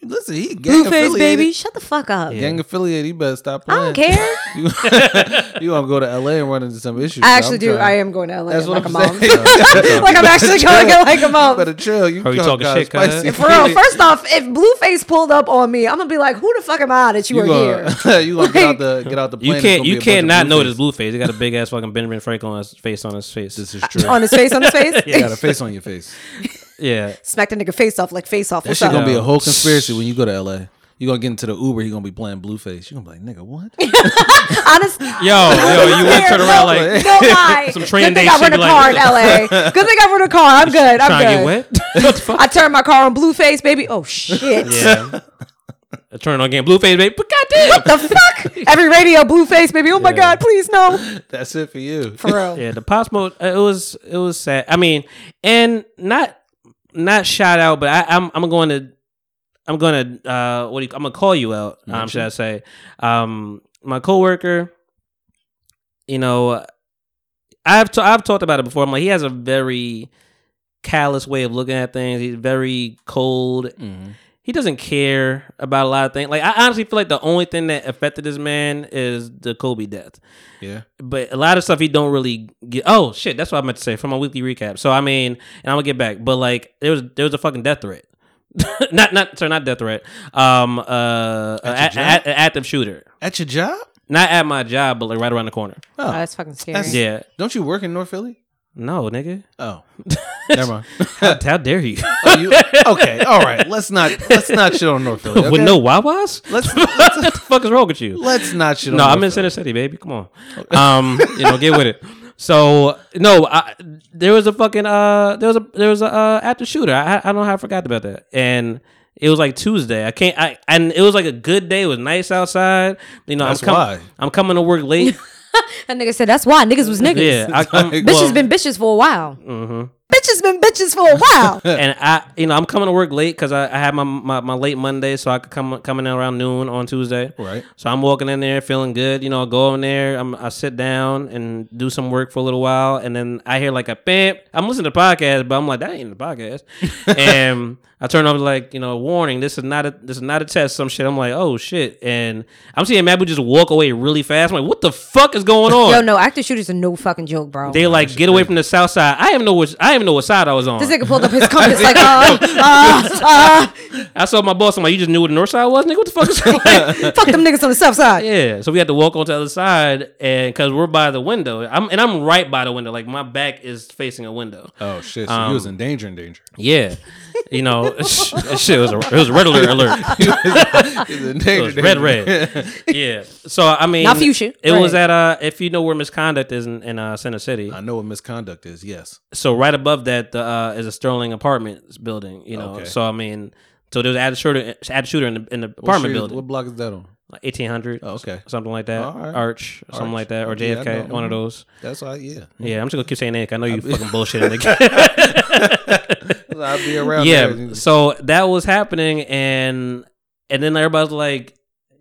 D: Listen, he gang
G: Blueface
D: affiliated.
G: baby, shut the fuck up.
D: Gang affiliated. He better stop
G: I
D: playing.
G: don't
D: (laughs)
G: care.
D: you, you gonna go to LA and run into some issues?
C: I
D: I'm
C: actually do.
D: trying-
C: I am going to LA
D: That's
C: in like
D: what
C: a
D: I'm
C: month.
D: (laughs) saying.
C: like I'm
D: (laughs)
C: actually going in like a
D: You
C: month.
D: better chill. You
B: Are you
D: talk
B: talking shit,
D: about
B: cuz?
D: spicy.
C: For real, first off, if Blueface pulled up on me, I'm gonna be like, "Who the fuck am I that you,
D: you
C: are
D: gonna,
C: here?"
B: (laughs)
D: (laughs) you gonna get out the get out the plane.
B: You
D: it's
B: can't
D: gonna
B: you
D: be a bunch
B: can't
D: of
B: not
D: blue
B: notice
D: faces.
B: blue face. He got a big ass fucking Benjamin Franklin on his face (laughs) on his face.
D: This is true.
C: on his face, on his face,
D: You got a face on your face. (laughs)
B: yeah.
C: smack the nigga face off like face off.
D: That
C: What's
D: shit
C: up?
D: gonna be a whole conspiracy when you go to LA. You gonna get into the Uber. You gonna be playing Blueface. You gonna be like, nigga,
B: (laughs)
D: what?
C: Honest,
B: Yo, yo, you would turn around like
C: no lie.
B: some train
C: Good
B: day
C: thing I
B: shit.
C: rent
B: be
C: a car
B: Like,
C: in LA.
B: (laughs)
C: Good thing I rent a car. I'm good. I'm
B: trying to get
C: good.
B: wet. What the
D: (laughs)
B: fuck?
C: I turned my car on Blueface, baby. Oh shit!
B: Yeah. I turn on game blue face, baby. But goddamn.
C: The fuck? Every radio Blueface, baby. Oh my
B: Yeah.
C: god, please no.
D: That's it for you.
C: For
D: (laughs)
C: real.
B: Yeah, the Posmo. It was it was sad. I mean, and not not shout out, but I, I'm I'm going to I'm going to uh what do you, I'm gonna call you out. Um, should I say? Um, my coworker. You know, uh, I've t- I've talked about it before. I'm like he has a very callous way of looking at things. He's very cold
D: Mm-hmm.
B: he doesn't care about a lot of things. Like I honestly feel like the only thing that affected this man is the Kobe death.
D: Yeah.
B: But a lot of stuff he don't really get. Oh shit, that's what I meant to say from my weekly recap. So I mean, and I'm gonna get back. But like there was there was a fucking death threat. (laughs) not not sorry, not death threat. Um, uh, a-
D: At your
B: a-
D: job?
B: a- active shooter.
D: At your job?
B: Not at my job, but like right around the
D: (laughs)
B: corner.
G: Oh, that's fucking scary.
D: That's-
B: Yeah.
D: Don't you work in North Philly?
B: No,
D: (laughs)
B: nigga. (laughs)
D: Oh, never mind. (laughs)
B: How, how dare you?
D: Oh, you, okay, all right. Let's not let's not shit on North Philly.
B: (laughs) (laughs) With
D: okay?
B: no Wawas? (laughs)
D: Let's-
B: what the fuck is wrong with you?
D: let's not shit on.
B: No,
D: North
B: I'm in
D: Philly.
B: Center City, baby. Come on, um, you know, get with it. So no, I, there was a fucking uh, there was a there was a uh, after shooter. I I don't know how I forgot about that, and it was like Tuesday. I can't. I and it was like a good day. It was nice outside. You know,
D: That's
B: I'm coming.
D: why.
B: I'm coming to work late.
D: (laughs)
G: That nigga said that's why niggas was niggas.
B: yeah, Mm-hmm. I, I'm,
G: Bitches been bitches for a while.
C: Bitches been bitches for a
B: (laughs)
C: while.
B: and I, you know, I'm coming to work late because I, I had my, my my late Monday, so I could come coming in around noon on Tuesday.
D: Right.
B: So I'm walking in there feeling good. You know, I go in there, I'm, I sit down and do some work for a little while, and then I hear like a bam. I'm listening to the podcast, but I'm like, that ain't the podcast. and I turned off like you know warning. This is not a this is not a test. Some shit. I'm like oh shit, and I'm seeing Mabu just walk away really fast. I'm like what the fuck is going on?
K: Yo, no, active shooters are no fucking joke, bro.
B: They like get away from the south side. I even know which I even know what side I was on.
K: this nigga pulled up his compass like, uh, uh, uh,
B: I saw my boss. I'm like, you just knew what the north side was, nigga. What the fuck is
G: (laughs)
B: like?
K: uh, fuck them niggas on the south side.
B: Yeah, so we had to walk on to the other side, and because we're by the window, I'm and I'm right by the window. Like my back is facing a window.
D: Oh shit! So
B: um,
D: he was in danger,
B: (laughs)
D: in danger. (laughs)
B: Yeah, you know, (laughs) sh- shit it was a, it was a red alert. alert.
D: He was, he was in
B: It
D: danger,
B: was red,
D: danger.
B: red. Yeah. So I mean,
K: Not fuchsia.
B: It was
K: Red.
B: at uh, if you know where misconduct is in, in uh, Center City.
D: (laughs) I know what misconduct is. Yes.
B: so right above that the, uh, is a Sterling Apartments building. You know,
D: Okay.
B: so I mean, so there was an shooter, ad shooter in the, in the
D: What
B: apartment
D: street-
B: building,
D: What block is that on?
B: like eighteen hundred.
D: Oh, okay.
B: something like that.
D: All right.
B: Arch, or something
D: Arch. Oh,
B: like that, or
D: Yeah,
B: JFK,
D: I know. Mm-hmm.
B: one of those.
D: That's why. Yeah.
B: Yeah, I'm just gonna keep saying that. 'cause I know you fucking
D: (laughs)
B: bullshitting. nigga.
D: I'll be around.
B: yeah.
D: there.
B: So that was happening, and and then everybody's like,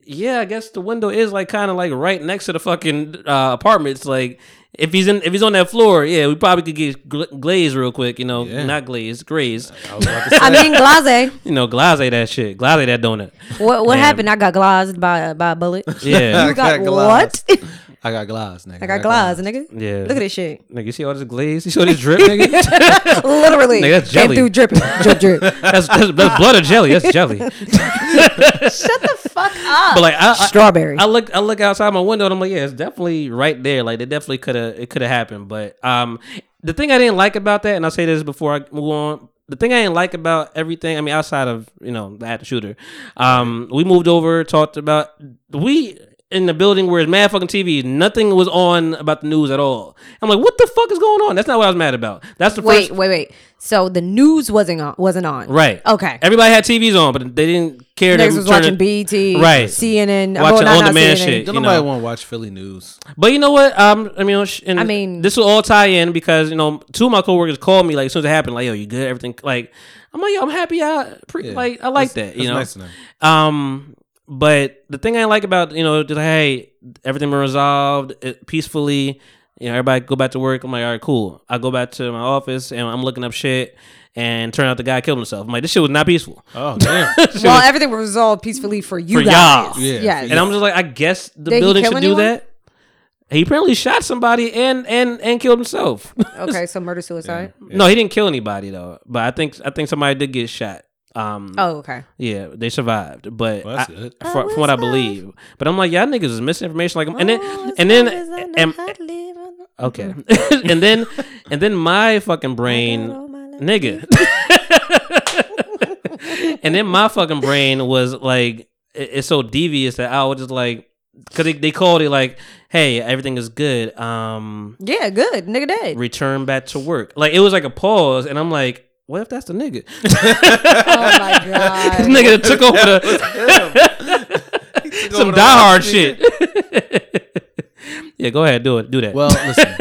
B: "Yeah, I guess the window is like kind of like right next to the fucking uh, apartments. Like, if he's in, if he's on that floor, yeah, we probably could get gl- glazed real quick. You know,
D: Yeah.
B: not glazed, grazed.
D: I was about to say,
K: I mean, glaze.
B: You know, glaze that shit, glaze that
D: (laughs)
B: donut.
K: What what
B: Man.
K: happened? I got glazed by by a
B: (laughs)
K: bullet.
B: Yeah,
D: (laughs) I got
K: got
D: glass.
K: what? (laughs)
D: I got glass, nigga.
K: I got glazed, nigga.
B: yeah.
K: Look at this shit.
B: Nigga, you see all this glaze? You see all this drip, nigga?
K: Literally,
B: Nigga, that's
K: came
B: jelly.
K: through
B: (laughs)
K: dripping, drip, drip.
B: That's, that's, that's blood or jelly.
K: (laughs)
B: That's jelly. Shut the fuck up. But like, I, I,
K: Strawberry.
B: I look I look outside my window and I'm like, yeah, it's definitely right there. Like it definitely could have it could have happened. But um the thing I didn't like about that, and I'll say this before I move on. The thing I didn't like about everything, I mean, outside of, you know, the active shooter. Um, we moved over, talked about we in the building where it's mad fucking TV, nothing was on about the news at all. I'm like, what the fuck is going on? That's not what I was mad about. That's the
K: wait,
B: first
K: wait, wait. So the news wasn't on. Wasn't on.
B: Right.
K: Okay.
B: Everybody had TVs on, but they didn't care to
K: Niggas was
B: turn
K: watching E
B: it-
K: BT,
B: Right.
K: CNN,
B: Watching
K: well, not- not
B: on-demand
K: CNN.
B: shit.
D: Don't
B: you
D: nobody
B: know.
D: want to watch Philly news.
B: But you know what? Um, I mean, sh- and
K: I mean-
B: this will all tie in because you know, two of my coworkers called me like as soon as it happened, like, "Yo, you good? Everything?" Like, I'm like, "Yo, I'm happy. I pre-
D: Yeah.
B: like, I like
D: That's-
B: that." You know,
D: that's nice to
B: um, but the thing I like about you know, just hey, everything been resolved it, peacefully. You know, everybody go back to work. I'm like, all right, cool. I go back to my office and I'm looking up shit, and turn out the guy killed himself. I'm like, this shit was not peaceful. (laughs)
D: Oh damn.
K: Well, everything was resolved peacefully for you
B: For
K: guys.
B: y'all.
D: Yeah, for
K: Yes.
B: And I'm just like, I guess the
K: Did he
B: building
K: kill
B: should do
K: anyone?
B: that. He apparently shot somebody and and and killed himself. (laughs)
K: okay, so murder suicide.
B: No, he didn't kill anybody though. But I think I think somebody did get shot. Um,
K: Oh, okay.
B: yeah, they survived. But
D: Well, that's
B: I-
D: good.
B: fro- from, what I believe. But I'm like, y'all niggas is misinformation. Like, and then and then and, okay, (laughs) and then and then my fucking brain, nigga, (laughs) and then my fucking brain was like, it- it's so devious that I was just like, because they, they called it like, hey, everything is good. Um,
K: Yeah, good. Nigga dead.
B: return back to work. Like it was like a pause, and I'm like, what if that's the nigga? (laughs)
K: oh my god.
B: This nigga that took over the some diehard shit. (laughs) yeah, go ahead, do it, do that.
D: Well, listen.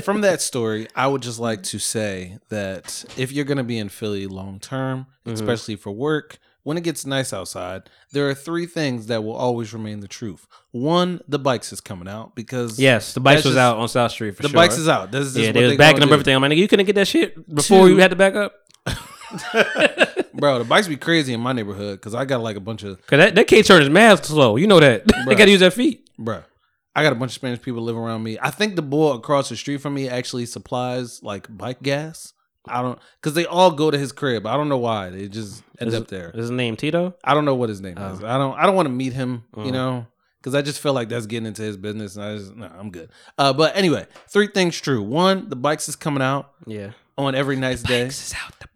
B: (laughs)
D: From that story, I would just like to say that if you're going to be in Philly long term,
B: Mm-hmm.
D: especially for work, when it gets nice outside, there are three things that will always remain the truth. One, the bikes is coming out because
B: yes, the bikes
D: that's
B: was
D: just-
B: out on South Street for
D: The
B: sure.
D: bikes is out. This is just
B: Yeah,
D: what
B: they was
D: they
B: backing up
D: gonna do.
B: everything. I'm like, nigga, you couldn't get that shit before
D: Two.
B: you had to back up.
D: bro. The bikes be crazy in my neighborhood because I got like a bunch of
B: Cause that, that kid turned his mad slow. You know that. (laughs) they
D: Bruh.
B: gotta use their feet.
D: Bruh. I got a bunch of Spanish people live around me. I think the boy across the street from me actually supplies like bike gas. I don't because they all go to his crib. I don't know why they just end
B: Is-
D: up there.
B: Is Oh. his name Tito?
D: I don't know what his name is. I don't. I don't want to meet him.
B: Mm.
D: You know, because I just feel like that's getting into his business. And I just no, I'm good. Uh, but anyway, three things true. One, the bikes is coming out
B: Yeah.
D: on every nice day.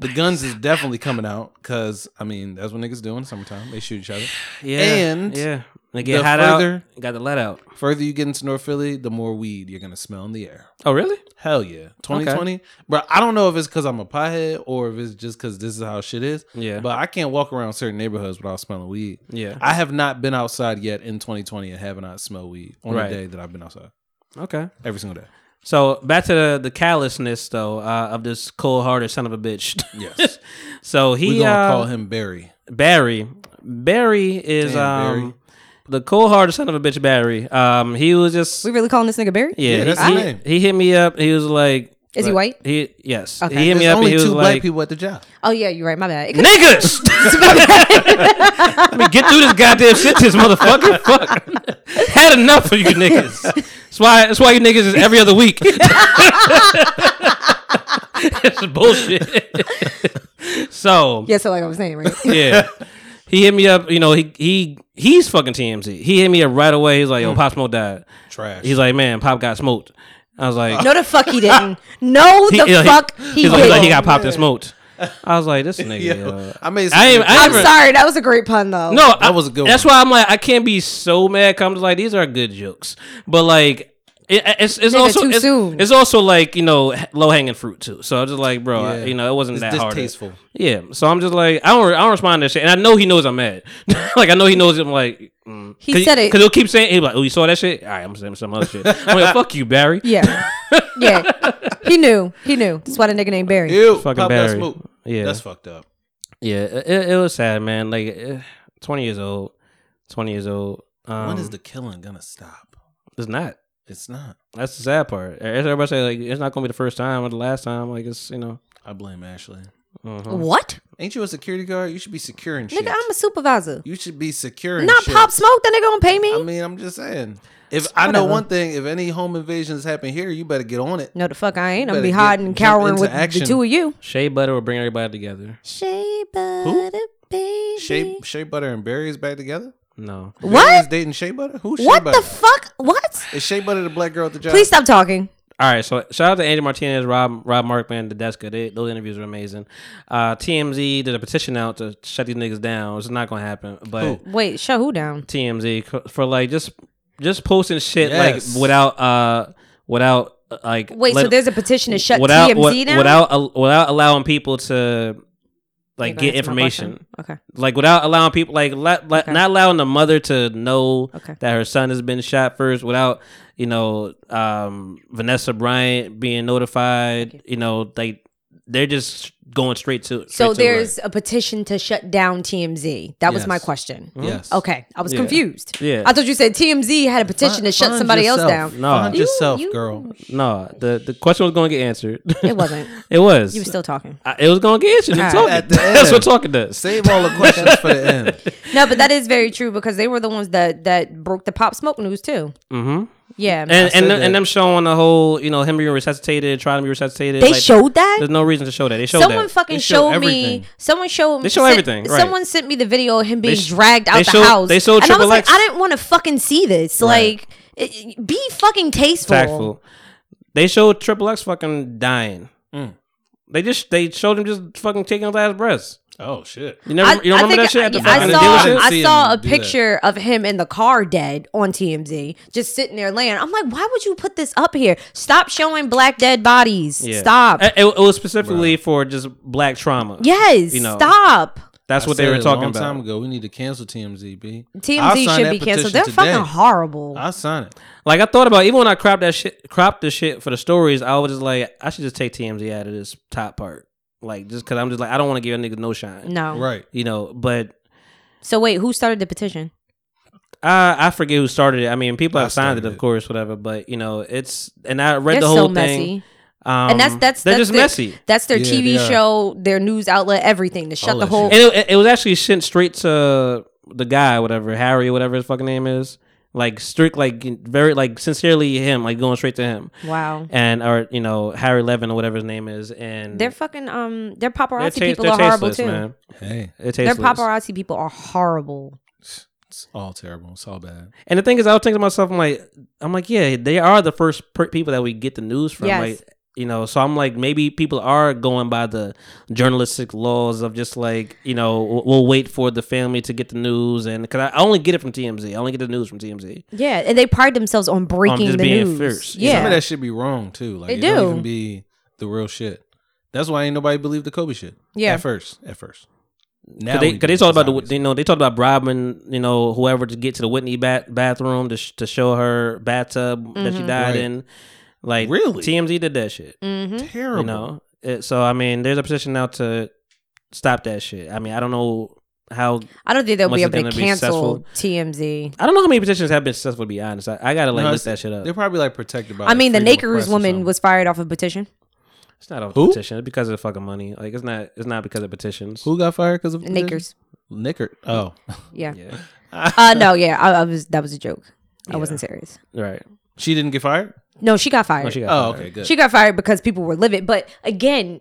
D: the guns is definitely coming out because I mean that's what niggas do in the summertime. They shoot each other.
B: Yeah.
D: And
B: yeah. They get
D: the
B: hot
D: further-
B: out. Got the let out.
D: Further you get into North Philly, the more weed you're gonna smell in the air.
B: Oh really?
D: Hell yeah. 2020. Bro, I don't know if it's because I'm a pothead or if it's just because this is how shit is.
B: Yeah.
D: But I can't walk around certain neighborhoods without smelling weed.
B: Yeah.
D: I have not been outside yet in 2020 and have not smelled weed on
B: Right.
D: the day that I've been outside.
B: Okay.
D: Every single day.
B: So back to the, the callousness though uh, of this cold hearted son of a bitch.
D: Yes.
B: (laughs) so he
D: We're going to
B: uh,
D: call him Barry.
B: Barry. Barry is
D: Damn,
B: um
D: Barry.
B: the cold hearted son of a bitch. Barry. Um, he was just
K: We really calling this nigga Barry?
B: yeah.
D: Yeah, that's
B: he,
D: his name.
B: he hit me up. He was like,
C: Is he
B: But
C: white?
B: He yes.
C: Okay.
B: He hit
D: There's
B: me up and
D: only
B: he was
D: two black
B: like,
D: people at the job.
C: Oh yeah, you're right. My bad. It
B: (laughs)
C: could-
B: "Niggas,
D: (laughs)
B: let me get through this goddamn sentence,
D: (laughs)
B: motherfucker. Fuck, had enough of you niggas. That's why. That's why you niggas is every other week. (laughs) It's bullshit. (laughs) so
C: Yeah, so like I was saying, right?
B: (laughs) yeah. He hit me up, you know, he he he's fucking TMZ. He hit me up right away. He's like, yo, Pop Smoke died. (laughs)
D: Trash.
B: He's like, man, Pop got smoked. I was like,
G: No, the fuck he didn't. No,
B: he,
G: the
B: you know, he-
G: fuck
B: he's
G: he
B: like, he's like, he
G: didn't.
B: got popped and smoked. I was like, this
D: (laughs)
B: nigga. yo.
D: I made some
B: I ain't, I
C: I'm
B: ain't re-
C: sorry, that was a great pun though.
B: No, that
D: was a good
B: That's why I'm like, I can't be so mad. Comes like these are good jokes, but like. It, it's it's
C: Nigga,
B: also
C: too
B: it's,
C: soon.
B: it's also like you know low hanging fruit too. So I'm just like, bro, I-
D: Yeah.
B: you know it wasn't
D: It's
B: that hard.
D: distasteful.
B: Yeah, so I'm just like I don't I don't respond to that shit, and I know he knows I'm mad. (laughs) like I know he knows I'm like mm.
C: He
B: Cause
C: said it-
B: because he'll keep saying he'll be like, oh, you saw that shit? All right, I'm saying some other shit. I'm like, fuck you, Barry.
C: (laughs)
B: (laughs)
C: Yeah. Yeah. he knew. He knew. That's why the nigga named Barry.
D: Ew,
B: Fucking
D: Pop got
B: Barry.
D: smoked.
B: Yeah.
D: That's fucked up.
B: Yeah, it, it- it was sad, man. Like eh, 20 years old, 20 years old. Um,
D: when is the killing gonna stop?
B: It's not.
D: It's not.
B: That's the sad part. Eh, Everybody say like it's not gonna be the first time or the last time. Like it's you know.
D: I blame Ashley.
B: mhm.
G: What?
D: Ain't you a security guard? You should be securing shit.
G: Nigga, I'm a supervisor.
D: you should be securing
G: Not
D: shit.
G: Pop Smoke. That nigga gonna pay
D: I
G: me?
D: mean, I'm just saying. If I know one thing, if any home invasions happen here, you better get on it.
G: No, the fuck I ain't. I'm
D: better
G: gonna be
D: get-
G: hiding, and
D: jump
G: cowering
D: into
G: with the
D: action.
G: two of you.
B: Shea Butter will bring everybody together.
G: Shea butter, baby.
D: Shea, Shea Butter and Barry is back together.
B: No.
G: What?
D: Barry's dating Shea Butter? Who's Shea
G: What
D: Butter?
G: the fuck? What?
D: is Shea Butter the black girl at the job?
G: Please stop talking.
B: All right, so shout out to Andy Martinez, Rob Rob Markman, the Deska. They, those interviews are amazing. Uh, TMZ did a petition out to shut these niggas down. It's not gonna happen, but
G: Wait, shut who down?
B: TMZ co- for like just just posting shit
D: Yes.
B: like without uh without uh, like
G: Wait, so
B: let-
G: there's a petition to shut
B: without
G: TMZ
B: what-
G: down?
B: without al- without allowing people to like
G: Go
B: get
G: answer my question.
B: information
G: Okay.
B: like without allowing people like let, let, not allowing the mother to know
G: Okay.
B: that her son has been shot first without you know um vanessa bryant being notified you. know like they're just going straight to straight
G: So
B: to
G: there's a petition to shut down TMZ. That was my
D: Yes. Mm-hmm.
G: question.
D: Yes.
G: Okay, I was confused.
B: Yeah.
G: I thought you said TMZ had a petition to shut
D: Find
G: somebody else
D: yourself.
G: down.
B: No.
D: Find
B: You-
D: yourself,
G: you- (laughs)
D: girl.
B: like, no the the question was going to get answered (laughs)
G: It wasn't.
B: it was
G: You were still talking.
B: I, it was going to get answered I'm
G: Alright.
B: talking.
D: At the
B: (laughs) that's what
D: end.
B: talking does
D: Save all the questions for the end.
G: No, but that is very true because they were the ones that that broke the pop smoke news too. Mm-hmm. Yeah.
B: and and them,
D: that.
B: and them showing the whole you know him being resuscitated trying to be resuscitated
G: they
B: like,
G: showed that?
B: there's no reason to show that they showed
G: Someone
B: that
G: fucking
D: They showed
G: showed me.
D: everything.
G: Someone showed.
B: They show
G: sent-
B: everything, right.
G: Someone sent me the video of him being
B: sh-
G: dragged out
B: they
G: the
B: showed-
G: house.
B: they showed
G: and I was
B: Triple
G: like,
B: X.
G: I didn't want to fucking see this. Like, it- it- be fucking tasteful.
B: Tactful. They showed Triple X fucking dying.
D: Mm.
B: They just they showed him just fucking taking his last breaths.
D: Oh shit.
B: You never you remember that shit at the
G: I,
B: fucking
G: saw,
B: dealership?
G: I
D: see
G: saw a
D: him do that.
G: picture of him in the car dead on TMZ, just sitting there laying. I'm like, why would you put this up here? Stop showing black dead bodies.
B: Yeah. Eh,
G: Stop.
B: It, it was specifically for just black trauma.
G: yes.
B: you know.
G: Stop.
B: (laughs) that's
D: I
B: what they
D: said
B: were
D: it
B: talking
D: a long
B: about.
D: time ago. We need to cancel TMZ. B. I'll
G: TMZ
D: sign
G: should
D: that
G: be canceled.
D: petition
G: They're
D: today.
G: fucking horrible.
D: I'll sign it.
B: Like I thought about even when I cropped that shit, cropped the shit for the stories. I was just like, I should just take TMZ out of this top part, like just because I'm just like I don't want to give a nigga no shine.
G: no.
D: Right.
B: You know, but
G: So wait, who started the petition?
B: I I forget who started it. I mean, people
D: I
B: have signed it,
D: started
B: of
D: it.
B: course, whatever. But you know, it's and I read
G: They're
B: the
G: so
B: whole
G: messy.
B: thing. Um,
G: and that's that's
B: they're
G: that's
B: just
G: their-
B: messy.
G: That's their
D: Yeah,
G: TV
D: they are.
G: show, their news outlet, everything. To shut
D: All
G: the
D: that
G: whole.
B: And it, it was actually sent straight to the guy, whatever Harry, whatever his fucking name is. Like strict, like very, like sincerely him, like going straight to him,
D: Mm.
G: Wow.
B: and or you know Harry Levin or whatever his name is, and
G: They're fucking um. Their paparazzi
B: ta-
G: people are horrible
B: tasteless,
G: too.
B: man.
D: Hey,
B: They're
G: Their
B: tasteless.
G: paparazzi people are horrible.
D: it's all terrible. It's all bad.
B: And the thing is, I was thinking to myself, I'm like, I'm like, yeah, they are the first per- people that we get the news from,
G: Yes.
B: like, you know. So I'm like, maybe people are going by the journalistic laws of just like, you know, we'll, we'll wait for the family to get the news, and because I only get it from TMZ, I only get the news from TMZ.
G: Yeah, and they pride themselves on breaking
B: Um, just
G: the
B: being
G: news.
B: fierce.
G: Yeah,
D: Some of that should be wrong too. Like
G: They
D: it do.
G: do.
D: not even be the real shit. That's why ain't nobody believed the Kobe shit.
G: Yeah.
D: At first. At first. Now
B: Cause they,
D: we
B: cause
D: do,
B: they talked
D: it's
B: about
D: obvious.
B: the, you know, they talked about bribing, you know, whoever to get to the Whitney bat, bathroom to, sh- to show her bathtub that
G: Mm-hmm.
B: she died
D: Right.
B: in. Like,
D: Really?
B: TMZ did that shit.
G: Mm-hmm.
D: terrible.
B: You know, It- so I mean, there's a petition now to stop that shit. I mean, I don't know how.
G: I don't think they'll
B: Must
G: be
B: have
G: able to
B: gonna be
G: cancel TMZ.
B: I don't know how many petitions have been successful. To be honest, I, I gotta like
D: No,
B: look
D: it's-
B: that shit up.
D: They're probably like protected by.
G: I
D: like,
G: mean, the
D: freedom of
G: Nakers
D: press or
G: woman
D: something.
B: (laughs)
G: was fired off a petition.
B: It's not a
D: Who?
B: petition. It's because of the fucking money. Like it's not. It's not because of petitions.
D: Who got fired because of
G: Knickers.
D: Knicker. Oh, (laughs)
B: (laughs)
G: Yeah.
B: Yeah.
G: Uh, no, yeah, I, I was. That was a joke. I wasn't serious.
B: Right.
D: she didn't get fired.
G: No, she got fired.
B: No, she got
D: Oh,
B: fired.
D: okay, good.
G: She got fired because people were livid. But again,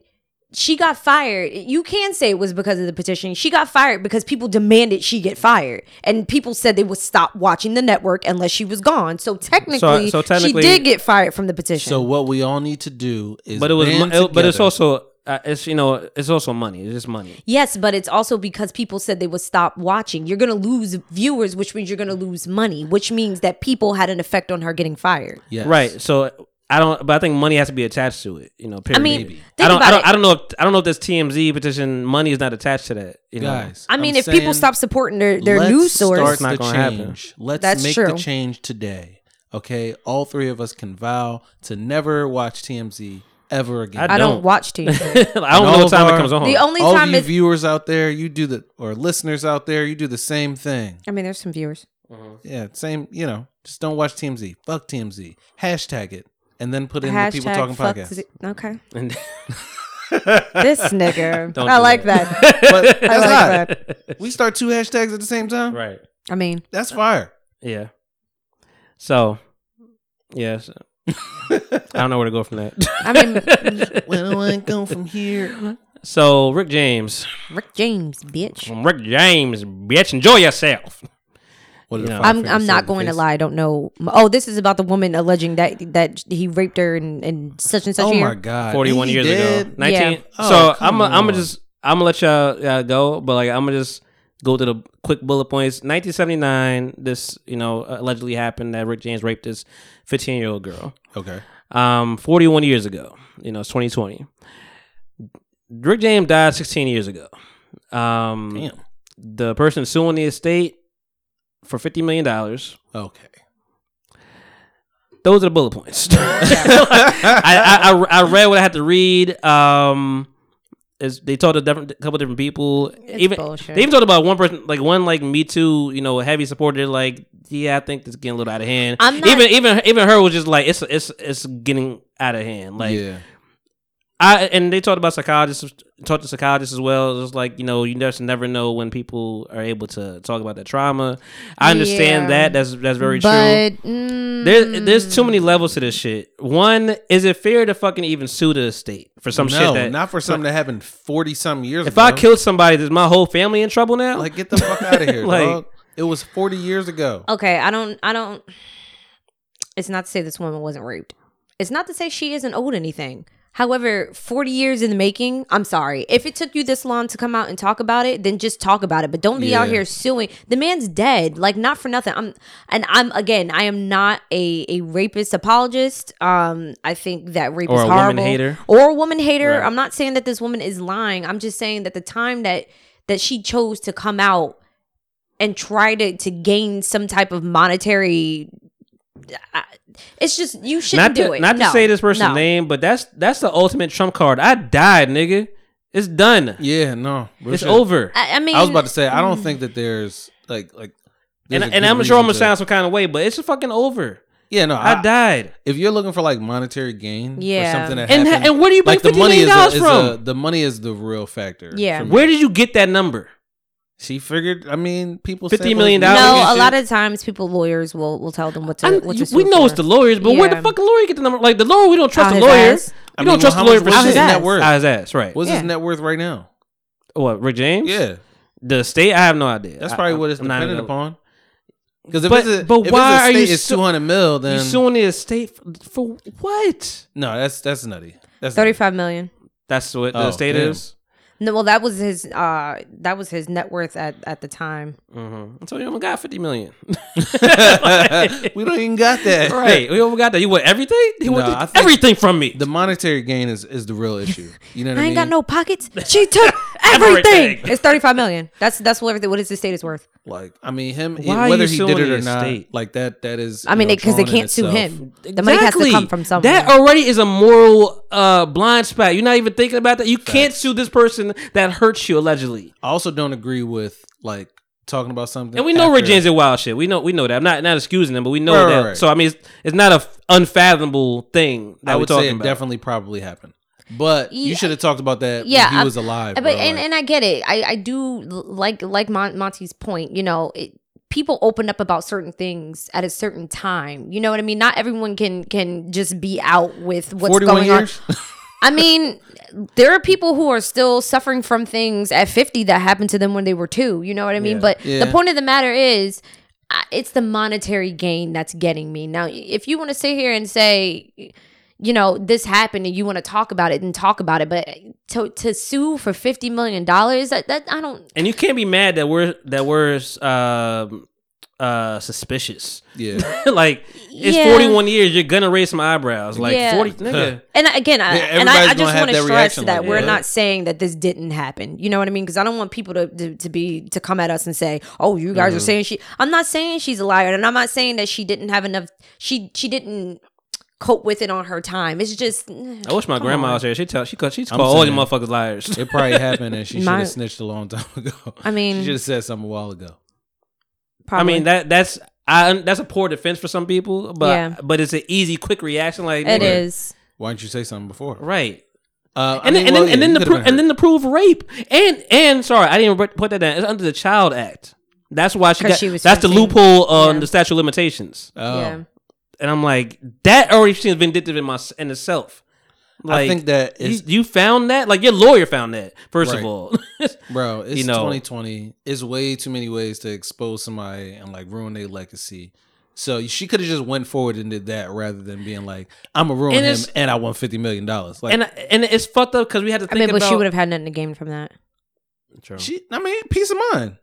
G: she got fired. You can say it was because of the petition. She got fired because people demanded she get fired, and people said they would stop watching the network unless she was gone. So technically,
B: so technically-
G: she did get fired from the petition.
D: so what we all need to do is,
B: But it was.
D: band
B: Mo- it, but it's
D: together.
B: also. Uh, it's you know. It's also money. It's just money.
G: yes, but it's also because people said they would stop watching. You're going to lose viewers, which means you're going to lose money, which means that people had an effect on her getting fired.
D: Yes.
B: Right. So I don't. But I think money has to be attached to it. You know. Period.
G: mean,
B: Maybe.
G: think
B: I don't. I
G: about
B: don't.
G: it.
B: I don't know. If, I don't know if this TMZ petition money is not attached to that. You know.
D: guys.
G: I mean,
D: I'm
G: if people
D: saying
G: stop supporting their, their
D: let's
G: news source,
D: start
B: It's not
D: the
B: gonna happen.
D: change. Let's
G: That's
D: make the
G: true.
D: change today. Okay, all three of us can vow to never watch TMZ ever again.
G: I don't,
B: don't.
G: watch TV.
B: (laughs) I don't know
D: all
B: what
D: of
B: time it
D: our-
B: comes on. (laughs)
G: the only
D: all
G: time
D: of you
G: it's
D: viewers out there, you do the or listeners out there, you do the same thing.
G: I mean, there's some viewers.
D: Yeah, same. You know, just don't watch TMZ. Fuck TMZ. Hashtag it, and then put in the people talking
G: fuck
D: podcast.
G: Z- Okay.
D: (laughs)
B: And- (laughs)
G: This (laughs) nigga.
B: Don't
G: I
B: do
G: like that.
B: that.
D: But that's
G: I like
D: not.
G: that.
D: We start two hashtags at the same time.
B: right.
G: (laughs) I mean, (laughs)
D: That's fire.
B: Yeah. So. Yeah. So. I don't know where to go from that. (laughs)
G: I mean, (laughs)
D: Where do I go from here?
B: So Rick James,
G: Rick James, bitch.
B: Rick James, bitch, enjoy yourself.
D: What did
B: No.
D: Five
G: I'm
D: Fingers
G: I'm
D: say
G: not going to
D: face?
G: lie. I don't know. Oh, this is about the woman alleging that that he raped her and, and such and such
D: Oh
G: year.
D: my god!
B: Forty-one
D: He
B: years
D: did?
B: ago, nineteen.
G: Yeah.
D: Oh,
B: so I'm
D: come
B: i I'm
D: on.
B: gonna just I'm gonna let y'all uh, go, but like I'm gonna just go to the quick bullet points. 1979, this you know allegedly happened that Rick James raped this 15 year old girl.
D: Okay.
B: Um, 41 years ago, you know it's 2020. Rick James died 16 years ago. Um,
D: Damn.
B: the person suing the estate for 50 million dollars.
D: Okay.
B: those are the bullet points. (laughs) I, I, I I read what I had to read. Um, is they talked to different a couple different people. even
G: bullshit.
B: they even talked about one person, like one like Me Too, you know, heavy supporter. Like, yeah, I think this is getting a little out of hand.
G: I'm not-
B: even even even her was just like, it's it's it's getting out of hand. Like,
D: yeah.
B: I and they talked about psychologists, talked to psychologists as well. It's like you know, you just never know when people are able to talk about their trauma. I understand
G: Yeah.
B: that. That's that's very true.
G: but mm,
B: There, there's too many levels to this shit. One, is it fair to fucking even sue the estate for some
D: no,
B: shit that?
D: not for something that happened forty some years
B: if
D: ago.
B: I killed somebody, is my whole family in trouble now?
D: like, get the fuck
B: (laughs)
D: out of here,
B: Like-
D: dog. It was forty years ago.
G: okay, I don't I don't. It's not to say this woman wasn't raped. It's not to say she isn't owed anything. However, 40 years in the making, I'm sorry. If it took you this long to come out and talk about it, then just talk about it. But don't be out
D: Yeah.
G: here suing. The man's dead. Like not for nothing. I'm and I'm again, I am not a, a rapist apologist. Um, I think that rape
B: Or
G: is
B: a woman
G: horrible.
B: hater.
G: Or a woman hater.
B: Right.
G: I'm not saying that this woman is lying. I'm just saying that the time that that she chose to come out and try to to gain some type of monetary I- it's just you
B: not
G: shouldn't
B: to,
G: do it.
B: Not to
G: No.
B: say this person's
G: No.
B: name, but that's that's the ultimate trump card. I died, nigga. It's done.
D: Yeah, no, real
B: it's
D: shit.
B: over.
G: I, I mean,
D: I was about to say, I don't
G: Mm.
D: think that there's like like. there's
B: and
D: a
B: and
D: good
B: I'm sure I'm gonna
D: reason
B: sound some kind of way, but it's fucking over.
D: Yeah, no,
B: I,
D: I,
B: died.
D: if you're looking for like monetary gain,
G: Yeah.
D: for something that
B: And ha-
D: happened,
B: and where do you make
D: like the
B: fifty
D: money
B: million
D: is, a,
B: dollars
D: is a,
B: from?
D: the money is the real factor.
G: Yeah.
D: for me.
B: where did you get that number?
D: she figured? I mean, people
B: $50
D: say what-
B: million dollars
G: no.
B: and
G: A lot of times, people lawyers will will tell them what to.
B: I'm-
G: What
B: you-
G: to
B: we
G: sue
B: know
G: for.
B: it's the lawyers, but where the
G: Yeah.
B: fuck the lawyer get the number? Like the lawyer, we don't trust
G: Out
B: the
G: his
B: lawyer.
G: ass.
B: We
D: I
B: don't
D: mean,
B: trust the
D: well,
B: lawyer
D: how
B: for
D: much was
B: shit.
D: his net worth?
B: Out his ass, right?
D: What's his
G: Yeah.
D: net worth right now?
B: What Rick James?
D: Yeah,
B: the state. I have no idea.
D: that's
B: I-
D: probably
B: I'm-
D: what it's
B: I'm not
D: dependent
B: even gonna-
D: upon. Because if
B: But-
D: it's a,
B: but
D: if
B: why are
D: it's a
B: you
D: state, it's
B: su-
D: two hundred mil.
B: You
D: Then
B: suing the estate f- for what?
D: (laughs) no, that's that's nutty. That's nutty.
G: thirty-five million.
B: That's what
D: Oh,
B: the state
D: damn.
B: is.
G: No, well, that was his. Uh, that was his net worth at at the time.
B: Mm-hmm. So you only got fifty
D: (laughs)
B: million, (laughs)
D: we don't even got that
B: right? We only got that. You want everything? You want
D: No,
B: the-
D: I think-
B: everything from me.
D: (laughs) The monetary gain is is the real issue. You know what I,
G: I
D: mean?
G: ain't got no pockets. She took everything.
B: Everything.
G: it's thirty-five million. That's that's what everything. What is the state is worth?
D: Like, I mean, him
B: Why are
D: whether
B: you
D: he
B: suing
D: did it
B: the
D: or not,
B: estate?
D: like that that is.
G: I
D: you
G: mean,
D: know,
G: because they
D: drawn in
G: can't sue
D: itself.
G: him. The money has to
B: Exactly.
G: come from somewhere.
B: That already is a moral uh, blind spot. You're not even thinking about that. You can't sue this person that hurts you allegedly.
D: I also don't agree with like talking about something.
B: And we know Rick
D: after-
B: James did wild shit. We know we know that. I'm not not excusing him, but we know
D: Right, right,
B: that.
D: right.
B: So I mean, it's, it's not a f- unfathomable thing that
D: I
B: we're
D: would say
B: talking
D: it
B: about.
D: definitely probably happened. But you
G: Yeah.
D: should have talked about that
G: Yeah,
D: when he
G: I-
D: was alive.
G: but
D: bro.
G: and,
D: Like,
G: and I get it. I I do l- like like Mon- Monty's point. You know, it, people open up about certain things at a certain time. You know what I mean? Not everyone can can just be out with what's
D: 41
G: going
D: years? (laughs)
G: on. I mean, there are people who are still suffering from things at 50 that happened to them when they were two. You know what I mean? But
D: Yeah.
G: the point of the matter is, I- it's the monetary gain that's getting me. Now, if you want to sit here and say, you know, this happened and you want to talk about it, then talk about it. But to, to sue for $50 million, that, that I don't.
B: And you can't be mad that we're that we're um uh, suspicious. (laughs)
D: yeah,
B: like it's
G: Yeah.
B: 41 years. You're gonna raise some eyebrows. Like
G: Yeah.
B: 40, nigga.
G: And I- again, I,
D: Yeah,
G: and
D: everybody's
G: I, I
D: gonna
G: just
D: have
G: want to
D: that
G: stress
D: reaction
G: that
D: like
G: we're
D: that.
G: not saying that this didn't happen. You know what I mean? Because I don't want people to, to to be to come at us and say, "Oh, you guys are
D: Mm-hmm.
G: saying she." I'm not saying she's a liar, and I'm not saying that she didn't have enough. She she didn't cope with it on her time. It's just eh,
B: I wish my grandma was here. She tell she call, she's
D: I'm
B: called all you
D: saying.
B: motherfuckers liars.
D: (laughs) it probably happened, and she should
G: My-
D: have snitched a long time (laughs) ago.
G: I mean-
D: she should have said something a while ago.
B: I
G: probably.
B: mean that that's I that's a poor defense for some people, but
G: Yeah.
B: but it's an easy quick reaction. Like
G: it
B: nigga,
G: is.
D: Why didn't you say something before?
B: right.
D: Uh, I
B: and,
D: mean,
B: then,
D: well,
B: and, then,
D: yeah, you
B: and then the
D: could've
B: pro-
D: been
B: and then
D: hurt.
B: the prove rape and and sorry I didn't even put that down. It's under the Child Act. That's why she
G: 'Cause
B: got.
G: she was
B: that's
G: 15.
B: the loophole on
G: Yeah.
B: the statute of limitations.
D: Oh.
G: Yeah.
B: And I'm like, that already seems vindictive in my in itself. Like,
D: I think that
B: you,
D: is
B: you found that. Like your lawyer found that. First
D: Right.
B: of all, (laughs)
D: Bro, it's
B: you know.
D: 2020. It's way too many ways to expose somebody and like ruin their legacy. So she could have just went forward and did that rather than being like, "I'm gonna ruin
B: And
D: him
B: it's-
D: and I want fifty million dollars." Like
B: and and it's fucked up because we had to
G: I
B: think
G: mean, but
B: about.
G: she would have had nothing to gain from that.
D: she, I mean, peace of mind.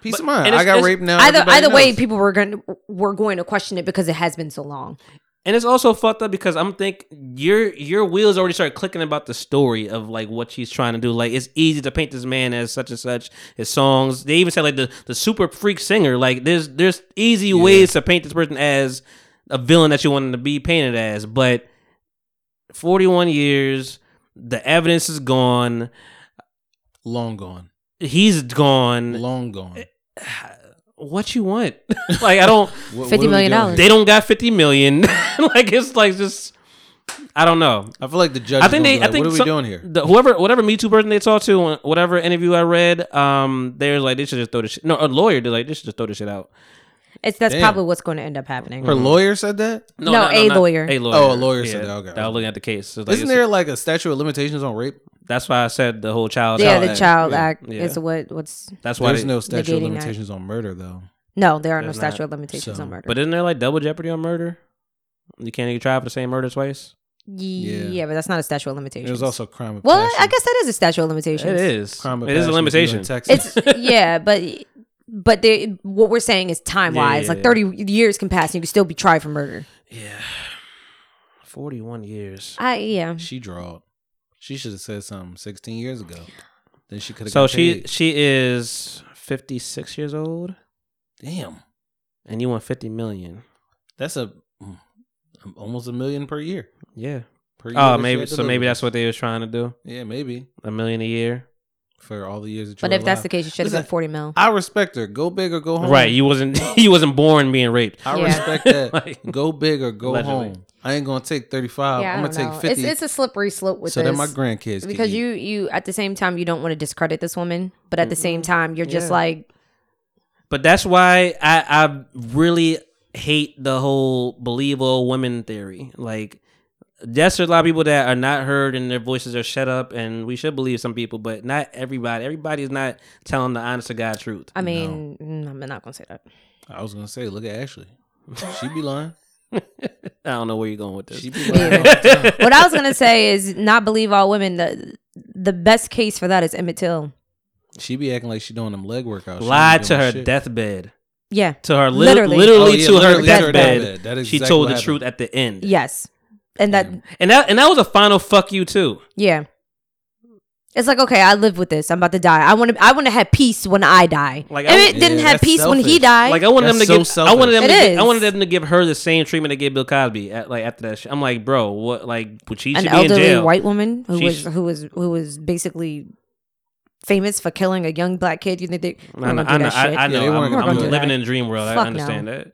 D: Peace
B: But-
D: of mind.
B: and
D: I
B: it's-
D: got
B: it's-
D: raped now.
G: Either
D: everybody
G: either way,
D: knows.
G: people were going to were going to question it because it has been so long.
B: And it's also fucked up because I'm think your your wheels already start clicking about the story of like what she's trying to do. Like it's easy to paint this man as such and such. His songs. They even said like the, the super freak singer. Like there's there's easy ways to paint this person as a villain that you want him to be painted as. But 41 years, the evidence is gone.
D: long gone,
B: He's gone.
D: long gone.
B: What you want? (laughs) like I don't.
G: $50
D: What- what are we
G: million
D: doing
G: dollars.
D: here?
B: They don't got 50 million. (laughs) like it's like just. I don't know.
D: I feel like the judge.
B: I think they.
D: Like,
B: I think
D: what are we
B: some-
D: doing here?
B: The, whoever, whatever Me Too person they talked to, on whatever interview I read, um, they're like they should just throw this. Shit. No, a lawyer did like they should just throw this shit out.
G: It's that's
D: Damn.
G: probably what's going to end up happening.
D: Her
B: Mm-hmm.
D: lawyer said that.
B: No,
G: No, a lawyer.
B: A lawyer.
D: Oh, a lawyer said that, okay.
B: I was looking at the case. So, like,
D: Isn't
B: it's-
D: there like a statute of limitations on rape?
B: That's why I said the whole child.
G: yeah,
B: child
G: the
B: act.
G: Child
D: Yeah.
G: Act
B: Yeah.
G: is what what's
B: That's why.
D: There's
B: They,
D: no statute of
G: negating that.
D: limitations on murder though.
G: no. There are no
B: There's
G: statute
B: not.
G: of limitations
D: So-
G: on murder.
B: but isn't there like double jeopardy on murder? You can't get tried for the same murder twice.
G: Yeah,
D: Yeah.
G: but that's not a statute of limitations.
D: There's also crime of
G: well,
D: passion.
G: I guess that is a statute of
B: It
G: limitations.
B: is.
D: crime of
B: It is
D: passion
B: a
D: if you
B: limitation.
D: in Texas.
G: It's
D: (laughs)
G: yeah, but but they, what we're saying is time
B: Yeah,
G: wise.
B: yeah,
G: like
B: yeah.
G: thirty years can pass and you can still be tried for murder.
B: Yeah. Forty-one years.
G: I yeah.
D: She drawled. She should have said something 16 years ago. Then she could have.
B: So
D: got
B: she
D: paid.
B: she is fifty-six years old,
D: Damn,
B: and you want fifty million.
D: that's a mm, almost a million per year.
B: Yeah.
D: Per year
B: Oh,
D: that she
B: maybe
D: had to
B: so.
D: live
B: Maybe
D: with
B: that's
D: us.
B: what they was trying to do.
D: Yeah, maybe
B: A million a year.
D: for all the years that. You
G: But
D: were
G: if that's
D: alive.
G: the case, you should have
D: Listen,
G: been forty mil.
D: I respect her. Go big or go home.
B: Right. You wasn't. (laughs) You wasn't born being raped.
D: I
G: Yeah.
D: respect
B: (laughs)
D: that.
B: Like-
D: go big or go
B: Allegedly.
D: home. I ain't gonna take 35.
G: yeah,
D: I'm
G: I
D: gonna
G: don't
D: take
G: know.
D: 50.
G: It's, it's a slippery slope with
D: so
G: this.
D: that my grandkids can
G: because
D: eat.
G: you you at the same time you don't want to discredit this woman, but at the same time you're just
B: Yeah.
G: like
B: But that's why I I really hate the whole believe all women theory. Like, yes, there's a lot of people that are not heard and their voices are shut up, and we should believe some people, but not everybody. Everybody is not telling the honest to God truth.
G: I mean mm, I'm not gonna say that.
D: I was gonna say, look at Ashley. (laughs) She be lying.
B: I don't know where you're going with this.
D: She be
B: (laughs)
D: lying.
G: what I was gonna say is not believe all women. The the best case for that is Emmett Till.
D: she be acting like she doing them leg workouts. She
B: Lied
D: be
B: to
D: doing
B: her
D: shit.
B: deathbed.
G: Yeah.
B: To her lit- literally,
G: Literally.
D: Oh, yeah,
B: to her
D: literally to her
B: deathbed.
D: deathbed. That is
B: she
D: exactly
B: told
D: what
B: the
D: happened.
B: truth at the end.
G: Yes. And that
B: And that and that was a final fuck you too.
G: yeah. It's like okay, I live with this. I'm about to die. I want to. I want to have peace when I die.
B: Like,
G: Like
B: I-
G: Emmett didn't
D: Yeah,
G: have
D: that's
G: peace when he
D: selfish.
G: died.
B: Like I wanted them
D: That's
B: to
D: so
B: give. I wanted them.
G: selfish.
B: To
G: It
B: give, I wanted
G: is.
B: them to give her the same treatment they gave Bill Cosby. At, like after that, shit. I'm like, bro, what? Like, would she
G: An
B: should be in
G: elderly
B: jail?
G: white woman who
B: She
G: was
B: sh-
G: who was who was basically famous for killing a young black kid. You think they?
B: I know.
G: I
B: I know.
G: that
B: I,
G: shit.
B: I
D: Yeah, they
B: know.
D: weren't
B: I'm,
D: gonna
B: I'm
D: do
B: living
G: that.
B: in a dream world.
G: Fuck
B: I understand that.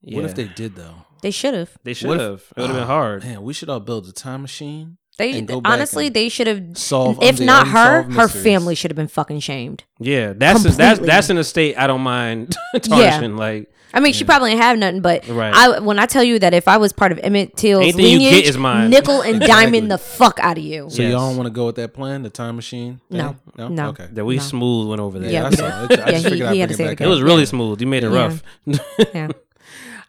B: Yeah.
D: What if they did though? Ah,
G: They should have.
B: They should have. It would have been hard.
D: Man, we should all build a time machine.
G: They
D: And go back
G: honestly,
D: and
G: they should have.
D: solve
G: if
D: unde-
G: not her,
D: unsolved
G: her
D: mysteries.
G: family should have been fucking shamed.
B: (laughs) Yeah, that's that's
G: Completely.
B: that's an estate I don't mind (laughs) tarnishing. Like
G: I mean, she probably didn't have nothing, but
B: Right.
G: I when I tell you that if I was part of Emmett Till's
B: Anything you
G: lineage,
B: get is mine. (laughs)
G: nickel and
D: Exactly.
G: diamond the fuck out of you.
D: So
B: Yes.
D: y'all don't want to go with that plan, the time machine? thing?
G: No.
D: no,
G: No.
D: Okay.
B: that, we smooth went over that.
G: Yeah.
D: I saw it.
G: Yeah,
D: I just
G: he-
D: figured I'd
G: he had
D: bring
G: to say it
B: (laughs)
D: it back
B: It
G: again.
D: up.
B: was really smooth. You made it
G: Yeah.
B: rough.
G: Yeah.
B: (laughs)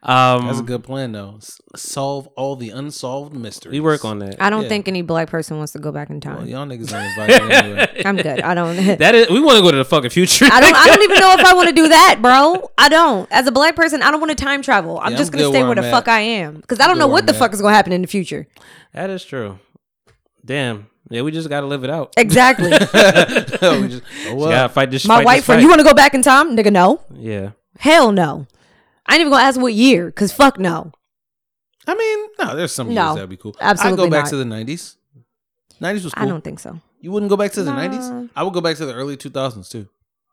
B: Um,
D: That's a good plan, though. S- solve all the unsolved mysteries.
B: we work on that.
G: I don't
D: Yeah.
G: think any black person wants to go back in time.
D: Well, y'all niggas ain't
B: (laughs)
D: invited anyway.
G: I'm good. I don't. (laughs)
B: That is, we want to go to the fucking future.
G: I don't. I don't even know if I want to
B: (laughs)
G: do that, bro. I don't. As a black person, I don't want to time travel. I'm
D: Yeah,
G: just
D: I'm
G: gonna
D: good
G: stay
D: where
G: where the
D: I'm
G: fuck
D: at.
G: I am because I don't
D: good
G: know
D: where
G: what the
D: I'm
G: fuck
D: at.
G: is gonna happen in the future.
B: that is true. Damn. Yeah, we just got to live it out. (laughs)
G: Exactly.
D: We just- oh, well,
B: gotta fight this.
G: My
B: fight
G: white
B: this fight.
G: friend, you want to go back in time, nigga? No.
B: Yeah.
G: Hell no. I ain't even gonna ask what year because fuck no.
D: I mean, no, there's some years
G: No,
D: that'd be cool. I'd
G: absolutely
D: go back
G: not.
D: to the 90s. 90s was cool.
G: I don't think so.
D: you wouldn't go back to the 90s? I would go back to the early 2000s, too.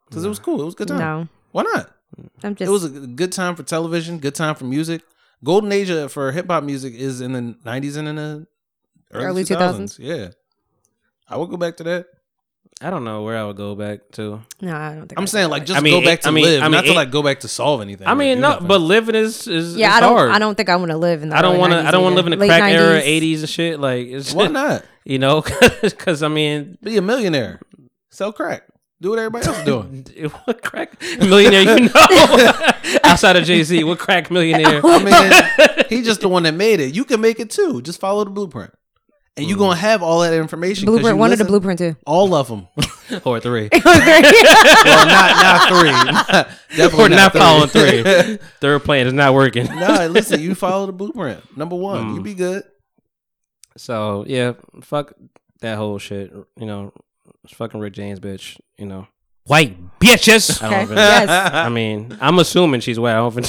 D: Because it was cool. It was a good time.
G: No.
D: Why not?
G: I'm just.
D: It was a g- good time for television, good time for music. Golden age of- for hip hop music is in the 90s and in the early,
G: Early
D: 2000s. Yeah. I would go back to that.
B: I don't know where I would go back to.
G: no, I don't think.
D: I'm
G: I-
D: saying like just
B: I mean,
D: go back to
B: I mean-
D: live,
B: I mean,
D: not to
B: it-
D: like go back to solve anything.
B: I
D: or
B: mean,
D: do
B: no,
D: nothing.
B: but living is is
G: Yeah,
B: it's
G: I don't.
B: hard.
G: I don't think I want to live in. The
B: I don't
G: want
B: want to. I don't want to live in the crack era, '80s and shit. Like, it's,
D: why not?
B: (laughs) You know, because I mean, (laughs)
D: Be a millionaire, sell crack, do what everybody else
B: (laughs)
D: is doing.
B: what crack millionaire? You know, (laughs) outside of Jay Z, what crack
G: (laughs)
B: millionaire?
D: I mean, he just the one that made it. You can make it too. Just follow the blueprint, and you're gonna have all that information. 'cause
G: Blueprint
D: you
G: one or the
D: listen-
B: (laughs)
G: blueprint (laughs) two.
D: All of them.
B: or three?
D: well, not not three. Not- (laughs) definitely
B: We're not
D: three.
B: following
D: (laughs)
B: three. Third plan is not working.
D: No, listen. You follow the blueprint. Number one,
B: Mm.
D: you be good.
B: So yeah, fuck that whole shit. You know, it's fucking Rick James, bitch. You know, white bitches. I, don't
G: Okay.
B: even-
G: yes.
B: I mean, I'm assuming she's white. I don't even-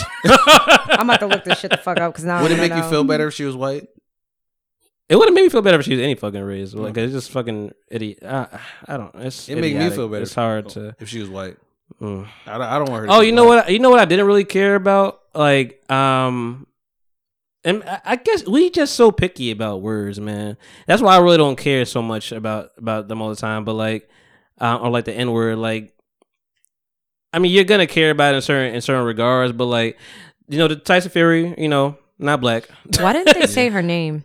G: I'm about to look this shit the fuck up because now.
D: (laughs) Would
G: I
D: it make
G: don't
D: you
G: know.
D: feel better if she was white?
B: it would have made me feel better if she was any fucking race. Like it's just fucking idiot. I, I don't. It's
D: Mm. It make me
B: idiotic.
D: feel better.
B: It's hard to.
D: If she was white,
B: Mm.
D: I don't, I don't want her. To
B: Oh,
D: be
B: you know
D: black.
B: what? You know what? I didn't really care about like um. And I- I guess we just so picky about words, man. That's why I really don't care so much about about them all the time. But like, um, or like the N word, like, I mean, you're gonna care about it in certain in certain regards. But like, you know, the Tyson Fury, you know, not black
G: Why didn't
D: (laughs)
G: they say her name?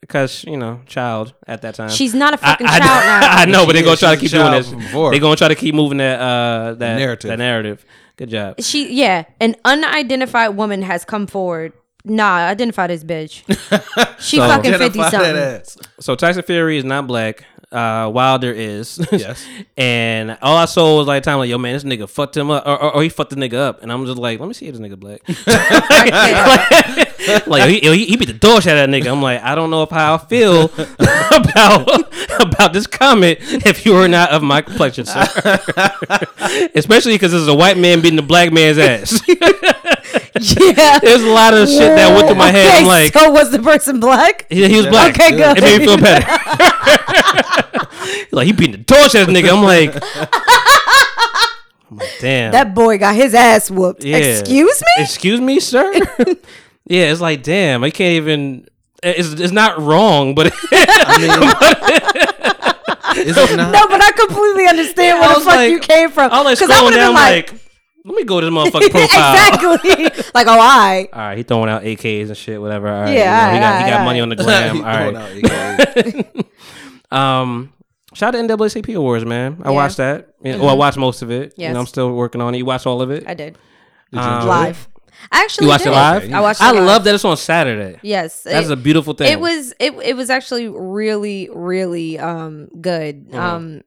B: because you know, child at that time.
G: She's not a
B: I,
G: fucking
B: I,
G: child now.
B: (laughs) I know, but they're
D: She
B: gonna
D: is.
B: try to
D: She's
B: keep
D: a
B: doing
D: child
B: this.
D: from before.
B: They're gonna try to keep moving that uh that
D: Narrative.
B: That narrative. Good job.
G: She yeah, an unidentified woman has come forward. Nah, identify this
D: (laughs)
G: bitch. She
B: So-
G: fucking fifty
D: Identify that
G: something.
D: ass.
B: So Tyson Fury is not black. Uh, Wilder is. (laughs)
D: Yes.
B: and all I saw was like time like, yo man, this nigga fucked him up, or, or, or he fucked the nigga up, and I'm just like, let me see if this nigga black. (laughs) like, he, he, he beat the dog shit out of that nigga. I'm like, I don't know if how I feel (laughs) about about this comment if you are not of my complexion, sir. (laughs) Especially because this is a white man beating the black man's ass.
G: (laughs)
B: (laughs)
G: Yeah.
B: There's a lot of (laughs) shit that went through my head. I'm
G: Okay,
B: like,
G: so was the person black?
B: he, he was black.
G: Okay, good.
B: It made me feel better. (laughs) like he beating the torch ass nigga. I'm like, I'm like, damn.
G: That boy got his ass whooped.
B: Yeah.
G: Excuse me.
B: Excuse me,
G: (laughs)
B: sir. yeah, it's like damn. I can't even. It's it's not wrong, but (laughs)
D: (laughs) Is it not?
G: No, but I completely understand where
B: I
G: the
B: was
G: fuck
B: like-
G: you came from.
B: all like
G: 'Cause I
B: scrolling
G: would've
B: down
G: been
B: like, let me go to this
G: (laughs)
B: motherfucking profile.
G: exactly. like, oh, I.
B: All right, he throwing out AKs and shit, whatever. All right,
G: Yeah,
B: you know, he got, he
G: alright,
B: got money on the
D: (laughs)
B: gram.
D: He
B: all
D: throwing
B: right,
D: out AKA.
G: (laughs)
B: Um, shout out to NAACP awards, man. I watched that. You know, Well, I watched most of it.
G: Mm-hmm. Yes.
B: And I'm still working on it. You watched all of it.
G: I did
D: Oh,
B: Um,
G: live. I actually
B: You watched
G: did.
B: it live.
G: I watched. It
B: I
G: live.
B: love that it's on Saturday.
G: Yes,
B: that's
G: it-
B: a beautiful thing.
G: It was it it was actually really really um good
D: Oh.
G: um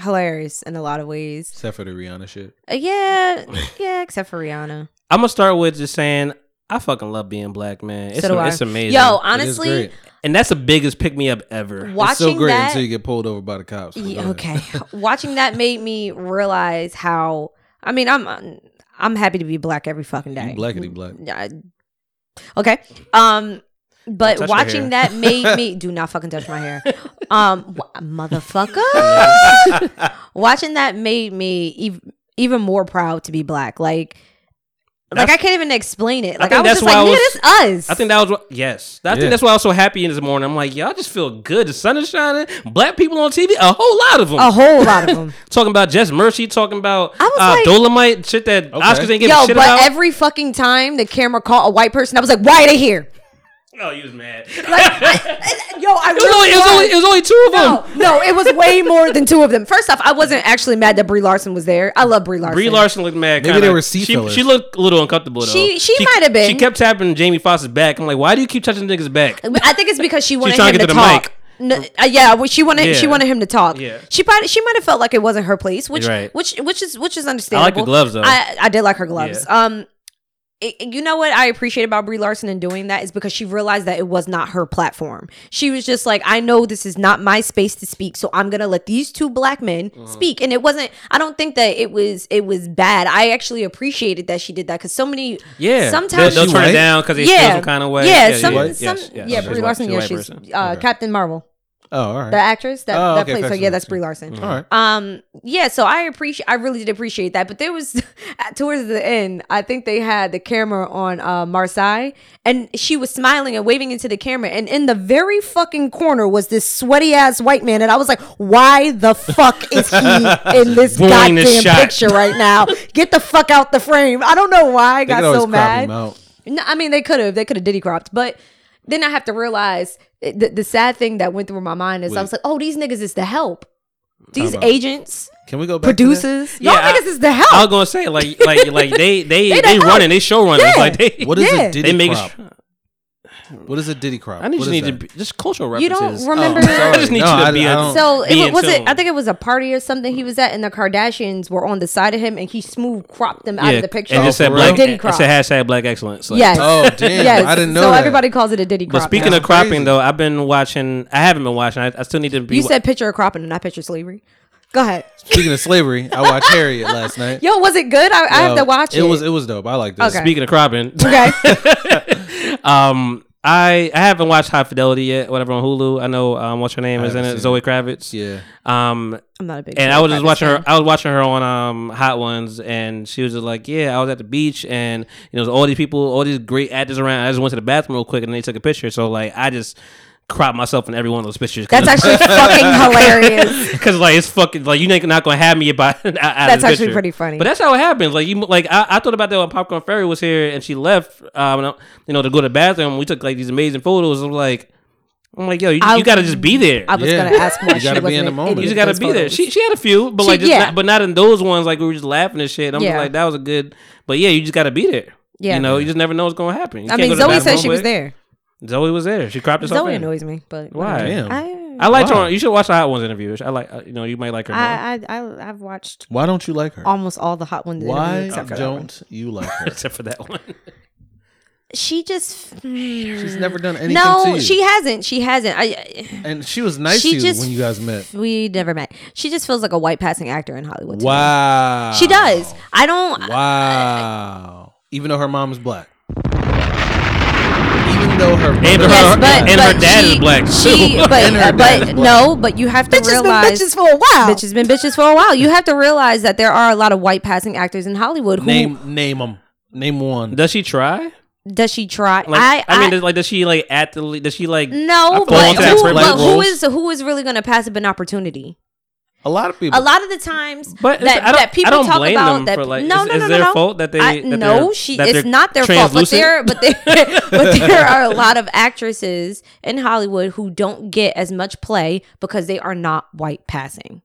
G: hilarious in a lot of ways.
D: Except for the Rihanna shit.
G: Uh,
D: (laughs)
G: yeah, yeah, except for Rihanna.
B: I'm gonna start with just saying I fucking love being black, man. It's,
G: So do I.
B: it's amazing.
G: Yo,
D: It is
G: honestly,
D: great.
B: and that's the biggest pick me up ever.
G: watching
D: it's so great
G: that.
D: until you get pulled over by the cops. but
G: Ye-
D: go ahead.
B: (laughs)
G: okay, (laughs) watching that made me realize how. I mean, I'm I'm happy to be black every fucking day.
D: You blackity black.
G: Yeah. Okay.
B: Don't
G: Um
B: touch my
G: but watching
B: hair. (laughs)
G: that made me do not fucking touch my hair. Um (laughs) wh-
B: (laughs)
G: motherfucker. watching that made me ev- even more proud to be black. Like Like I can't even explain it. Like I,
B: think that's
G: was just
B: why I
G: like, nigga,
B: was-
G: this us.
B: I think that was what, yes. I
D: Yeah.
B: think that's why I was so happy in this morning. I'm like, y'all just feel good. The sun is shining. Black people on TV, a whole lot of them.
G: a whole lot
B: (laughs)
G: of them.
B: talking about Jess Mercy, talking about
G: I was
B: uh,
G: like-
B: Dolomite, shit that Oscars ain't giving
G: Yo,
B: shit
G: but
B: about.
G: every fucking time the camera caught a white person, I was like, why are they here?
B: oh, you was mad.
G: Yo, I
B: (laughs) it, was only, it, was only, it was only two of
G: no,
B: them.
G: no, it was
B: (laughs)
G: way more than two of them. First off, I wasn't actually mad that Brie Larson was there. I love Brie Larson.
B: Brie Larson looked mad.
D: Maybe
B: kinda.
D: they were sea
B: she,
D: fillers.
B: she looked a little uncomfortable though.
G: She- she might have been.
B: She kept tapping Jamie Foxx's back. I'm like, why do you keep touching niggas back?
G: I think it's because she wanted
B: trying
G: him
B: to
G: to,
B: get to the mic.
G: talk. No, uh, yeah, well, she wanted she
B: Yeah.
G: wanted him to talk.
B: Yeah.
G: she probably she might have felt like it wasn't her place, which
B: You're right.
G: which which is which is
B: I
G: understandable.
B: like the gloves though.
G: I, I did like her gloves. Um, it- it- you know what I appreciate about Brie Larson in doing that is because she realized that it was not her platform. She was just like, I know this is not my space to speak, so I'm gonna let these two black men
B: Uh-huh.
G: speak. And it wasn't. I don't think that it was. It was bad. I actually appreciated that she did that because so many.
B: yeah,
G: Sometimes
B: they'll, they'll
D: she
B: turn
D: white?
B: it down because they feel
G: yeah.
B: some kind of way.
G: Yeah. some,
D: white?
G: some,
B: Yes, yes,
G: yeah.
B: she's
G: Brie
B: white.
G: Larson.
B: She's a
G: Yeah,
B: white
G: she's
B: person.
G: uh,
D: Okay.
G: Captain Marvel,
D: (laughs) Oh, all right.
G: the actress that,
D: Oh,
G: that
D: okay,
G: plays her.
D: Captain
G: Yeah, that's
D: Marvel. Mm-hmm.
G: Brie Larson.
D: all right.
G: Um. Yeah. So I appreciate. I really did appreciate that. But there was (laughs) towards the end. I think they had the camera on uh, Marseille, and she was smiling and waving into the camera. And in the very fucking corner was this sweaty ass white man, and I was like, "Why the fuck is
D: (laughs)
G: he in this
B: Ruining
G: goddamn
B: this shot.
G: picture right now? Get the fuck out the frame!" I don't know why I
D: They
G: got
D: could
G: so
D: always crop
G: mad.
D: him out.
G: No, I mean they could have. They could have diddy cropped, but then I have to realize eh, the, the sad thing that went through my mind is I
D: Wait.
G: was like, oh, these niggas is the help. These
D: about-
G: agents,
D: Can we go back? to that?
G: producers, y'all
B: Yeah, I-
G: niggas is the
B: I
G: help.
B: was gonna say like like like they they
G: They
B: they,
G: the help.
B: running they show running
G: Yeah.
B: like they
D: What is
G: Yeah.
D: a
B: they
D: diddy
B: make.
D: crop? What is a diddy crop?
B: I need
D: What
B: you
D: is
B: need to
D: that?
B: be, just cultural
G: You
B: references.
G: don't remember-
B: I just need
D: No,
B: you to
D: I-
B: be.
D: I
B: a-
D: don't-
G: So it
B: be
G: was,
B: in
G: was it?
B: tune.
G: I think it was a party or something he was at, and the Kardashians were on the side of him, and he smooth cropped them out of the picture.
B: And
D: Oh,
B: just said
D: for
B: black.
D: real?
G: Diddy
B: It's a
G: crop.
B: hashtag black excellence. Like,
G: yes,
D: Oh damn!
G: yes.
D: I didn't know.
G: So
D: that.
G: everybody calls it a diddy crop.
B: But speaking
G: now.
B: of cropping
D: crazy.
B: though, I've been watching. I haven't been watching. I, I still need to be.
G: you said picture of cropping and not picture slavery. Go ahead.
D: Speaking of slavery, I watched Harriet last
G: (laughs)
D: night.
G: Yo, was it good? I, I have
D: Yo,
G: to watch it.
D: It was it was dope. I liked it.
G: Okay.
B: speaking of cropping.
G: okay.
B: (laughs) um, I I haven't watched High Fidelity yet. Whatever on Hulu. I know. Um, what's her name is in
D: haven't
B: it?
D: seen
B: Zoe Kravitz.
D: Yeah.
B: Um,
G: I'm not a big.
B: and I
G: Zoe
B: was just
G: Kravitz
B: watching her.
G: fan.
B: I was watching her on um Hot Ones, and she was just like, "Yeah, I was at the beach, and you know, all these people, all these great actors around. I just went to the bathroom real quick, and they took a picture. So like, I just cropped myself in every one of those pictures.
G: That's actually fucking hilarious.
B: (laughs) Because like it's fucking like you're not gonna have me about. (laughs) Out
G: That's actually pretty funny.
B: But that's how it happens. Like you, like I, I thought about that when Popcorn Fairy was here and she left. Um, and I- you know to go to the bathroom. We took like these amazing photos. I'm like, I'm like, yo, you,
G: I-
B: you gotta just be there.
G: I was
D: Yeah.
G: gonna ask why
D: You
G: she
D: gotta be
G: wasn't
D: in the
G: an
D: moment.
G: idiot
B: you just
G: in
B: gotta
G: those
B: be there.
G: photos.
B: She she had a few, but like
G: She-
B: just
G: yeah.
B: not, but not in those ones. Like we were just laughing and shit. I'm just
G: Yeah.
B: like that was a good. But yeah, you just gotta be there.
G: Yeah.
B: You know, you just never know what's gonna happen. You
G: I
B: can't
G: mean,
B: go to the
G: Zoe
B: bathroom
G: said she
B: real
G: was
B: quick.
G: there.
B: Zoe was there. She cropped herself
G: Zoe
B: in.
G: annoys me, but
B: Why?
G: whatever.
D: Damn.
G: I,
B: I liked
D: Wow.
B: her. You should watch the Hot Ones interview. I like. uh, You know, you might like her. more.
G: I, I, I, I've watched
D: Why don't you like her?
G: almost all the hot ones. in the interview
D: Why
G: except for that one.
D: don't you like
G: (laughs)
D: her?
B: except for that one. (laughs)
G: she just?
D: She's never done anything to
G: No,
D: you.
G: she hasn't. She hasn't. I,
D: and she was nice
G: She
D: to you
G: just-
D: when you guys met.
G: we never met. She just feels like a white passing actor in Hollywood. to me.
D: Wow.
G: She does. I don't.
D: Wow. Even though her mom is black. Even though her mother,
B: And her-
G: Yes, but,
B: and her
G: but
B: dad
G: she,
B: is black,
G: She,
B: too.
G: but
D: And her
G: uh,
D: dad
G: but
D: is black.
G: no, but you have to
C: Bitches been
G: realize
C: bitches for a while.
G: Bitch has been bitches for a while. You have to realize that there are a lot of white passing actors in Hollywood. Who
D: name name them. Name one.
B: Does she try?
G: does she try?
B: Like,
G: I, I,
B: mean, does, like, does she like at the? Does she like? fall
G: no, but,
B: into
D: that
G: who, but
D: script like
G: who
D: roles?
G: is who is really going to pass up an opportunity?
D: a lot of people.
G: A lot of the times
B: But it's-
G: that,
B: I don't-
G: that people
B: I don't
G: talk
B: blame
G: about
B: them
G: that
B: for, like,
G: no,
B: is-
G: no,
B: is
G: no, no,
B: their
G: no.
B: fault that they-
G: I,
B: that
G: no,
B: they're-
G: she
B: that
G: it's
B: they're
G: not their fault, but
B: translucent?
G: there but there (laughs)
B: (laughs)
G: but there are a lot of actresses in Hollywood who don't get as much play because they are not white passing.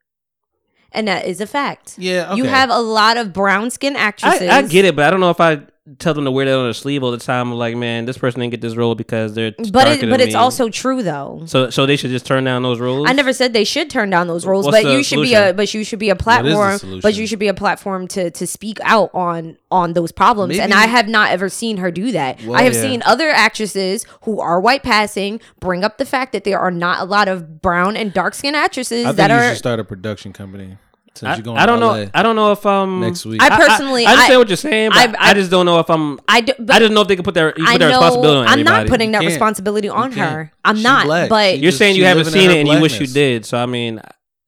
G: And that is a fact.
D: Yeah,
G: You
D: okay.
G: have a lot of brown skin actresses.
B: I, I get it, but I don't know if I tell them to wear that on their sleeve all the time. I'm like, man, this person didn't get this role because they're
G: But
B: darker
G: it,
B: than
G: but it's
B: me.
G: also true though.
B: so so they should just turn down those roles.
G: I never said they should turn down those roles,
B: What's
G: but
B: the
G: you should be a
B: solution?
G: but you should be a
D: is the
G: platform. But
D: solution?
G: you should be a platform to to speak out on on those problems. And
D: Maybe-
G: I have not ever seen her do that.
D: Well,
G: I have
D: yeah.
G: seen other actresses who are white passing bring up the fact that there are not a lot of brown and dark skinned actresses
D: I think
G: that
D: you
G: are.
D: should start a production company since
B: I,
D: you're going
B: I don't
D: to
B: know.
D: LA
B: I don't know if um.
D: next week.
G: I personally,
B: I, understand
G: I,
B: what you're saying, but
G: I-
B: I, just don't know if I'm. I,
G: I do, but
B: just know if they can put their you
G: I
B: put their
G: know
B: responsibility on
G: I'm
B: everybody.
G: not putting that
D: can't.
G: responsibility on
D: can't.
G: her. I'm
D: She
G: not,
D: black.
G: but
B: You're
D: Just
B: saying you
D: she
B: haven't
D: living in
B: seen
D: her
B: it and you wish you
D: blackness.
B: did. So I mean,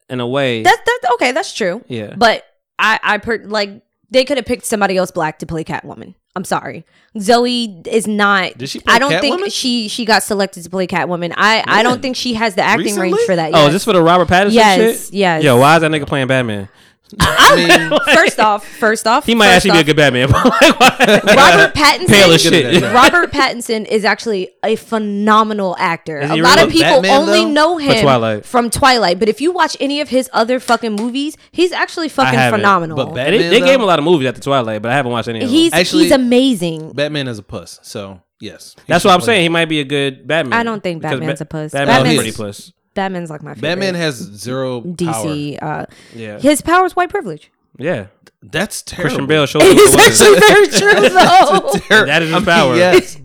B: in a way,
G: That's that okay. That's true.
B: Yeah.
G: But I I per, like They could have picked somebody else black to play Catwoman. I'm sorry, Zoe is not.
D: Did she play
G: I don't
D: Catwoman?
G: think she she got selected to play Catwoman. I I don't think she has the acting range
D: Recently?
G: for that. Yet.
B: (laughs) Oh, is this for the Robert Pattinson
G: Yes,
B: shit?
G: yes.
B: Yo, why is that nigga playing Batman?
D: I mean,
G: first off, first off,
B: He might
G: first
B: actually
G: off,
B: be a good Batman. (laughs) Like, why-
G: Robert
B: (laughs)
G: Pattinson.
B: Pale as
D: Good at
B: shit.
D: that.
G: (laughs) Robert Pattinson is actually a phenomenal actor.
B: Is
G: A
B: he
G: lot
B: really?
G: of people
D: Batman,
G: only
D: though?
G: know
B: For
G: him
B: Twilight.
G: from Twilight, but if you watch any of his other fucking movies, he's actually fucking
B: haven't,
G: phenomenal.
D: but Batman,
B: They, they
D: though?
B: gave him a lot of movies after Twilight, but I haven't watched any of them.
G: he's
D: Actually-
G: he's amazing.
D: Batman is a puss. So yes, He
B: That's
D: should
B: what I'm
D: play
B: saying. He
D: that.
B: might be a good Batman.
G: I don't think
B: Because
G: Batman's a puss.
B: Batman's,
D: Batman's-
B: pretty puss.
G: Batman's like my favorite.
D: Batman has zero DC.
G: DC. Uh,
B: Yeah.
G: His power's white
D: (laughs)
G: privilege.
B: Yeah.
D: That's terrible.
B: Christian Bale shows up. with a weapon.
G: very
D: (laughs)
G: true, though.
B: That is his power.
D: Yes.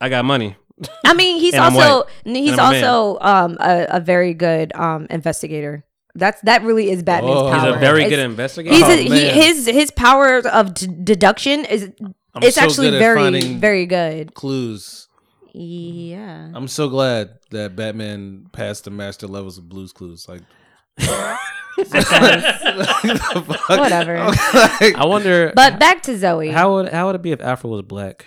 B: I got money.
G: I mean, he's
B: And I'm
G: also
B: white.
G: he's
B: And I'm a man.
G: also um, a, a very good um, investigator. That's that really is Batman's
D: Oh.
G: power.
B: He's a very
G: It's-
B: good investigator.
G: He's
D: Oh,
G: a, he,
D: man.
G: his his power of d- deduction is
D: I'm
G: it's
D: so
G: actually
D: good at
G: very
D: finding
G: very good.
D: Clues. (laughs)
G: Yeah.
D: I'm so glad that Batman passed the master levels of Blues Clues. Like, (laughs)
G: Whatever.
D: like,
B: I wonder
G: But back to Zoe.
B: how would how would it be if Alfred was black?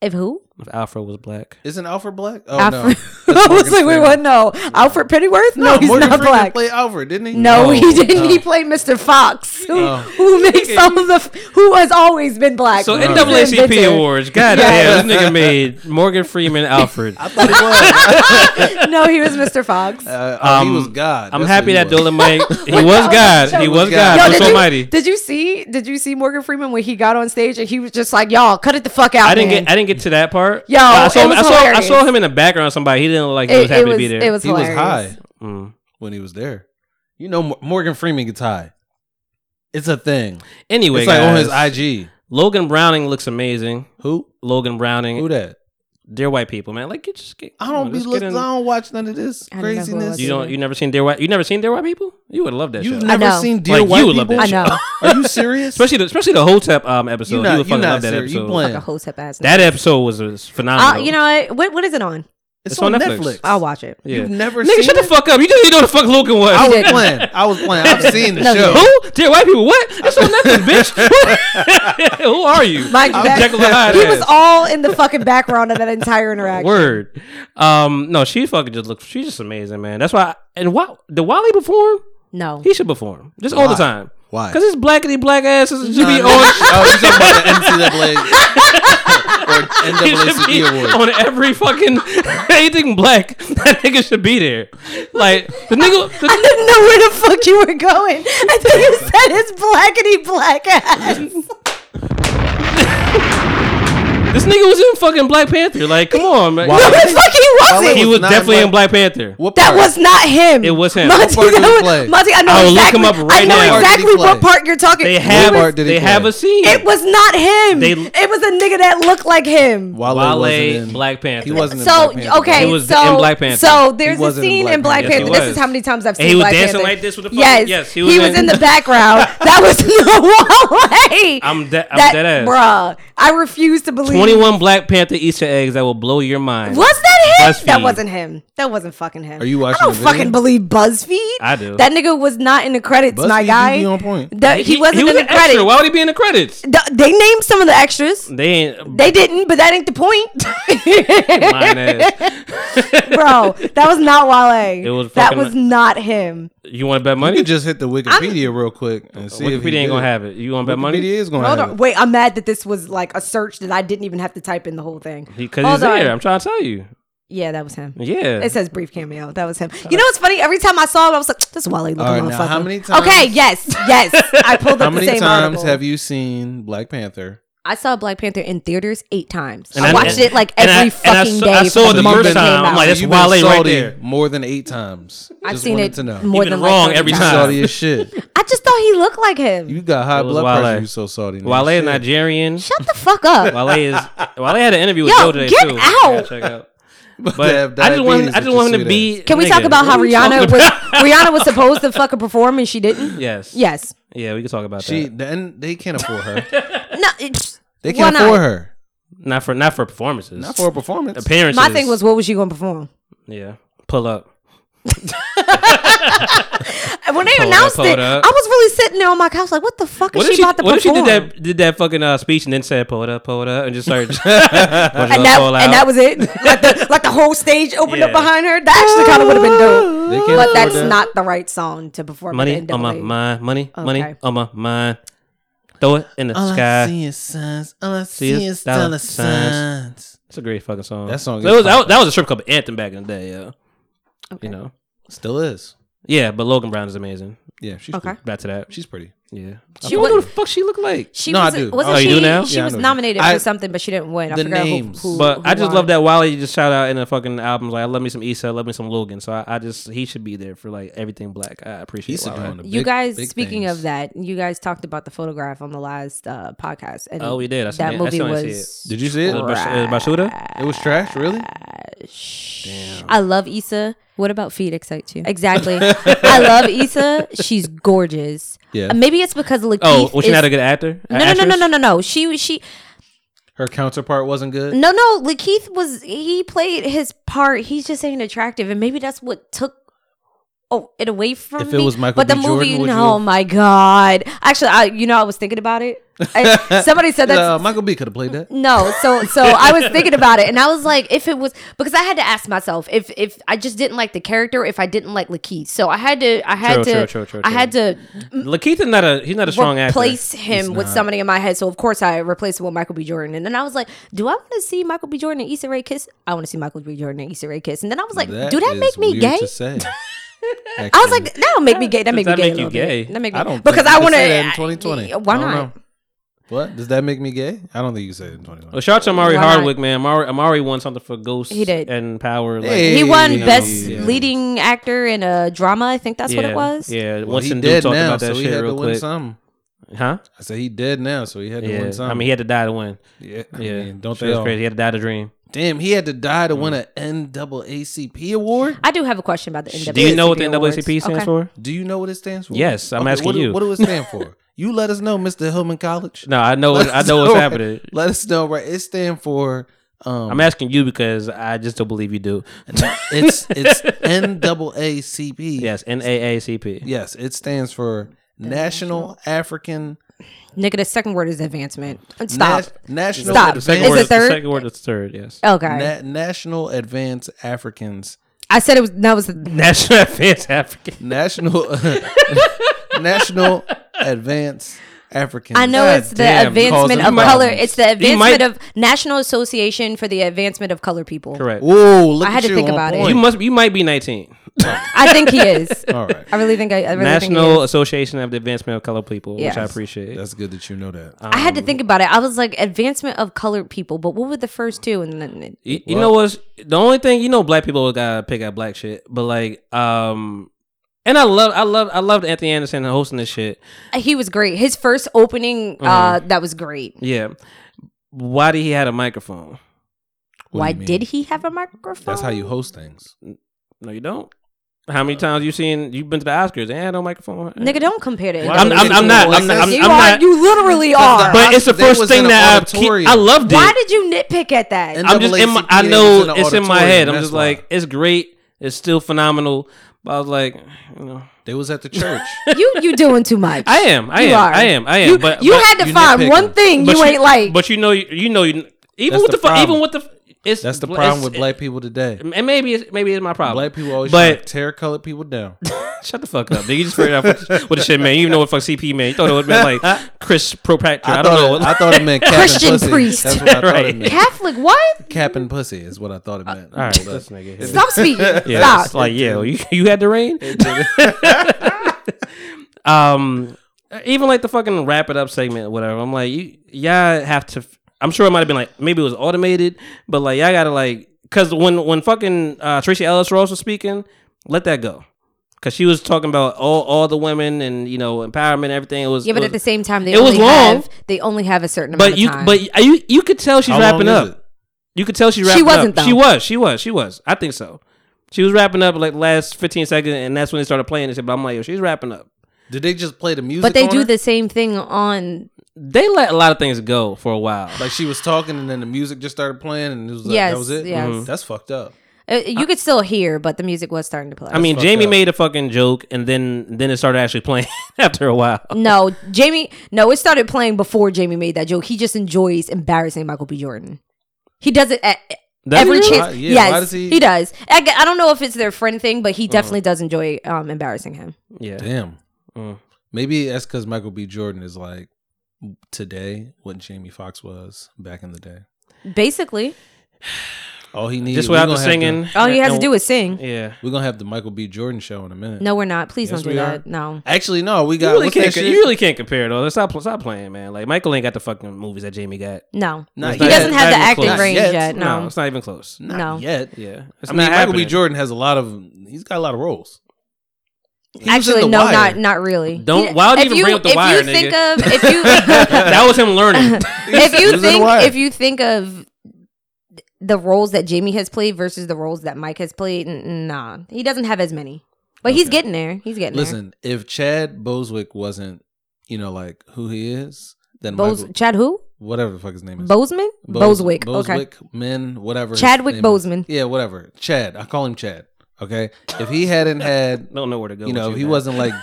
G: if who?
B: If Alfred was black.
D: (laughs) isn't Alfred black? Oh
G: Alfred- (laughs)
D: no,
C: I was like, wait, what? No, Alfred Pennyworth? No, he's
D: Morgan
C: not
D: Freeman
C: black.
D: played Alfred, didn't he?
G: No,
D: Oh,
G: he didn't.
D: oh.
G: He played Mr. Fox, who,
D: Oh.
G: who makes all of the f- who has always been black.
C: (laughs)
B: So
G: He's an
B: NAACP
G: inventor.
B: awards. God damn, this nigga made Morgan Freeman Alfred.
D: (laughs) He was.
G: No, he was Mr.
B: (laughs)
G: Fox.
D: Uh, oh, he
B: Um,
D: was God.
B: I'm
D: That's
B: happy
D: what
B: that
D: he
B: Dylan
D: was.
B: Mike. He was God. He was God.
D: God. Yo,
B: He was
D: did
B: so
D: you-
B: mighty.
C: Did you see? Did you see Morgan Freeman when he got on stage and he was just like, "Y'all, cut it the fuck out."
B: I didn't
C: man."
B: get. I didn't get to that part.
C: Yo,
B: But I saw,
C: it
B: him,
C: was
B: I, saw, I
C: hilarious.
B: saw him in the background. of Somebody. He didn't look like he was
G: it,
B: happy
G: it was
B: to be there.
G: it was
D: He was
G: hilarious.
D: high
B: Mm.
D: when he was there. You know, Mo- Morgan Freeman gets high. It's a thing.
B: Anyway,
D: it's like on
B: guys,
D: his IG.
B: Logan Browning looks amazing.
D: Who?
B: Logan Browning,
D: Who that?
B: dear white people, man. Like, get, just get.
D: I
B: come
D: don't
B: on,
D: be
B: just get
D: looking. I
B: in-
D: don't watch none of this
G: don't know who it
D: craziness.
G: was
B: You don't. You never seen dear white. You never seen dear white people. You would love that
D: You've
B: show.
G: I
D: never
G: know.
D: seen Dear
B: Like,
D: White
B: you would love
D: People?
B: that (laughs)
G: I know.
D: Are you serious?
B: Especially the especially the Hotep um episode.
D: you
B: You,
D: not,
B: would
D: you
B: fucking
D: not
B: love that
D: serious. You
B: episode.
D: playing?
G: Like a whole step ass.
B: That episode was, was
G: Uh,
B: phenomenal.
G: you know what? what? What is it on?
D: It's,
B: It's
D: on,
B: on
D: Netflix.
B: Netflix.
G: I'll watch it.
B: Yeah.
D: You've never
B: Nigga,
D: seen
B: shut
D: it?
B: the fuck up. You just didn't know the fuck Logan was.
D: I was playing. I was playing. I've seen the
G: No, you
D: show.
G: didn't.
B: Who? Dear white people? What? It's on Netflix,
D: (laughs)
B: bitch. (laughs) Who are you?
C: Mind you,
B: I'm
C: that-
B: Jekyll and Hyde
C: He
B: ass.
C: was all in
B: (laughs)
C: the fucking background of that entire interaction.
B: Word. Um, no, she fucking just looks. She's just amazing, man. That's why. and why did Wally perform? (laughs)
G: No.
B: He should perform just all the time.
D: Why?
B: Because his blackity black ass is- should be
D: No, no.
B: on.
D: Oh, you talking about the NCAA
G: (laughs)
B: He should be
D: or NAACP award?
B: on every fucking (laughs) anything black. That nigga should be there. Like the nigga, the,
C: (laughs) I didn't know where the fuck you were going. I thought you said it's blackity black
B: (laughs)
C: ass.
B: this nigga was in fucking Black Panther. Like, come on, man.
D: Why?
C: No, the fuck he wasn't.
B: He
D: was
B: was
D: not
B: definitely
D: black.
B: in Black Panther.
D: What
C: That
D: part?
C: was not him.
B: It was him.
C: Monty,
D: What part did
C: that
D: he
C: was-
D: play?
C: Monty, I know
B: I'll look
C: exactly.
B: him up
C: I
B: right
C: know
B: now. What part
D: did he
C: exactly what
D: play?
C: part you're talking.
B: They
C: it
B: have
C: was,
D: part did he
B: they have
D: play?
B: a scene.
C: it was not him.
B: They-
C: it was a nigga that looked like him.
D: Wale,
B: Wale,
D: wasn't in-
B: Black Panther.
D: He wasn't. in
G: So
D: Black Panther.
G: okay,
B: He was
G: so
B: in Black Panther.
G: so there's
D: He
G: a
D: wasn't in
G: scene
D: Black
G: in Black
D: Panther.
B: Yes,
G: Panther.
B: he
G: This
B: was.
G: is how many times I've
B: And
G: seen.
B: he was
G: Black
B: dancing
G: Panther.
B: like this with the fucking-
G: Yes,
B: yes,
G: he was, in, the background.
B: (laughs)
C: that was (laughs) no way.
B: I'm de- I'm
C: that,
B: dead ass.
C: Bruh, I refuse to believe.
B: 21 Black Panther Easter eggs that will blow your mind.
G: Was that him?
B: BuzzFeed.
G: That wasn't him. That wasn't fucking him.
D: Are you watching
G: I don't
D: the video?
G: fucking believe BuzzFeed.
B: I do.
G: That nigga was not in the credits,
D: BuzzFeed
G: my
D: do
G: guy.
D: be on point.
G: That- he,
B: was
G: wasn't in
B: an
G: the
B: extra.
G: credits.
B: Why would he be in the credits?
G: Th- They named some of the extras.
B: They ain't
G: They didn't, but that ain't the
D: (laughs)
G: point,
B: (laughs) lying ass.
G: bro. That was not Wale.
B: It was
G: that
B: fucking-
G: was not him.
B: You want to bet
D: You
B: money?
D: just hit the Wikipedia real quick and see if
B: Wikipedia
D: he
B: ain't gonna
D: did.
B: have it. You want to bet
D: Wikipedia
B: money?
D: is gonna
G: Hold
D: have
G: on.
D: it.
G: Wait, I'm mad that this was like a search that I didn't even have to type in the whole thing.
B: Because
G: Hold
B: he's there.
G: on.
B: I'm trying to tell you.
G: Yeah, that was him.
B: Yeah.
G: It says brief cameo. That was him. You know what's funny? Every time I saw it, I was like, "This Wally looking
D: All right,
G: motherfucker."
D: now, how many times-
G: Okay, yes, yes. I pulled up
D: How
G: the
D: many
G: same
D: times
G: article.
D: have you seen Black Panther?
G: I saw Black Panther in theaters eight times.
B: And
G: I
B: I-
G: watched it like
B: and
G: every
B: I- and I
G: fucking
B: saw-
G: day.
B: I
G: for
B: saw it the
G: month
B: first
G: it
B: time.
G: came
B: I'm
G: out.
B: like, that's
D: You've
B: Wale
D: been
B: right
D: salty
B: there.
D: More than eight times.
G: I've
D: Just
G: seen
D: wanted
G: it
D: to know.
G: more
B: You've been
G: than like,
B: wrong
G: 30
B: every
D: You
G: times.
B: time.
D: salty as shit.
G: I just thought he looked like him.
D: You got high
B: It was
D: blood
B: Wale.
D: pressure. You so salty. nigga.
B: Wale
D: Shit.
B: is Nigerian.
G: Shut the fuck up.
B: Wale is
D: (laughs)
B: Wale had an interview with
G: Yo,
B: Joe today
G: get
B: too. You
G: out.
B: gotta check out. But
D: to have
B: I just want him,
D: diabetes
B: I
D: with
B: just want him
D: your
B: to
D: sweet
B: be.
G: Can we
B: nigga,
G: talk about how
B: what are you
G: Rihanna
B: talking
G: was (laughs)
B: about? (laughs)
G: Rihanna was supposed to fucking perform and she didn't?
B: Yes.
G: Yes.
B: Yeah, we can talk about (laughs)
D: She
B: that.
D: then they can't afford her.
G: No. It's,
D: They can't
G: Why not?
D: afford her.
B: Not for not for performances.
D: Not for a performance.
B: appearances.
G: my thing was, what was she going to perform?
B: yeah. Pull up.
G: When they
B: Hold up,
G: announced
B: hold
G: it,
B: up.
G: I was really sitting there on my couch like, what the fuck is
B: What
G: she,
B: if she,
G: about to
B: what if she
G: perform?
B: did that did that fucking uh, speech and then said pull it up, pull it up, and just
G: (laughs)
B: started (laughs) and,
G: and that, and that
B: (laughs)
G: was it. Like the, like the whole stage opened up
B: Yeah.
G: behind her. That actually kind of would have been dope.
D: They can't
G: But
D: afford
G: that's
D: that.
G: not the right song to perform. at
B: money
G: the
B: on my
G: NAA.
B: mind, money,
G: Okay.
B: money on my mind. Throw it in the
D: All I
B: sky.
D: see is signs. All I
B: See
D: see,
B: is
D: is
B: dollar
D: dollar
B: signs.
D: signs.
B: It's a great fucking song.
D: That song
B: That
D: is
B: was that, was- that was a strip club anthem back in the day. Yeah, you know.
D: Still is.
B: Yeah, but Logan Brown is amazing.
D: Yeah, she's
G: Okay.
D: cool.
B: Back to that.
D: She's pretty.
B: Yeah.
G: She
B: I
G: was-
B: don't know what the fuck she looked like.
G: She
D: No, I
G: was,
D: do.
G: Wasn't
B: Oh,
G: she,
B: you do now?
G: She
D: Yeah, I
G: was
D: know.
G: nominated
D: I-
G: for something, but she didn't win. I
D: The
G: forgot
D: names.
G: who. who
B: But I
G: who
B: just
G: won.
B: love that Wally just shout out in the fucking albums like I love me some Issa, I love me some Logan. So I, I just he should be there for like everything black. I appreciate
D: Issa
B: Wale.
D: doing the
G: You
D: big-
G: guys,
D: big
G: speaking
D: things.
G: of that, you guys talked about the photograph on the last uh, podcast. And
B: Oh, we did. I seen
G: that
B: it. uh, I
G: movie
B: still ain't see
G: was.
D: Did you see
B: It
D: it?
B: was Bash- it was Bashuda?
D: It was trash, really?
G: I love Issa.
K: What about feet excites you?
B: (laughs)
G: Exactly. I love Issa. She's gorgeous.
D: Yeah.
G: Uh, Maybe it's because Lakeith.
B: Oh, was she
G: is-
B: not a good actor?
G: No, no, no, no, no, no, no. She, she,
D: Her counterpart wasn't good.
G: no, no. Lakeith was. He played his part. He's just ain't attractive, and maybe that's what took. Oh, it away from
D: If it
G: me.
D: was Michael
G: but the
D: B.
G: movie,
D: Jordan, would you
G: no,
D: have-
G: my god! Actually, I, you know, I was thinking about it.
D: (laughs)
G: I, somebody said that.
D: Uh, Michael B could have played that.
G: No, so so I was thinking about it, and I was like, if it was because I had to ask myself if if I just didn't like the character, if I didn't like Lakeith, so I had to I had
B: True,
G: to
B: true, true, true,
G: I had to
B: no. Lakeith is not a he's not a strong actor.
G: replace him with somebody in my head. So of course I replaced him with Michael B. Jordan, and then I was like, do I want to see Michael B. Jordan and Issa Rae kiss? I want to see Michael B. Jordan and Issa Rae kiss, and then I was like, do that
D: is
G: make me
D: weird
G: gay?
D: to say.
G: I was like, that'll make me gay. That
B: Does
G: make
B: that
G: me gay.
B: make
G: a
B: you
G: little bit.
B: gay?
G: That make me
D: I don't
G: because
D: think you
G: I
D: can
G: want
D: say that in 2020.
G: Why
D: I don't
G: not?
D: know. what does that make me gay? I don't think you can say it in 2020.
B: Well, shout out to Amari
G: Why not?
B: Hardwick, man. Amari, Amari won something for Ghost
G: He did.
B: and Power. Like,
D: Hey,
G: He won
D: Yeah.
G: best
D: Yeah.
G: leading actor in a drama. I think that's
B: yeah,
G: what it was.
B: Yeah,
D: Well,
B: Winston
D: he
B: Duke
D: dead
B: talked
D: now,
B: about that
D: so he
B: shit
D: had to
B: real
D: win
B: quick.
D: some.
B: Huh?
D: I said he dead now, so he had to
B: Yeah.
D: win some.
B: I mean, he had to die to win.
D: yeah, I
B: Yeah,
D: mean, don't
B: Shit
D: they
B: was
D: all?
B: crazy. Mm. He had to die to dream.
D: Damn, he had to die to win an NAACP award.
G: I do have a question about the NAACP.
B: Do you know what the
G: awards.
B: NAACP stands
G: Okay.
B: for?
D: Do you know what it stands for?
B: Yes, I'm asking
D: what do-
B: you.
D: What do it stand
B: (laughs)
D: for? you let us know, Mr. Hillman College.
B: No, I know.
D: Let
B: I
G: (laughs)
D: us
B: know what's
D: right-
B: happening.
D: Let us know, right? It stands for. Um,
B: I'm asking you because I just don't believe you do.
D: it's
B: (laughs)
D: it's NAACP.
B: Yes, NAACP.
D: Yes, it stands for National African
G: Nigga, the second word is advancement. Stop.
D: Na- National
G: Stop.
B: The second
G: Is
B: word
G: it
B: is the
G: third? Oh.
B: second word is third. Yes.
G: okay.
D: Na- National Advanced Africans.
G: I said it was that was
B: National (laughs) Advanced African.
D: National (laughs) National Advanced Africans.
G: I know
D: God
G: it's the
D: damn,
G: advancement
D: causing
G: of
D: problems.
G: color. It's the advancement
B: might-
G: of National Association for the Advancement of Color People.
B: Correct.
D: Whoa, look
G: I had to
D: at you
G: think
D: on
G: about it.
D: point.
B: You must. You might be 19.
G: I think he
B: (laughs)
G: is.
D: All right.
G: I really think I, I really think he
B: National
G: is.
B: Association of the Advancement of Colored People, which I
G: Yes.
B: appreciate.
D: That's good that you know that.
G: I had to
B: um,
G: think about it. I was like advancement of colored people, but what were the first two? And then
B: You, you know what's the only thing you know black people gotta pick out black shit. But like um and I love I love I loved Anthony Anderson hosting this shit.
G: he was great. His first opening, uh,
B: Mm.
G: that was great.
B: Yeah. Why did he had a microphone?
D: What do
G: Why
D: you mean?
G: did he have a microphone?
D: That's how you host things.
B: No, you don't. How many times you seen you've been to the Oscars? They had no microphone.
G: Nigga, don't compare to
B: I'm, I'm, I'm not. I'm, not- I'm,
G: you
B: I'm
G: are.
B: not.
G: You literally
B: (laughs)
G: are.
B: But it's the
D: They
B: first
D: was
B: thing
D: in an
B: that I keep,
D: auditorium.
B: I loved it.
G: Why did you nitpick at that?
D: And-
B: I'm just in my, I
D: NAACP was
B: know
D: in an
B: it's in my
D: auditorium,
B: head. I'm
D: that's
B: just like
D: why.
B: it's great. It's still phenomenal. But I was like, you know,
D: They was
G: (laughs)
D: at the church.
G: you you doing too much.
B: I am. I
G: You
B: am.
G: are.
B: I am. I am.
G: You,
B: but
G: you
B: but-
G: had to
D: you
G: find
D: nitpicking.
G: one thing you ain't like.
B: But you know, you, you know, you, even
D: That's
B: with
D: the
B: the, fu- even
D: problem.
B: with the it's
D: That's the
B: it's-
D: problem with black people today.
B: And maybe it's maybe it's my problem.
D: Black people always try to
B: but
D: tear colored
G: (laughs)
D: people down.
B: shut the fuck up, nigga. You just figured out what, what the shit, man. You know what fuck CP man. You thought it would have been
D: (laughs)
B: like Chris Propactor. I,
D: I,
B: don't
D: thought
B: know.
D: It, I thought it meant cap
G: Christian
D: and pussy.
G: priest.
D: That's what I thought
B: Right.
D: it meant.
G: Catholic, what?
D: Cap and pussy is what I thought it
G: Uh,
B: (laughs)
D: meant.
B: All right, this nigga. here.
G: Stop speaking.
B: Yeah,
G: Stop.
B: it's like yeah, you, you had the rain. (laughs) um, even like the fucking wrap it up segment, whatever. I'm like, you y'all have to. I'm sure it might have been like maybe it was automated, but like y'all gotta like because when when fucking uh, Tracy Ellis Ross was speaking, let that go. Cause she was talking about all, all the women and you know empowerment and everything. It was
G: yeah, but
B: it
G: at the
B: was-
G: same time, they
B: it was
G: only
B: long.
G: have they only have a certain amount
B: But
G: of
B: you
G: time.
B: but you you could tell she's
D: How long
B: wrapping
D: is
B: up.
D: it?
B: You could tell she wrapped. She
G: wasn't,
B: Up. She
G: though.
B: was. She was. She was. I think so. She was wrapping up like the last fifteen seconds, and that's when they started playing this shit. But I'm like, yo, she's wrapping up.
D: Did they just play the music?
G: But they
D: on
G: do
D: her?
G: the same thing on.
B: They let a lot of things go for a while.
D: Like she was talking, and then the music just started playing, and it was like,
G: Yes,
D: that was it.
G: yes.
D: That's fucked up.
G: Uh, you could still hear, but the music was starting to play.
B: I mean, Jamie made a fucking joke, and then then it started actually playing (laughs) after a while.
G: no, Jamie. No, it started playing before Jamie made that joke. He just enjoys embarrassing Michael B. Jordan. He does it at
B: Does
G: every
B: he really?
G: chance.
D: Why- yeah, why
G: yes,
D: does he-
G: he? does. I, g- I don't know if it's their friend thing, but he definitely does enjoy um, embarrassing him.
B: Yeah.
D: Damn.
B: Mm.
D: Maybe that's because Michael B. Jordan is like today what Jamie Foxx was back in the day.
G: Basically,
D: All he needs
B: Just
D: we're
B: without the
D: gonna have to-
B: singing.
G: all he has to
B: and-
G: do is sing.
B: Yeah.
D: we're gonna have the Michael B. Jordan show in a minute.
G: No, we're not. Please
D: Yes,
G: don't
D: we
G: do
D: are.
G: that. No.
D: actually, no. We got
B: You really,
D: what's that
B: can't, co-
D: shit?
B: you really can't compare though. Stop, stop playing, man. Like Michael ain't got the fucking movies that Jamie got.
G: No.
D: Not
B: It's
G: He
B: not
G: doesn't
B: even-
G: have the
B: not even
G: acting
B: close.
G: range
D: yet.
G: yet.
B: No.
G: No.
B: it's not even close.
D: Not
G: No.
D: yet.
B: Yeah, it's
D: I
B: not
D: mean, Michael B.
B: happening.
D: Jordan has a lot of. He's got a lot of roles. He was in
G: Actually,
D: The
G: no,
D: Wire.
G: not not really.
B: Don't-
G: He-
B: why'd you
G: if
B: even bring up The
G: if
B: Wire,
G: you think
B: nigga?
G: of if
B: (laughs)
G: you
B: that was him
D: (laughs)
B: learning.
G: if
D: He was
G: you
D: in The
G: think
D: Wire.
G: if you think of the roles that Jamie has played versus the roles that Mike has played, n- nah, he doesn't have as many. But he's getting there. He's getting
D: Listen, if Chad Boswick wasn't, you know, like who he is, then
G: there. Bos-
D: Michael,
G: Chad who?
D: whatever the fuck his name is,
G: Bozeman?
D: Bos-
G: Boswick. Okay.
D: Boswick, men, whatever. his
G: Chadwick
D: name is.
G: Boseman.
D: Yeah, whatever. Chad. I call him Chad. Okay. If he hadn't had,
B: Don't know where to go. with
D: you know, if he
B: man.
D: wasn't like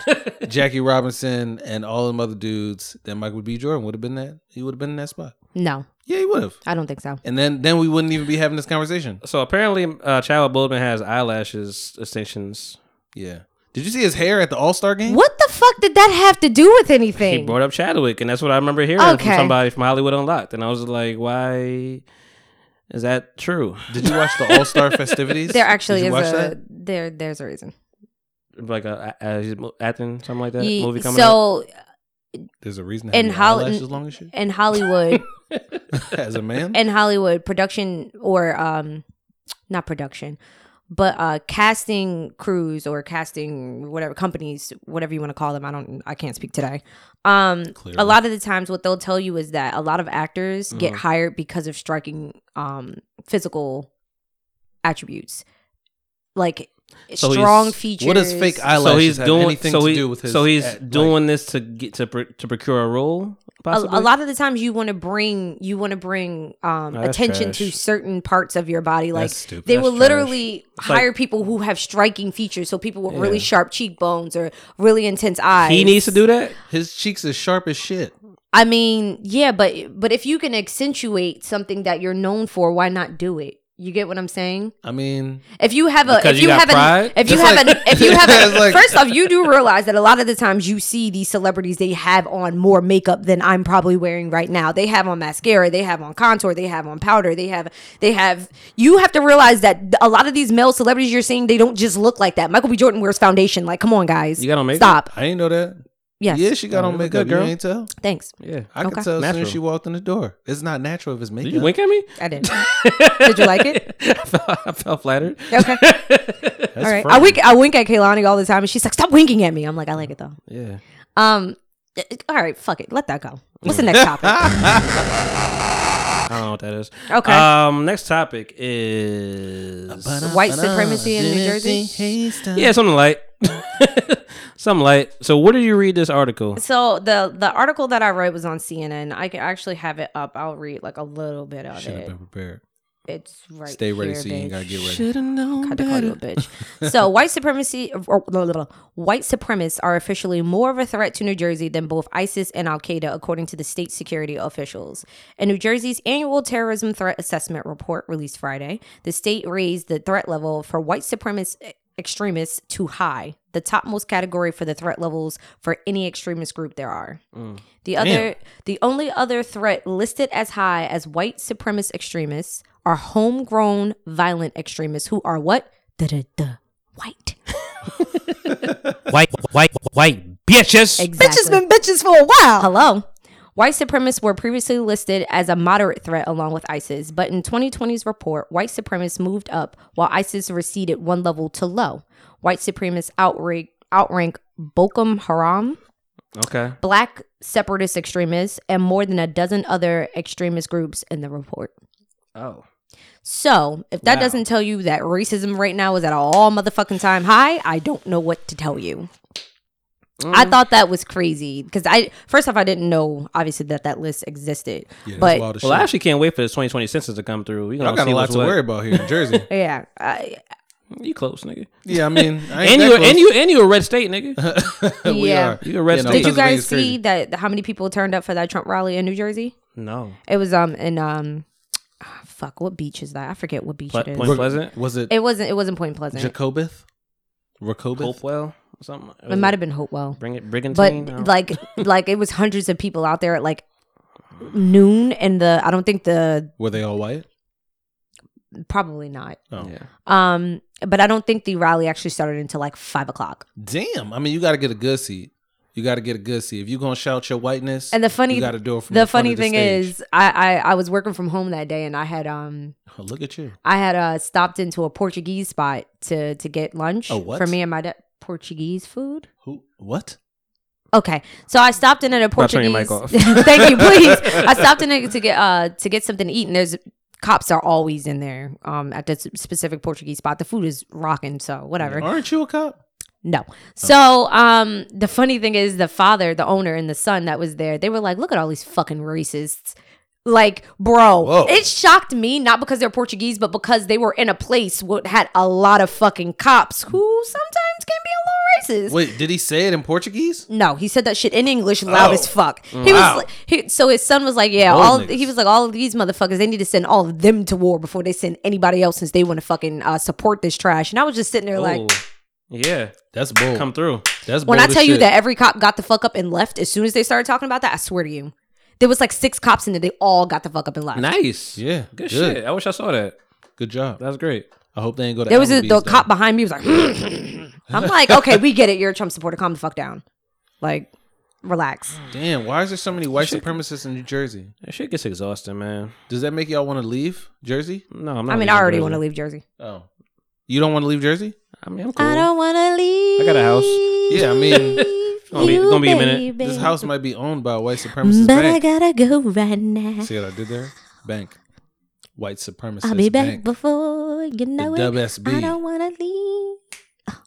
B: (laughs)
D: Jackie Robinson and all them other dudes, then Michael B. Jordan would have been that. He would have been in that spot.
G: No,
D: Yeah, he would have.
G: I don't think so.
D: And then, then we wouldn't even be having this conversation.
B: So apparently, uh, Chadwick Boseman has eyelashes extensions.
D: Yeah. Did you see his hair at the All Star game?
G: What the fuck did that have to do with anything?
B: He brought up Chadwick, and that's what I remember hearing from
G: Okay.
B: somebody from Hollywood Unlocked, and I was like, why is that true?
D: Did you watch the
G: (laughs)
D: All Star festivities?
G: there actually is
D: Did you watch
G: a
D: that?
G: there there's a reason.
B: Like uh, a, a, a acting, something like that.
G: Ye-
B: movie coming up.
G: so
D: There's a reason.
G: in
D: In
G: Holly-
D: Hollywood, as long as
G: (laughs)
D: shit
B: (laughs)
G: in Hollywood
D: as a man.
G: in Hollywood production or um not production but uh casting crews or casting whatever companies whatever you want to call them I don't I can't speak today um a lot of the times what they'll tell you is that a lot of actors get hired because of striking um physical attributes like
B: So he's-
G: strong
B: what
G: features
D: what does fake eyelashes
B: so he's
D: have
B: doing.
D: anything
B: So,
D: to
B: he,
D: do with his?
B: so he's
D: act- like-
B: doing this to get to pr- to procure a role.
G: a,
B: Possibly?
G: a lot of the times you want to bring you want to bring um,
B: Oh, that's
G: attention to
B: trash.
G: certain parts of your body like
D: That's stupid.
G: they
D: That's
G: will
D: trash.
G: literally
B: like-
G: hire people who have striking features so people with
B: Yeah.
G: really sharp cheekbones or really intense eyes
B: He needs to do that.
D: his cheeks as sharp as shit.
G: i mean yeah but but if you can accentuate something that you're known for why not do it you get what i'm saying
D: I mean,
G: if you have a
B: Because you
G: if you,
B: got
G: have
B: pride?
G: an if you
D: That's
G: have
D: like-
G: an
D: (laughs)
G: if you have
D: That's
G: a,
D: like-
G: first off you do realize that a lot of the times you see these celebrities they have on more makeup than I'm probably wearing right now. They have on mascara, they have on contour, they have on powder, they have they have you have to realize that a lot of these male celebrities you're seeing they don't just look like that. Michael B Jordan wears foundation. Like come on guys.
B: You got on makeup?
G: Stop.
D: I ain't know that.
G: Yes.
D: Yeah, she got on
B: look
D: makeup.
B: good,
D: You
B: girl.
D: ain't tell.
G: Thanks.
B: Yeah.
D: I
G: Okay.
D: could tell as soon
B: Natural.
D: as she walked in the door. It's not natural if it's makeup.
B: Did you wink at me? (laughs)
G: I didn't. Did you like it?
B: I felt, I felt flattered.
G: Okay. all right. I wink I wink at Kaylani all the time and she's like, Stop winking at me. I'm like, I like it though.
B: Yeah.
G: Um all right, fuck it. Let that go. What's the
D: (laughs)
G: next topic?
B: I don't know what that is.
G: Okay.
B: Um, next topic is
D: uh,
G: White supremacy in New Jersey.
B: yeah, something light, (laughs) something light. So, where did you read this article?
G: So the the article that I wrote was on CNN. I can actually have it up. I'll read like a little bit of
D: Should have
G: it.
D: been prepared.
G: It's right.
D: Stay ready
G: here,
D: so you ain't
G: bitch.
D: gotta get ready.
B: Should have known
G: Had to call you a bitch. so white supremacy, or, blah, blah, blah. white supremacists are officially more of a threat to New Jersey than both ISIS and Al Qaeda, according to the state security officials. In New Jersey's annual terrorism threat assessment report released Friday, the state raised the threat level for white supremacist e-, extremists to high, the topmost category for the threat levels for any extremist group there are. The other, the only other threat listed as high as white supremacist extremists are homegrown violent extremists who are what? Da-da-da. White.
B: White, white, white bitches.
G: Exactly.
C: Bitches been bitches for a while.
G: Hello. White supremacists were previously listed as a moderate threat along with ISIS, but in 2020's report, white supremacists moved up while ISIS receded one level to low. White supremacists outrank, outrank Boko Haram,
B: Okay.
G: black separatist extremists, and more than a dozen other extremist groups in the report.
B: Oh.
G: So, if that
B: Wow.
G: doesn't tell you that racism right now is at an all motherfucking time high, I don't know what to tell you. I thought that was crazy because I first off I didn't know obviously that that list existed,
D: Yeah, that's
G: but
D: wild as
B: Well,
D: shit.
B: I actually can't wait for this 2020 census to come through. We gonna
D: I've got
B: see
D: a lot
B: what's
D: to
B: what.
D: worry about here
B: (laughs)
D: in Jersey.
G: yeah, I,
B: You close, nigga.
D: yeah, I mean, I ain't
B: And
D: that
B: you,
D: close.
B: and you, and you a red state,
D: Uh-huh.
B: nigga.
D: (laughs) we
G: Yeah.
D: are.
B: You can rest in
G: did you
D: Pennsylvania's
G: guys
D: crazy.
G: see that how many people turned up for that Trump rally in New Jersey?
B: no,
G: It was um in um, ah, fuck what beach is that? I forget what beach
B: Pla-
G: it is.
B: Point
D: Re-
B: Pleasant?
D: Was it
G: It wasn't it wasn't Point Pleasant.
D: Jacobeth? Racobeth?
B: Hopewell or something.
G: it might have been Hopewell.
B: Bring it, Brigantine.
G: but like like it was hundreds of people out there at like noon and the i don't think the
D: Were they all white?
G: probably not
D: Oh.
B: Yeah.
G: um but i don't think the rally actually started until like five o'clock
D: Damn. I mean, you got to get a good seat. You got to get a good seat. If you're going to shout your whiteness,
G: and the funny
D: you got to do it from
G: the,
D: the, front
G: funny
D: of the
G: thing
D: stage.
G: is I, I i was working from home that day and i had um
D: Oh, Look at you.
G: i had uh stopped into a portuguese spot to to get lunch
D: A what?
G: for me and my dad portuguese food
D: Who? What?
G: Okay, so I stopped in at a
B: I'll turn
G: Portuguese.
B: your mic off.
G: (laughs) Thank
B: (laughs)
G: you, please. I stopped in it to get uh to get something to eat, and there's cops are always in there um at this specific Portuguese spot. The food is rocking, so whatever.
D: Aren't you a cop?
G: No.
B: Oh.
G: So um the funny thing is the father, the owner, and the son that was there, they were like, look at all these fucking racists. Like, bro,
D: Whoa.
G: it shocked me, not because they're Portuguese, but because they were in a place what had a lot of fucking cops who sometimes can be a little racist. (laughs)
D: Wait, did he say it in Portuguese?
G: No, he said that shit in English, loud
D: Oh.
G: as fuck. He was like- he, so his son was like, yeah,
D: Bold
G: all
D: niggas.
G: he was like, all of these motherfuckers, they need to send all of them to war before they send anybody else, since they want to fucking uh, support this trash. And I was just sitting there like,
B: Oh, yeah,
D: That's bold.
B: come through.
D: That's
G: when
D: bold
G: I
D: as
G: tell you
D: shit.
G: that every cop got the fuck up and left as soon as they started talking about that, I swear to you, there was like six cops in there, they all got the fuck up and left.
B: Nice.
D: Yeah,
B: Good,
D: good.
B: shit. I wish I saw that.
D: Good job.
B: That's great.
D: I hope they ain't go to
G: There was a,
D: Applebee's,
G: the
D: though.
G: cop behind me was like, (laughs) I'm like, okay, we get it, you're a Trump supporter, calm the fuck down, like, relax.
B: Mm.
D: Damn, why is there so many white supremacists in New Jersey?
B: That shit gets exhausting, man.
D: Does that make y'all want to leave Jersey?
B: No, I'm not.
G: I mean,
B: leaving
G: I already
B: Jersey.
G: want to leave Jersey.
D: Oh. You don't want to leave Jersey?
B: I mean, I'm cool.
G: I don't want to leave.
B: I got a house.
D: Yeah, I mean,
G: (laughs)
B: Gonna be, gonna be a minute.
D: this house might be owned by a white supremacist
G: But I
D: bank.
G: gotta go right now.
D: See what I did there? Bank. White supremacist
G: I'll be back
D: bank.
G: before you know it. I
D: WSB.
G: don't wanna leave.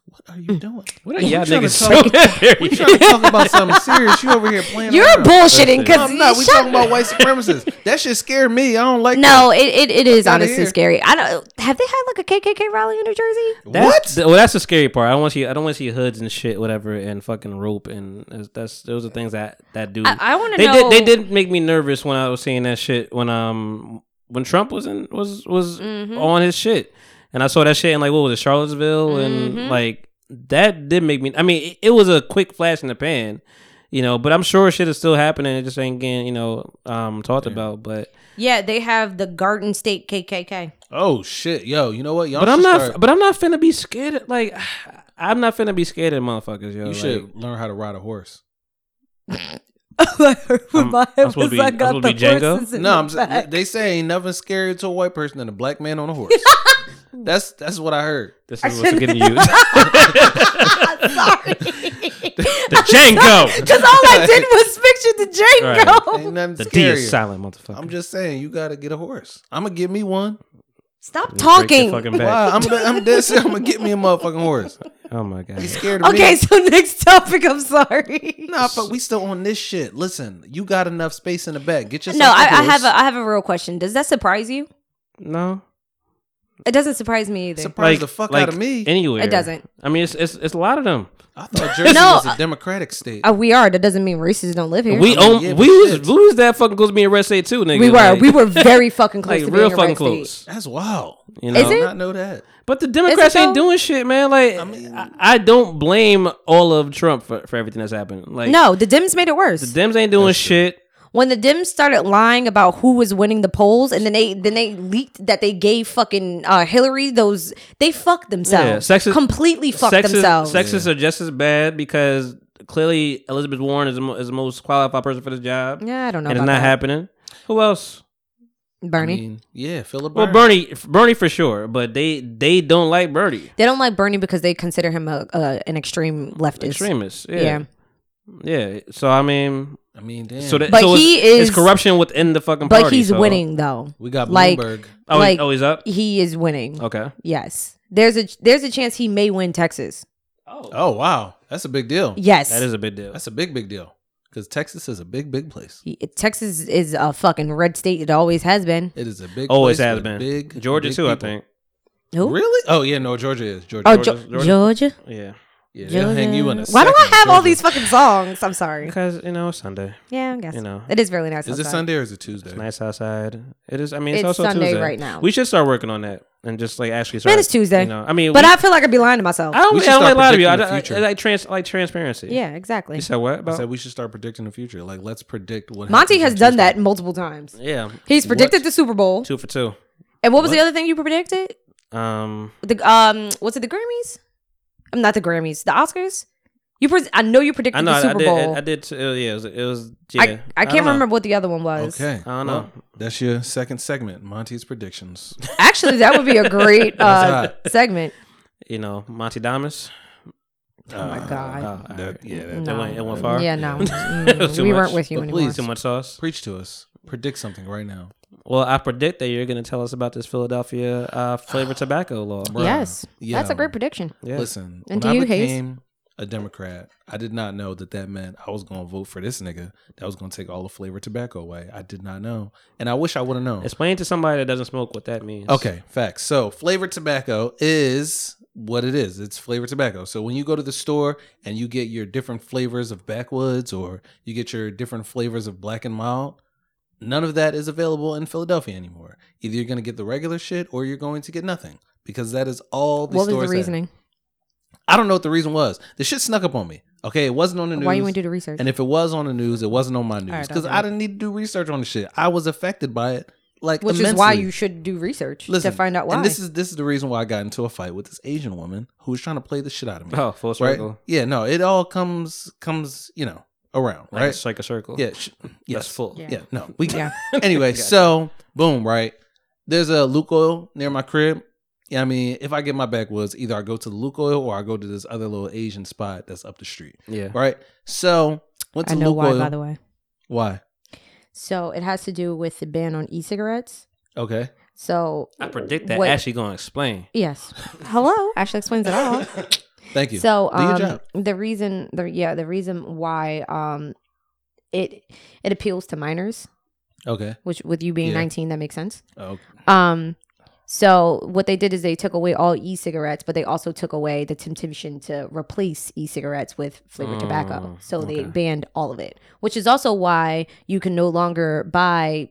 D: What are
G: Mm.
D: you doing?
B: What are y'all
D: trying to
B: niggas
G: (laughs)
D: talk-
B: doing there?
D: We trying to talk about something serious. You over here playing.
G: You're
D: around.
G: bullshitting
D: No, I'm not.
G: because
D: We talking about white supremacists. That shit scared me. I don't like
G: no, it, it, it is
D: Outta
G: honestly
D: here.
G: scary. I don't have they had like a KKK rally in New Jersey?
D: That.
B: That's,
D: What?
B: th- well, that's the scary part. I don't want to see. I don't want to see hoods and shit, whatever, and fucking rope and that's- that's those are things that that do.
G: I- I wanna
B: They
G: know-
B: did. They did make me nervous when I was seeing that shit. When um when Trump was in was was
G: Mm-hmm.
B: on his shit, and I saw that shit in like what was it Charlottesville
G: Mm-hmm.
B: and like that did make me. I mean, it, it was a quick flash in the pan, you know. But I'm sure shit is still happening. It just ain't getting you know um talked about. But
G: Yeah, they have the Garden State KKK.
D: Oh shit, yo. You know what? Y'all
B: but I'm
D: should
B: not.
D: start-
B: But I'm not finna be scared. of- Like (sighs) I'm not finna be scared of motherfuckers. Yo,
D: you
B: like,
D: should learn how to ride a horse.
G: (laughs)
B: I'm- I'm supposed to be- I'm supposed to be Django?
D: No, I'm. s- They say ain't nothing scarier to a white person than a black man on
G: (laughs)
D: a horse. that's that's what I heard.
B: This is what's getting used. (laughs) The Django.
G: Because all I did was picture the Django.
D: Ain't nothing
B: The D is
D: scarier.
B: silent, motherfucker.
D: I'm just saying, you gotta get a horse. I'm gonna get me one.
G: (laughs) Stop
B: Break your
G: talking.
B: fucking back.
D: Wow, I'm, I'm dead (laughs) serious. I'm gonna get me a motherfucking horse.
B: Oh my god.
D: You scared of me?
G: Okay, so (laughs) next topic. I'm sorry.
D: Nah, but we still on this shit. Listen, you got enough space in the back. Get yourself.
G: No, I,
D: a
G: I
D: horse.
G: have a, I have a real question. Does that surprise you?
B: No.
G: It doesn't surprise me either.
D: surprise the fuck out of me.
B: Anywhere.
G: It doesn't.
B: I mean, it's it's, it's a lot of them.
D: I thought Jersey
G: No,
D: was
G: uh,
D: a democratic state.
G: Uh, we are. That doesn't mean racists don't live here.
B: We
D: I mean,
B: own.
D: yeah,
B: we
D: but
B: was
D: shit.
B: we was that fucking close to being a red state too, nigga.
G: We were.
B: Like,
G: we were
B: (laughs)
G: very fucking close
B: like
G: to being
B: real
G: a
B: fucking
G: red state.
B: close.
D: That's wild.
B: You
G: Is
B: know.
D: I did
G: it?
D: not know that.
B: But the Democrats
G: Is it
B: ain't
G: though?
B: doing shit, man. Like I, I, don't blame all of Trump for, for everything that's happened. Like
G: No, the Dems made it worse.
B: Dems ain't doing shit.
G: when the Dems started lying about who was winning the polls, and then they then they leaked that they gave fucking uh, Hillary those. They fucked themselves.
B: sexist-
G: completely fucked
B: Sexist-
G: themselves.
B: Sexists are just as bad because clearly Elizabeth Warren is the, mo- is the most qualified person for this job.
G: yeah, I don't know.
B: and it's
G: about
B: not
G: that.
B: happening. Who else?
G: Bernie.
D: I mean, yeah, Philip.
B: Well, Bernie, Bernie for sure, but they they don't like Bernie.
G: they don't like Bernie because they consider him a, uh, an extreme leftist.
B: Extremists,
G: Yeah.
B: yeah, yeah. So I mean,
D: I mean, damn.
B: so that
G: But
B: so
G: he
B: it's- it's
G: is-
B: corruption within the fucking party.
G: But he's
B: so-
G: winning though.
D: we got
G: like-
D: Bloomberg.
B: Oh,
G: like-
B: he, oh, he's up.
G: He
B: Oh.
G: is winning.
B: Okay.
G: Yes. There's a there's a chance he may win Texas.
B: Oh,
D: Oh wow. That's a big deal.
G: Yes.
B: That is a big deal.
D: That's a big, big deal. Because Texas is a big, big place.
G: Texas is a fucking red state. It always has been.
D: It is a big.
B: Always
D: place
B: has
D: with
B: been.
D: Big
B: Georgia
D: big
B: too, I
D: people.
B: think.
G: Who?
D: Really? Oh yeah, no, Georgia is Georgia.
G: Oh,
D: Georgia-
G: Georgia. Georgia.
B: Yeah.
D: yeah, they'll hang you in a
G: Why do I
D: second,
G: have all
D: Georgia.
G: these fucking songs?
B: (laughs)
G: I'm sorry.
B: Because you know it's Sunday.
G: Yeah, I guess.
B: You know.
G: It is really nice.
D: Is it
G: outside.
D: Sunday or is it Tuesday?
B: It's nice outside. It is. I mean, it's,
G: It's
B: also
G: Sunday
B: Tuesday
G: right now.
B: We should start working on that and just like actually. Start,
G: Man, it's Tuesday.
B: You know, I mean,
G: But
B: we-
G: I feel like I'd be lying to myself.
B: I don't,
D: We
B: I
D: should
B: don't
D: start
B: like lie to you. I,
D: predicting
B: I-
D: the
B: I
D: future.
B: like trans, like transparency.
G: yeah, exactly.
B: You said what
D: I
B: about?
D: said we should start predicting the future. Like let's predict what
G: Monty
D: happens
G: has
D: on
G: done
D: Tuesday.
G: that multiple times.
B: yeah,
G: He's predicted the Super Bowl.
B: two for two.
G: And what was the
D: What?
G: other thing you predicted?
B: Um,
G: The um, what's it? The Grammys? I'm not the Grammys. The Oscars. You pres I know you predicted
B: I know.
G: the
B: I, I
G: Super
B: did.
G: Bowl.
B: I, I did. Too, yeah, it was. It was yeah.
G: I, I
B: don't
G: can't
B: know.
G: remember what the other one was.
D: Uh-huh. Okay,
B: I don't know.
D: That's your second segment,
G: (laughs)
D: Monty's predictions.
G: Actually, that would be a great uh,
D: (laughs) That's
G: segment.
B: You know, Monty Damas.
D: Oh
G: my God.
D: that, yeah, that,
B: It
G: No.
B: went. It went far.
G: Yeah,
D: (laughs)
G: no.
B: It was
G: Mm,
B: too
G: we
B: much.
G: weren't with you
D: But
G: anymore.
D: please,
B: Too much sauce.
D: preach to us. Predict something right now.
B: Well, I predict that you're going to tell us about this Philadelphia uh,
D: (sighs)
B: flavored tobacco law.
D: Bruh.
G: Yes.
D: Yeah.
G: That's a great prediction.
B: Yeah.
D: Listen,
G: And
D: when
G: do
D: I
G: you, Hayes?
D: became a Democrat, I did not know that that meant I was going to vote for this nigga that was going to take all the flavored tobacco away. I did not know, and I wish I would have known.
B: Explain to somebody that doesn't smoke what that means.
D: Okay, facts. So flavored tobacco is what it is. It's flavored tobacco. So when you go to the store and you get your different flavors of backwoods or you get your different flavors of black and mild, none of that is available in Philadelphia anymore. Either you're going to get the regular shit or you're going to get nothing because that is all the
G: What was
D: stores
G: the
D: have.
G: reasoning?
D: I don't know what the reason was. The shit snuck up on me. Okay, it wasn't on the news.
G: Why you wouldn't do the research?
D: And if it was on the news, it wasn't on my news
G: right,
D: because
G: I'll do
D: I
G: it.
D: didn't need to do research on the shit. I was affected by it, like
G: Which is why
D: immensely.
G: you should do research
D: Listen,
G: to find out why.
D: And this is this is the reason why I got into a fight with this Asian woman who was trying to play the shit out of me.
B: Oh, full
D: right?
B: circle.
D: Yeah, no, it all comes comes you know around,
B: Like
D: right?
B: it's like a circle.
D: yeah, sh- yes,
B: full.
D: Yeah.
B: Yeah.
D: no,
G: (laughs)
D: we
G: Yeah.
D: (laughs) anyway. So boom, right? There's a Lukoil near my crib. Yeah, I mean, if I get my backwoods, either I go to the Lukoil or I go to this other little Asian spot that's up the street,
B: Yeah.
D: right? So went
G: I
D: to
G: know why,
D: Lukoil.
G: by the way.
D: Why?
G: So it has to do with the ban on e-cigarettes.
D: Okay,
G: So
B: I predict that
G: What-
B: Ashley going to explain.
D: (laughs)
G: yes, hello, Ashley explains it all.
D: thank you.
G: So
D: Do your
G: um,
D: job.
G: the reason, the yeah, the reason why um it it appeals to minors,
D: okay,
G: which with you being
D: Yeah.
G: 19, that makes sense.
D: okay,
G: Um, so what they did is they took away all e-cigarettes, but they also took away the temptation to replace e-cigarettes with flavored tobacco.
B: Mm,
G: So they
B: okay.
G: banned all of it, which is also why you can no longer buy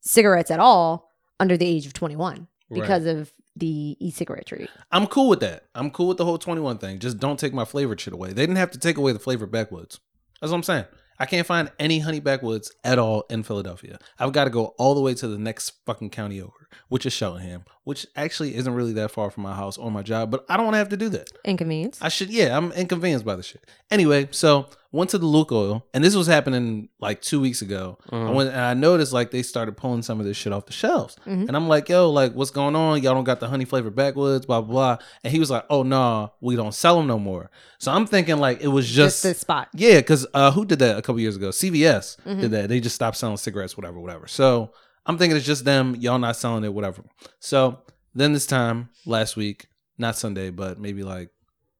G: cigarettes at all under the age of 21
D: Right.
G: because of the e-cigarette tree.
D: I'm cool with that. I'm cool with the whole 21 thing. Just don't take my flavored shit away. They didn't have to take away the flavored backwoods. That's what I'm saying. I can't find any honey backwoods at all in Philadelphia. I've got to go all the way to the next fucking county over, which is Cheltenham, which actually isn't really that far from my house or my job, but I don't want to have to do that.
G: Inconvenience.
D: I should, yeah, I'm inconvenienced by the shit. Anyway, so went to the Luke Oil, and this was happening like two weeks ago.
G: Uh-huh.
D: I went and I noticed like they started pulling some of this shit off the shelves,
G: Mm-hmm.
D: and I'm like, yo, like what's going on? Y'all don't got the honey flavored backwoods, blah blah blah. And he was like, oh nah, we don't sell them no more. So I'm thinking like it was just,
G: Just this spot.
D: yeah, because uh, who did that a couple years ago? CVS did that. They just stopped selling cigarettes, whatever, whatever. So I'm thinking it's just them. Y'all not selling it, whatever. So then this time last week, not Sunday, but maybe like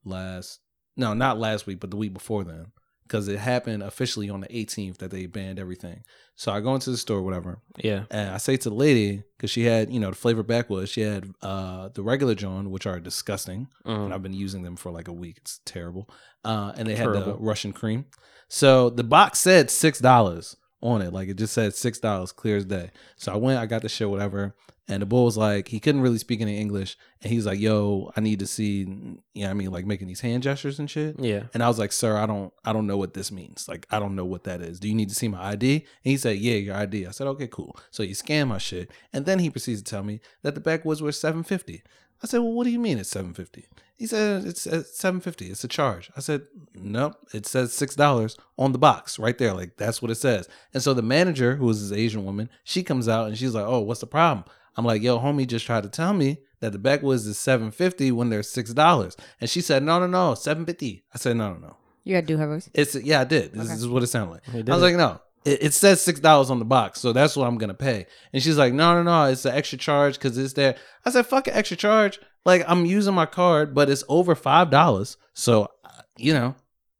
D: last no, not last week, but the week before then, because it happened officially on the 18th that they banned everything. So I go into the store, whatever,
B: Yeah.
D: and I say to the lady because she had you know the flavor backwoods, she had uh the regular John, which are disgusting,
B: Um,
D: and I've been using them for like a week. It's terrible. Uh, and they had the
B: Terrible.
D: Russian cream. So the box said six dollars on it, like it just said six dollars, clear as day. So I went, I got the shit, whatever. And the boy was like, he couldn't really speak any English, and he was like, "Yo, I need to see, you know, what I mean, like making these hand gestures and shit."
B: Yeah.
D: And I was like, "Sir, I don't, I don't know what this means. Like, I don't know what that is. Do you need to see my ID?" And he said, "Yeah, your ID." I said, "Okay, cool." So he scanned my shit, and then he proceeds to tell me that the backwoods were seven fifty. I said, "Well, what do you mean it's seven fifty? He said, "It's seven fifty. It's a charge." I said, "Nope. It says six dollars on the box right there. Like that's what it says." And so the manager, who was this Asian woman, she comes out and she's like, "Oh, what's the problem?" I'm like, "Yo, homie, just tried to tell me that the backwoods is seven fifty when they're six dollars." And she said, "No, no, no, seven fifty. I said, "No, no, no.
G: You got to do her
D: (laughs)
G: voice.
D: It's yeah, I did. This is what it sounded like. I was
B: it.
D: like, no, it, it says six dollars on the box, so that's what I'm gonna pay. And she's like, no, no, no, it's an extra charge because it's there. I said, fuck an extra charge. Like I'm using my card, but it's over five dollars, so uh, you know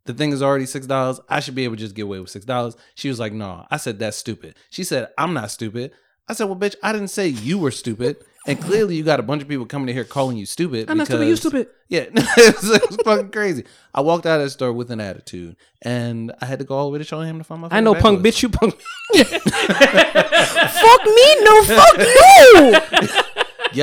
D: The thing is already six dollars. I should be able to just get away with six dollars. She was like, no. I said that's stupid. She said, I'm not stupid. I said, well, bitch, I didn't say you were stupid. And clearly, you got a bunch of people coming in here calling you stupid. I'm
B: not stupid, you stupid.
D: Yeah, (laughs) it, was, it was fucking crazy. I walked out of the store with an attitude, and I had to go all the way to Shoreham to find my.
B: I know, punk
D: fucking
B: bitch.
D: backwards.
B: You punk.
G: fuck me, no, fuck (laughs) you.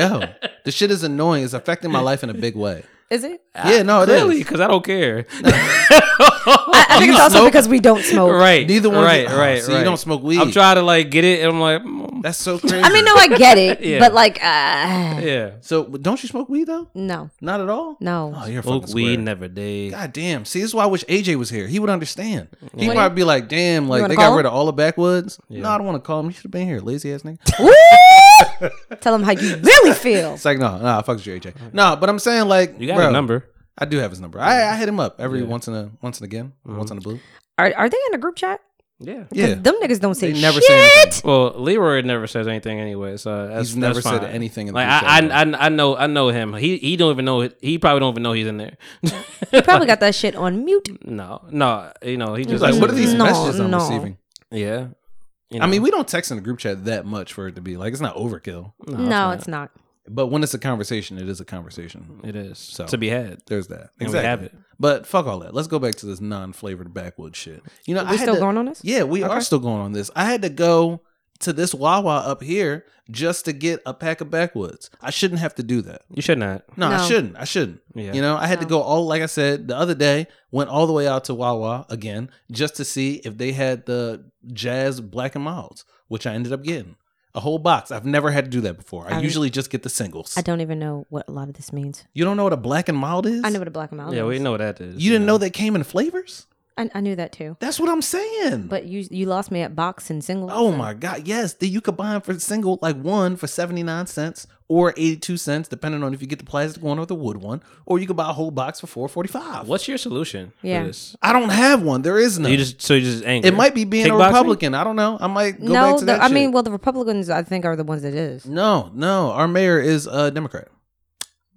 B: (laughs)
D: Yo, the shit is annoying. It's affecting my life in a big way.
C: Is it?
D: Yeah, no, it
B: (laughs)
D: is.
B: Ah, Really? Because I don't
D: (laughs)
B: care.
G: I, I think it's also
D: smoke?
G: because we don't
B: (laughs)
G: smoke.
B: right.
D: Neither one.
B: Right.
D: oh,
B: right.
D: So
B: right.
D: you don't smoke weed.
B: I'm trying to like get it, and I'm like,
D: (laughs)
B: mm, (laughs)
D: That's so crazy.
G: I mean, no, I get it,
B: Yeah.
G: but like, uh,
B: yeah.
D: So don't you smoke weed though?
G: no,
D: Not at all.
G: no.
D: Oh, you're a fucking
B: Smoke
D: square.
B: weed never did.
D: God damn. See, this is why I wish AJ was here. He would understand. He probably be like, damn, like they got
G: call
D: rid of all the backwoods. No, I don't want to call him. You should have been here, lazy ass nigga.
G: (laughs) Tell him how you really feel.
D: It's like, no, no, I fuck with you,
B: (laughs)
D: AJ. No, but I'm saying like
B: You got
D: bro,
B: a number.
D: I do have his number. I, I hit him up every once in a once in a again,
B: Mm-hmm.
D: once in a blue.
G: Are, are they in a group chat?
B: Yeah.
D: Yeah.
G: Them niggas don't say
D: They never
G: shit.
D: say anything.
B: Well, Leroy never says anything anyway, so that's,
D: He's never
B: that's
D: said
B: fine.
D: anything in the
B: Like
D: group
B: I,
D: chat.
B: I, I, I know, I know him. He, he don't even know. it- He probably don't even know he's in there. (laughs)
G: Probably got that shit on mute.
B: no, no, you know, he just
D: He's like, what are these
G: No,
D: messages I'm
G: no.
D: receiving?
B: Yeah, You
D: I
B: know.
D: mean, we don't text in the group chat that much for it to be like it's not overkill.
G: No, it's not.
D: But when it's a conversation, it is a conversation.
B: it is
D: So-
B: to be had.
D: There's that.
B: And we have it.
D: But fuck all that. Let's go back to this non-flavored backwoods shit. You know, I
G: We
D: had
G: still
D: to-
G: going on this?
D: Yeah, we are still going on this. I had to go to this Wawa up here just to get a pack of backwoods. I shouldn't have to do that.
B: You should not.
D: No, I
G: No.
D: shouldn't. I shouldn't.
B: Yeah.
D: You know, I had to go all like I said the other day. Went all the way out to Wawa again just to see if they had the Jazz Black and Milds, which I ended up getting a whole box. I've never had to do that before. I,
G: I-
D: usually just get the singles.
G: I don't even know what a lot of this means.
D: you don't know what a Black and Mild is?
G: I know what a black mouth
B: Yeah,
G: is.
B: we know what that is.
D: You didn't know
B: that.
D: they came in flavors.
G: I, I knew that too.
D: That's what I'm saying.
G: But you you lost me at box and single.
D: Oh my God! Yes, that you could buy them for single, like one for seventy nine cents or eighty two cents, depending on if you get the plastic one or the wood one, or you could buy a whole box for four forty five.
B: What's your solution?
G: Yeah.
B: For this?
D: I don't have one. There is no.
B: You just so you just angry.
D: it might be being a
B: Kickboxing?
D: Republican. I don't know. I might go
G: no,
D: back to
G: the-
D: that.
G: I mean,
D: shit.
G: well, the Republicans I think are the ones that is.
D: no, no. Our mayor is a Democrat.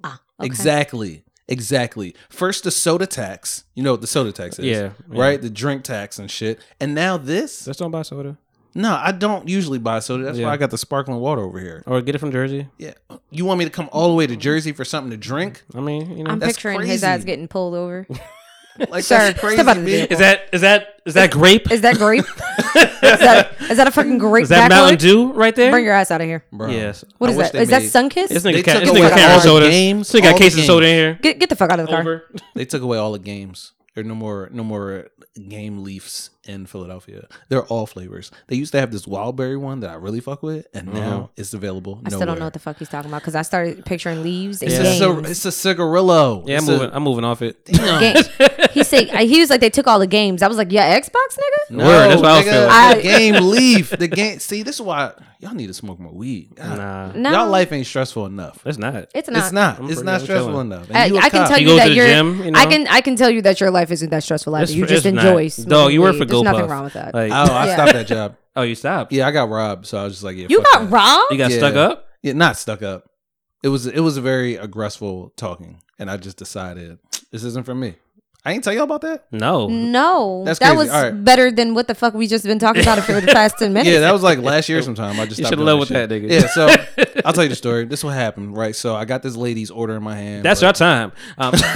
G: Ah, okay.
D: Exactly. Exactly. First the soda tax. You know what the soda tax is.
B: Yeah, yeah.
D: Right? The drink tax and shit. And now this.
B: Just don't buy soda
D: No, I don't usually buy soda. That's
B: Yeah.
D: why I got the sparkling water over here.
B: or get it from Jersey.
D: Yeah. You want me to come all the way to Jersey for something
G: (laughs)
D: to drink?
B: I mean, you know,
G: I'm
D: That's
G: picturing his ass
D: crazy.
G: getting pulled over.
D: (laughs) Like
G: Sir,
D: that's crazy.
G: step out of the
D: bitch.
B: is that is that is that grape? Is
G: Is that
D: (laughs)
G: grape? is, that, is that a fucking grape?
B: that
G: backward?
B: Mountain Dew right there?
G: Bring your ass out of here.
D: Bro,
B: Yes.
G: What
D: I
G: is
D: wish
G: that?
D: they
G: Is that
D: made-
G: Sunkiss?
B: This
D: They
B: nigga, ca-
D: took
B: this
D: away
B: nigga
D: all
B: can
D: the
B: soda.
D: games,
B: This nigga
D: all
B: got
D: the
B: cases of soda in
D: games.
B: here.
G: Get get the fuck out of the car.
B: Over.
D: They took away all the games. There are no more no more game leafs in Philadelphia. They're all flavors. They used to have this wildberry one that I really fuck with, and now
B: Mm-hmm.
D: it's available.
G: I still don't know what the fuck he's talking about because I started picturing leaves and
D: it's, a, cir-
G: games.
D: (laughs) it's a cigarillo.
B: Yeah, I'm
D: It's (laughs)
B: moving.
D: a-
B: I'm moving off it.
G: Game- (laughs) He said uh, he was like they took all the games. I was like, yeah, Xbox nigga.
D: No,
B: Word, that's what I was
D: nigga,
B: feeling.
D: the
G: I-
D: game
G: (laughs)
D: leaf. The game. See, this is why y'all need to smoke more weed. God,
B: Nah,
G: No,
D: Y'all life ain't stressful enough.
B: that's not.
G: It's not.
D: It's not.
B: I'm
D: it's
B: pretty-
D: not
B: I'm
D: stressful
B: chilling.
D: enough. And
G: I,
D: you a
G: I can
D: cop.
G: tell
B: You
G: you,
B: go
G: that
B: to the
G: you're.
B: gym, you know?
G: I can I can tell you that your life isn't that stressful either.
B: It's-
G: You just
B: it's not.
G: enjoy.
B: Dog,
G: smoking
B: you work for
G: weed. There's
B: GoPuff.
G: nothing wrong with that.
B: Like,
D: Oh, I
G: Yeah.
D: stopped that job.
B: oh, you stopped.
D: Yeah, I got robbed, so I was just like, yeah.
G: you
D: fuck
G: got
D: that.
G: robbed.
B: You got
D: Yeah.
B: stuck up.
D: Yeah, not stuck up. It was it was a very aggressive talking, and I just decided this isn't for me. I ain't tell y'all about that.
B: No.
G: Mm. No,
D: That's
G: that
D: crazy.
G: was
D: All right.
G: better than what the fuck we just been talking about
D: (laughs)
G: for the past ten minutes.
D: Yeah, that was like last year sometime. I just
B: You
D: stopped
B: shoulda
D: doing
B: left with
D: shit.
B: that nigga.
D: Yeah,
B: (laughs)
D: so I'll tell you the story. This is what happened, right? So I got this lady's order in my hand.
B: That's
D: but
B: our time. Um, (laughs)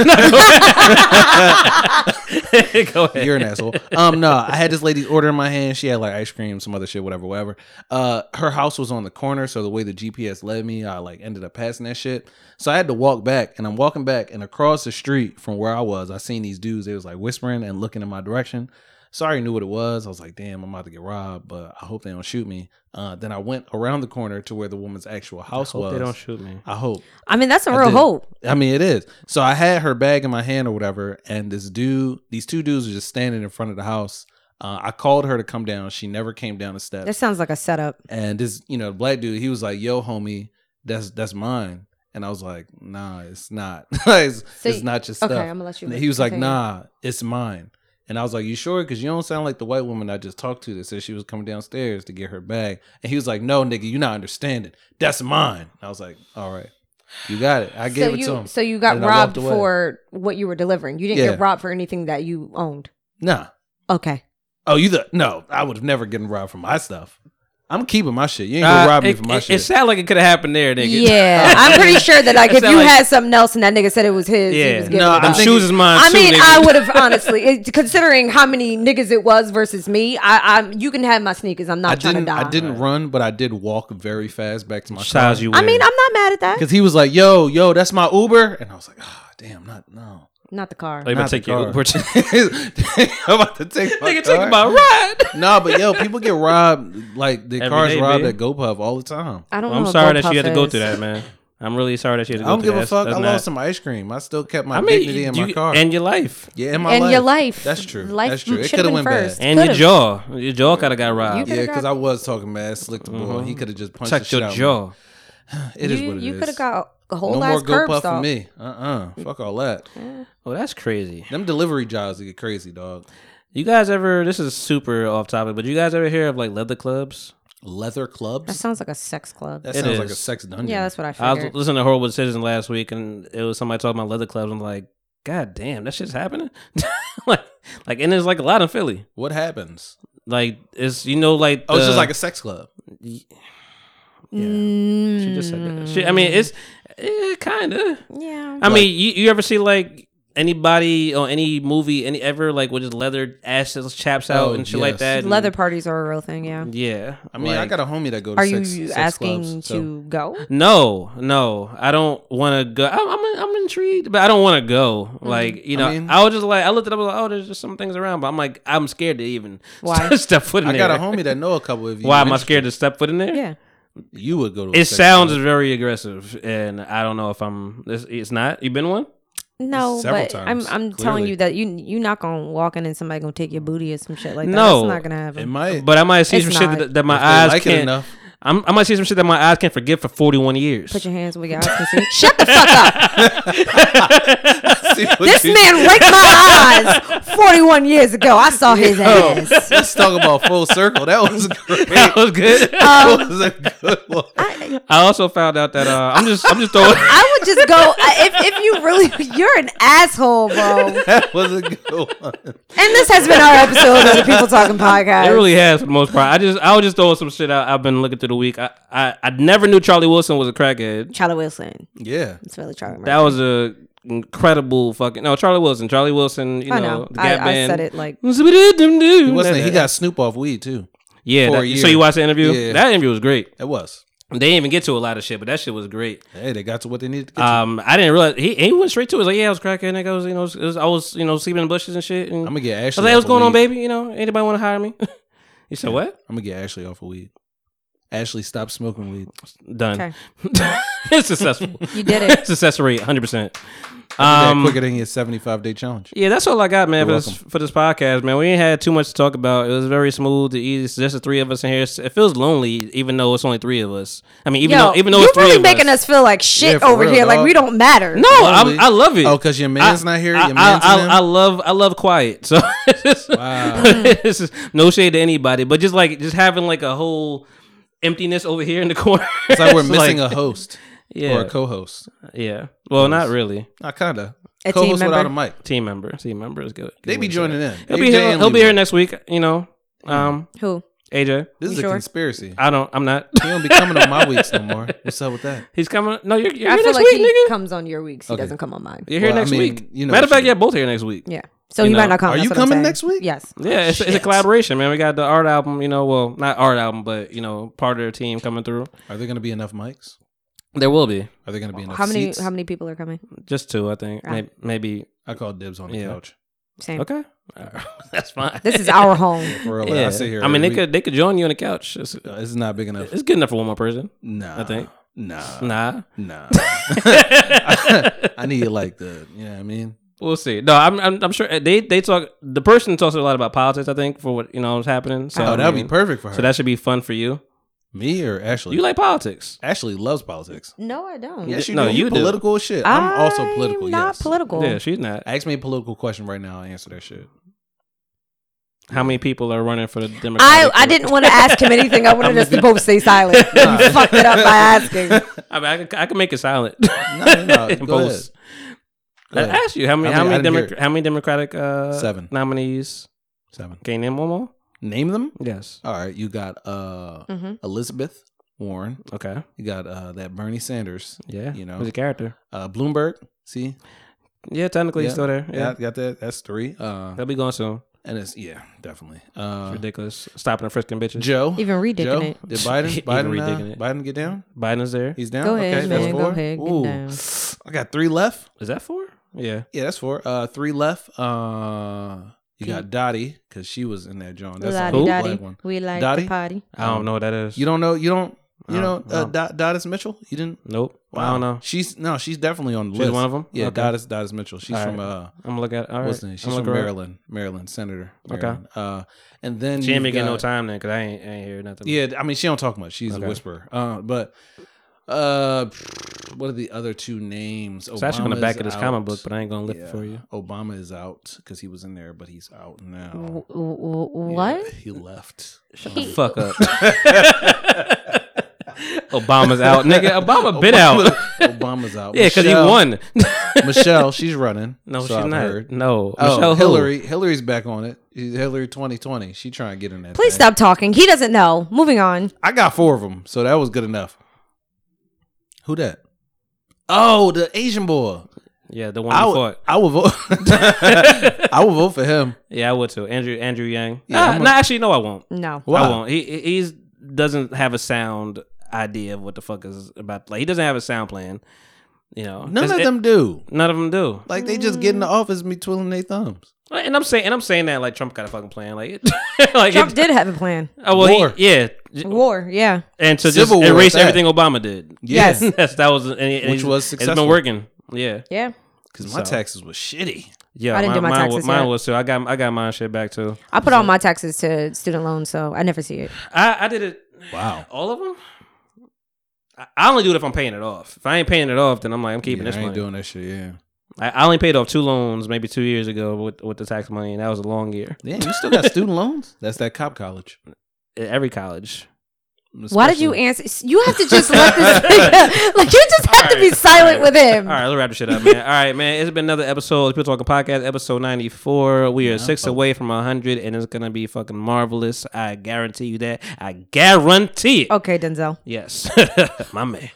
B: go ahead.
D: You're an asshole. Um, no, I had this lady's order in my hand. She had like ice cream, some other shit, whatever, whatever. Uh, her house was on the corner, so the way the GPS led me, I like ended up passing that shit. So I had to walk back, and I'm walking back, and across the street from where I was, I seen these dudes. They was like whispering and looking in my direction. So I already knew what it was. I was like, damn, I'm about to get robbed, but I hope they don't shoot me. Uh, then I went around the corner to where the woman's actual house
B: Hope
D: was.
B: they don't shoot me.
D: I hope.
G: I mean, that's a
D: I
G: real
D: did.
G: hope.
D: I mean, it is. So I had her bag in my hand or whatever, and this dude, these two dudes were just standing in front of the house. Uh, I called her to come down. She never came down the steps.
G: That sounds like a setup.
D: and this, you know, black dude, he was like, "Yo, homie, that's that's mine." And I was like, "Nah, it's not. (laughs) it's,
G: So
D: it's
G: you-
D: not your stuff."
G: Okay, I'm gonna let you.
D: And he was like,
G: continue.
D: "Nah, it's mine." And I was like, "You sure? Because you don't sound like the white woman I just talked to that said she was coming downstairs to get her bag." And he was like, "No, nigga, you not understanding. That's mine." And I was like, "All right." You got it. I gave
G: so
D: it
G: you,
D: to him.
G: So you got
D: and I walked
G: robbed
D: away.
G: for what you were delivering. You didn't
D: Yeah.
G: get robbed for anything that you owned.
D: Nah.
G: Okay.
D: Oh, you the no? I would have never gotten robbed for my stuff. I'm keeping my shit. You ain't gonna
B: Uh,
D: rob me
B: it,
D: for my
B: it,
D: shit.
B: it sounded like it could have happened there, nigga.
G: Yeah, I'm pretty sure that
B: (laughs)
G: like
B: It
G: if
B: sound
G: you
B: like-
G: had something else and that nigga said it was his, he
B: Yeah.
G: was giving
D: No,
G: it
D: I'm
B: Them
G: up.
D: thinking-
B: shoes is mine
G: I
B: too,
G: mean,
B: nigga.
G: I would have honestly, it, considering how many niggas it was versus me. I, I'm you can have my sneakers. I'm not
D: I
G: trying to
D: didn't.
G: die.
D: I didn't run, but I did walk very fast back to my car.
B: Size you
G: I mean,
B: wearing.
G: I'm not mad at that.
D: because he was like, "Yo, yo, that's my Uber," and I was like, "Ah, damn, not no." (laughs)
G: Not the car.
B: Like, I'm about
D: not
B: to Oh, take
D: the
B: your
D: car.
B: Uber.
D: (laughs) I'm about to take my
B: Nigga, take
D: car.
B: my ride.
D: No, but yo, people get robbed like their
B: Every
D: cars
B: day,
D: robbed
B: baby.
D: at GoPuff all the time.
G: I don't.
B: I'm
G: know what
B: sorry that
G: Gold
B: you had to
G: Puff
B: go
G: is.
B: through that, man. I'm really sorry that you had to
D: I
B: go
D: don't
B: through
D: give
B: that.
D: a fuck. I
B: That's
D: lost
B: not-
D: some ice cream. I still kept my
B: I mean,
D: dignity in my
B: you-
D: car.
B: and your life,
D: yeah, in my
K: And
D: life.
K: your life.
D: That's true.
K: Life
D: That's true. It
K: should've
D: could have
K: been
D: went bad.
K: first.
B: and your
K: Could've.
B: jaw. Your jaw could have got robbed.
D: Yeah, because I was talking mad slick to boy. He could have just punched the
B: Tucked
D: shit
B: Mm-hmm. your
D: out of me.
B: jaw.
D: It is what it is.
G: You could have got a whole
D: no
G: no
D: more
G: ass curb
D: GoPuff for
G: stop.
D: me. Uh uh Fuck all that.
B: Oh, that's crazy.
D: Them delivery jobs that get crazy, dog.
B: You guys ever? This is super off topic, but you guys ever hear of like leather clubs?
D: Leather
G: That
D: clubs.
G: sounds like a sex club.
D: That
B: It
D: sounds like a
B: is.
D: sex dungeon.
G: yeah, that's what I
B: I
G: figured.
B: was listening to Horrible Citizen last week, and it was somebody talking about leather clubs. I'm like, God damn, that shit's happening. (laughs) like, like, and there's like a lot in Philly.
D: what happens.
B: Like, it's you know, like
D: Oh, it's just
B: the-
D: like a sex club.
B: yeah. She just said that. She, I mean, it's eh, kind of.
G: Mm, yeah.
B: I mean, you, you ever see like anybody on any movie, any ever like with just leather asses chaps out
D: Oh,
B: and shit
D: yes.
B: like that? and-
G: Leather parties are a real thing. Yeah.
B: Yeah.
D: I mean, I
B: like-
D: got a homie that go to
G: Are
D: sex,
G: you
D: sex
G: asking
D: clubs, so-
G: to
B: (laughs)
G: go?
B: No, no, I don't want to go. I'm, I'm, I'm intrigued, but I don't want to go. Like you know, I,
D: Mm-hmm. mean-
B: was just like, I looked it up. Like, oh, there's just some things around, but I'm like, I'm scared to even (laughs)
G: Why?
B: step foot in
D: I
B: there.
D: got a homie that know a couple of you.
B: Why am I
D: interested.
B: scared to step foot in there?
G: Yeah.
D: You would go to. a
B: It
D: sex
B: sounds
D: club.
B: very aggressive, and I don't know if I'm. It's, it's not. You been one?
G: No,
D: Several
G: but
D: times,
G: I'm I'm telling
D: clearly.
G: you that you you not gonna walk in and somebody gonna take your booty or some shit like that.
B: No.
G: that's not gonna
D: It
G: happen.
D: might.
B: But I might see
G: It's
B: some shit
G: not.
B: that, that my
D: If they
B: eyes
D: like it
B: can't.
D: enough.
B: I'm, I might see some shit that my eyes can't forgive for 41 years.
G: Put your hands where your eyes can see. Shut the fuck up!
D: (laughs) See
B: (laughs)
D: what
G: This
D: you-
G: man raked my eyes 41 years ago.
B: (laughs)
G: I saw his ass.
D: (laughs) Let's talk about full circle. That was great.
B: (laughs) that was good.
D: (laughs) that was a good one.
B: I also found out that uh, I'm just I'm just
D: (laughs)
B: throwing.
G: I would just go I- if if you really you're an asshole, bro. And
D: that was a good one.
G: this has been our episode of the People Talking Podcast.
B: (laughs) It really has for the most part. I just I was just throwing some shit out. I've been looking through the week. I I, I never knew Charlie Wilson was a crackhead.
G: Charlie Wilson.
D: Yeah.
G: It's really Charlie. Murphy.
B: That was a incredible fucking no Charlie Wilson. Charlie Wilson. You
G: I
B: know,
G: know.
B: the Gap
G: I, I
B: band.
G: said it like
D: He wasn't. He got Snoop off weed too.
B: yeah.
D: for a
B: that-
D: year.
B: so you watched the interview?
D: Yeah.
B: That interview was great.
D: It was.
B: They didn't even get to a lot of shit, but that shit was great.
D: Hey, they got to what they needed to get
B: Um, I didn't realize he he went straight to it. He was like, yeah, I was crackhead. Nigga, I was you know, it was- I was you know sleeping in bushes and shit. And
D: I'm gonna get
B: I
D: Ashley.
B: was like,
D: off
B: what's
D: of
B: going on,
D: weed.
B: baby? You know, anybody want to hire me? (laughs) he said, what?
D: I'm gonna get Ashley off of weed. Ashley, stop smoking weed.
B: Done. (laughs) it's successful.
G: (laughs) you did
B: (laughs)
G: it.
B: Success rate, hundred percent.
D: Um,
B: Um,
D: quicker than your 75 day challenge.
B: yeah, that's all I got, man, for
D: You're
B: this, for this podcast, man. We ain't had too much to talk about. It was very smooth, the easy. It's Just the three of us in here. It's- It feels lonely, even though it's only three of us. I mean, even
G: Yo,
B: though even though
G: you're
B: it's three
G: really
B: of
G: making us. feel like
D: Yeah,
G: shit
D: for
G: over
D: real,
G: here. Like
D: dog.
G: we don't matter.
B: No,
D: Lonely.
B: I'm, I love it.
D: Oh, 'cause your man's not here?
B: I,
D: Your
B: I,
D: man's in
B: I,
D: him?
B: I love I love quiet. So (laughs)
D: Wow.
B: this is no shade to anybody, but just like just having like a whole emptiness over here in the (laughs) corner.
D: It's like we're missing a host
B: (laughs) yeah,
D: or a co host.
B: yeah. Well, not really.
D: I kind of.
G: A
D: Co
G: team
D: host
G: member?
D: without a mic.
B: Team member, team member is good.
D: They be joining in.
B: He'll
D: AJ
B: be here.
D: and
B: He'll be
D: Leroy.
B: here next week. You know, um,
G: Who?
B: AJ.
D: This is
G: You
D: a
G: sure?
D: conspiracy.
B: I don't. I'm not.
D: He don't be coming on my weeks no more. What's up with that?
B: He's coming. No, you're, you're
G: I
B: here
G: feel
B: next
G: like
B: week,
G: he
B: nigga.
G: comes on your weeks. He
D: Okay.
G: doesn't come on mine.
B: You're here
D: Well, I
B: next
D: mean,
B: week.
D: you know
B: Matter
D: what
B: of fact,
D: you
B: yeah, both here next week.
G: Yeah. So
B: You
G: you,
B: know.
G: might not come.
D: Are
G: that's
D: you
G: what I'm
D: coming
G: saying.
D: next week?
G: Yes.
B: Yeah, it's, it's a collaboration, man. We got the art album, you know, well, not art album, but you know, part of their team coming through.
D: Are there going to be enough mics?
B: There will be
D: Are there going to
B: Oh,
D: be enough
G: How many
D: seats?
G: how many people are coming?
B: just two, I think. May- Maybe,
D: I call dibs on the
B: Yeah.
D: couch.
G: Same.
D: (laughs)
B: okay, that's fine.
G: This is our home.
B: (laughs)
D: For real, like,
B: yeah.
D: I sit here.
B: I mean, they
D: every week.
B: could they could join you on the couch. It's,
D: No, This is not big enough.
B: it's good enough for one more person.
D: Nah.
B: I think.
D: Nah.
B: Nah,
D: Nah.
B: (laughs)
D: (laughs) I need like the, you know what I mean?
B: we'll see. No, I'm I'm, I'm sure they they talk. The person talks a lot about politics. I think for what you know is happening. So
D: Oh,
B: I
D: that would be
B: mean,
D: perfect for her.
B: So that should be fun for you.
D: me or Ashley?
B: You like politics?
D: Ashley loves politics.
G: No, I don't.
D: Yes, you
B: no,
D: do. You,
B: you do.
D: political as shit. I'm, also political.
G: Not
D: yes.
G: political.
B: Yeah, she's not. (laughs)
D: Ask me a political question right now. I'll answer that shit.
B: How many people are running for the Democratic?
G: I, I
B: vote?
G: didn't want to ask him
B: (laughs)
G: anything. I wanted us to both stay silent. You fucked it up by asking.
B: I mean, I can, I can make it
G: (laughs)
B: silent. (laughs)
D: No, no,
B: In
D: go ahead.
B: post.
D: Go
B: I
D: ahead.
B: asked you how many
D: How
B: how
D: many? I
B: many
D: didn't
B: Demo-
D: hear it.
B: how many Democratic uh,
D: Seven.
B: nominees?
D: Seven.
B: Can you name one more?
D: Name them.
B: Yes.
D: All right, you got uh
G: Mm-hmm.
D: Elizabeth Warren.
B: Okay.
D: You got uh that Bernie Sanders.
B: Yeah.
D: You know.
B: He's a character.
D: Uh Bloomberg. See,
B: Yeah, technically he's still there. Yeah.
D: got, got that. That's three. Uh,
B: They'll be gone soon.
D: and it's yeah, definitely. Uh,
B: Ridiculous. Stopping and frisking bitches.
D: Joe.
G: Even
D: Joe.
G: redigging
D: Did
G: it.
D: Biden?
B: (laughs) Even
D: Biden. uh,
B: redigging it.
D: Biden get down?
B: Biden's there.
D: He's down.
G: Go ahead,
D: that's
G: man. Go
D: four.
G: ahead. Get
D: Ooh.
G: down.
D: I got three left.
B: Is that four? Yeah.
D: Yeah, that's four. Uh, three left. Uh, you got Dottie because she was in that John. That's
G: Lottie
D: a whole
B: Dottie.
D: black one.
G: We like
D: Dottie?
G: the party.
B: I don't know what that is.
D: Um, You don't know. You don't. You
B: No,
D: know. Uh,
B: no.
D: Dot, Dottis Mitchell. You didn't.
B: Nope. I don't know.
D: She's no. She's definitely on the
B: She's
D: list.
B: one of 'em?
D: Yeah,
B: Okay.
D: Dottis Dottis Mitchell. She's
B: All
D: from
B: right.
D: uh,
B: I'm gonna look at. All right.
D: what's her name? She's
B: I'm
D: from
B: gonna look her up.
D: Maryland. Maryland senator.
B: Okay.
D: Maryland. Uh, and then
B: She ain't
D: you've
B: making no
D: got-
B: time then, cause I ain't, I ain't hear nothing.
D: Yeah, I mean she don't talk much. She's
B: Okay.
D: a whisperer. Uh, but uh, what are the other two names?
B: It's actually on the
D: Obama's
B: back of this comic
D: out.
B: book, but I ain't gonna lift
D: Yeah.
B: it for you.
D: Obama is out because he was in there, but he's out now.
G: W- w- w- What?
D: Yeah, he left.
B: Shut the fuck up. (laughs) Obama's out, nigga. Obama been out.
D: Obama's
B: (laughs)
D: out.
B: Yeah, because he
D: Michelle-
B: won.
D: Michelle, she's running.
B: (laughs) No,
D: so
B: she's
D: I've
B: not.
D: heard.
B: No,
D: Oh,
B: Michelle who?
D: Hillary. Hillary's back on it. Hillary 2020. She trying to get in that.
G: Please
D: thing.
G: stop talking. He doesn't know. Moving on.
D: I got four of them, so that was good enough. Who that? Oh, the Asian boy.
B: Yeah, the one
D: I
B: who
D: would,
B: fought.
D: I would vote. I would vote (laughs) for him.
B: Yeah, I would too. Andrew Andrew Yang.
D: Yeah,
B: Ah,
D: I'm a-
B: no, actually, no, I won't.
G: No.
D: Why?
B: I won't. He he- he's doesn't have a sound idea of what the fuck is about. Like he doesn't have a sound plan. You know,
D: None
B: It's-
D: of
B: it-
D: them do.
B: None of them do.
D: Like they just get in the office and be twiddling their thumbs.
B: And I'm saying, and I'm saying that like Trump got a fucking plan. Like, (laughs) it- like
G: Trump
B: it-
G: did have a plan.
B: Oh, well, he-
D: War.
B: yeah,
G: War, yeah.
B: and to just
D: Civil war at
B: erase
D: that.
B: everything Obama did.
D: Yes.
B: (laughs) That's that was and, and
D: Which
B: he's-
D: was
B: It's
D: successful.
B: been working. Yeah,
G: Yeah.
D: Because my
B: So.
D: taxes was shitty.
B: yeah.
G: I didn't do my
B: mine, mine,
G: taxes
B: was, mine
G: yet.
B: was too. I got I got mine shit back too.
G: I put all my taxes to student loans, so I never see it.
B: I I did it.
D: Wow.
B: All of them. I- I only do it if I'm paying it off. If I ain't paying it off, then I'm like I'm keeping
D: Yeah,
B: this
D: I ain't
B: money.
D: doing that shit. Yeah.
B: I, I only paid off two loans maybe two years ago with with the tax money, and that was a long year.
D: Yeah, you still got student loans? That's that cop college.
B: At every college.
G: Why did you
D: Especially-
G: answer? You have to
B: (laughs)
G: just let this (laughs) nigga. Like, you just have to be silent with him.
B: All right, let's wrap this shit up, man. All right, man. It's been another episode of People Talking Podcast, episode 94. We are six away from 100, and it's going to be fucking marvelous. I guarantee you that. I guarantee it.
G: Okay, Denzel.
B: Yes. (laughs) My man.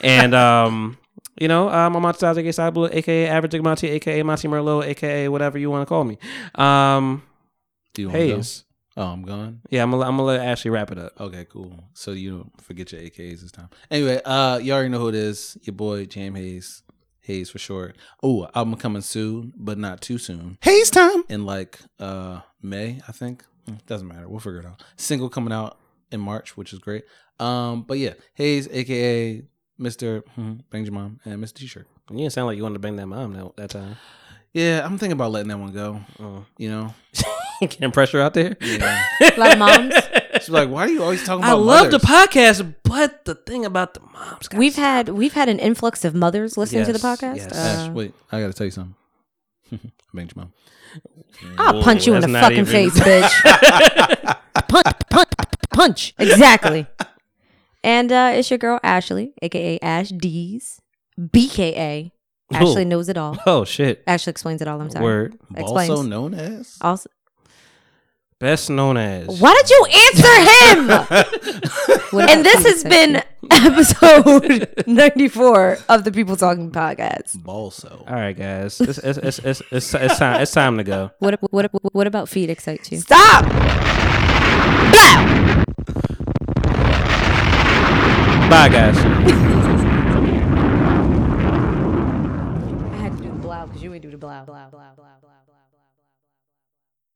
B: And, um,. You know, um, I'm Monty Styles, aka Cyborg, aka Average Dick Monty, aka Monty Merlot, aka whatever you want to call me. Um,
D: Do you want to
B: Hayes.
D: go? Oh, I'm gone.
B: Yeah, I'm gonna I'm gonna let Ashley wrap it up.
D: Okay, cool. So you don't forget your AKs this time. Anyway, uh, you already know who it is. Your boy Jam Hayes, Hayes for short. Oh, album coming soon, but not too soon. Hayes time in like uh May, I think. Mm, Doesn't matter. We'll figure it out. Single coming out in March, which is great. Um, but yeah, Hayes, aka Mister Bang Your Mom and Mister T-shirt.
B: You didn't sound like you wanted to bang that mom that, that time. (laughs)
D: Yeah, I'm thinking about letting that one go.
B: Oh.
D: You know,
B: Getting pressure out there.
D: yeah.
B: (laughs)
G: A lot of moms.
D: she's like, "Why are you always talking
B: I
D: about?"
B: love the
D: mothers?"
B: podcast, but the thing about the moms. got
G: We've had we've had an influx of mothers listening to the
B: Yes,
G: podcast.
B: yes.
G: Uh,
D: Ash, wait, I gotta tell you something. (laughs) Bang Your Mom.
G: I'll
B: Whoa,
G: punch you in the
B: that's not
G: fucking
B: even- (laughs)
G: face, bitch. punch, punch, punch. Exactly. And uh, it's your girl Ashley, aka Ash D's, BKA. Ashley
B: Ooh.
G: knows it all.
B: Oh shit!
G: Ashley explains it all. I'm sorry.
B: Word.
G: Explains. Uh,
D: Also known as.
G: Also,
B: Best known as.
G: why did (laughs) you answer him? and this has been episode (laughs) 94 of the People Talking Podcast.
D: Balso.
B: All right, guys. It's, it's, it's, it's, it's, it's time. It's time to go.
G: What what what about feet excites you?
C: Stop.
B: Bye, guys.
G: I had to do the blow because you ain't do the blow. blow, blow, blow.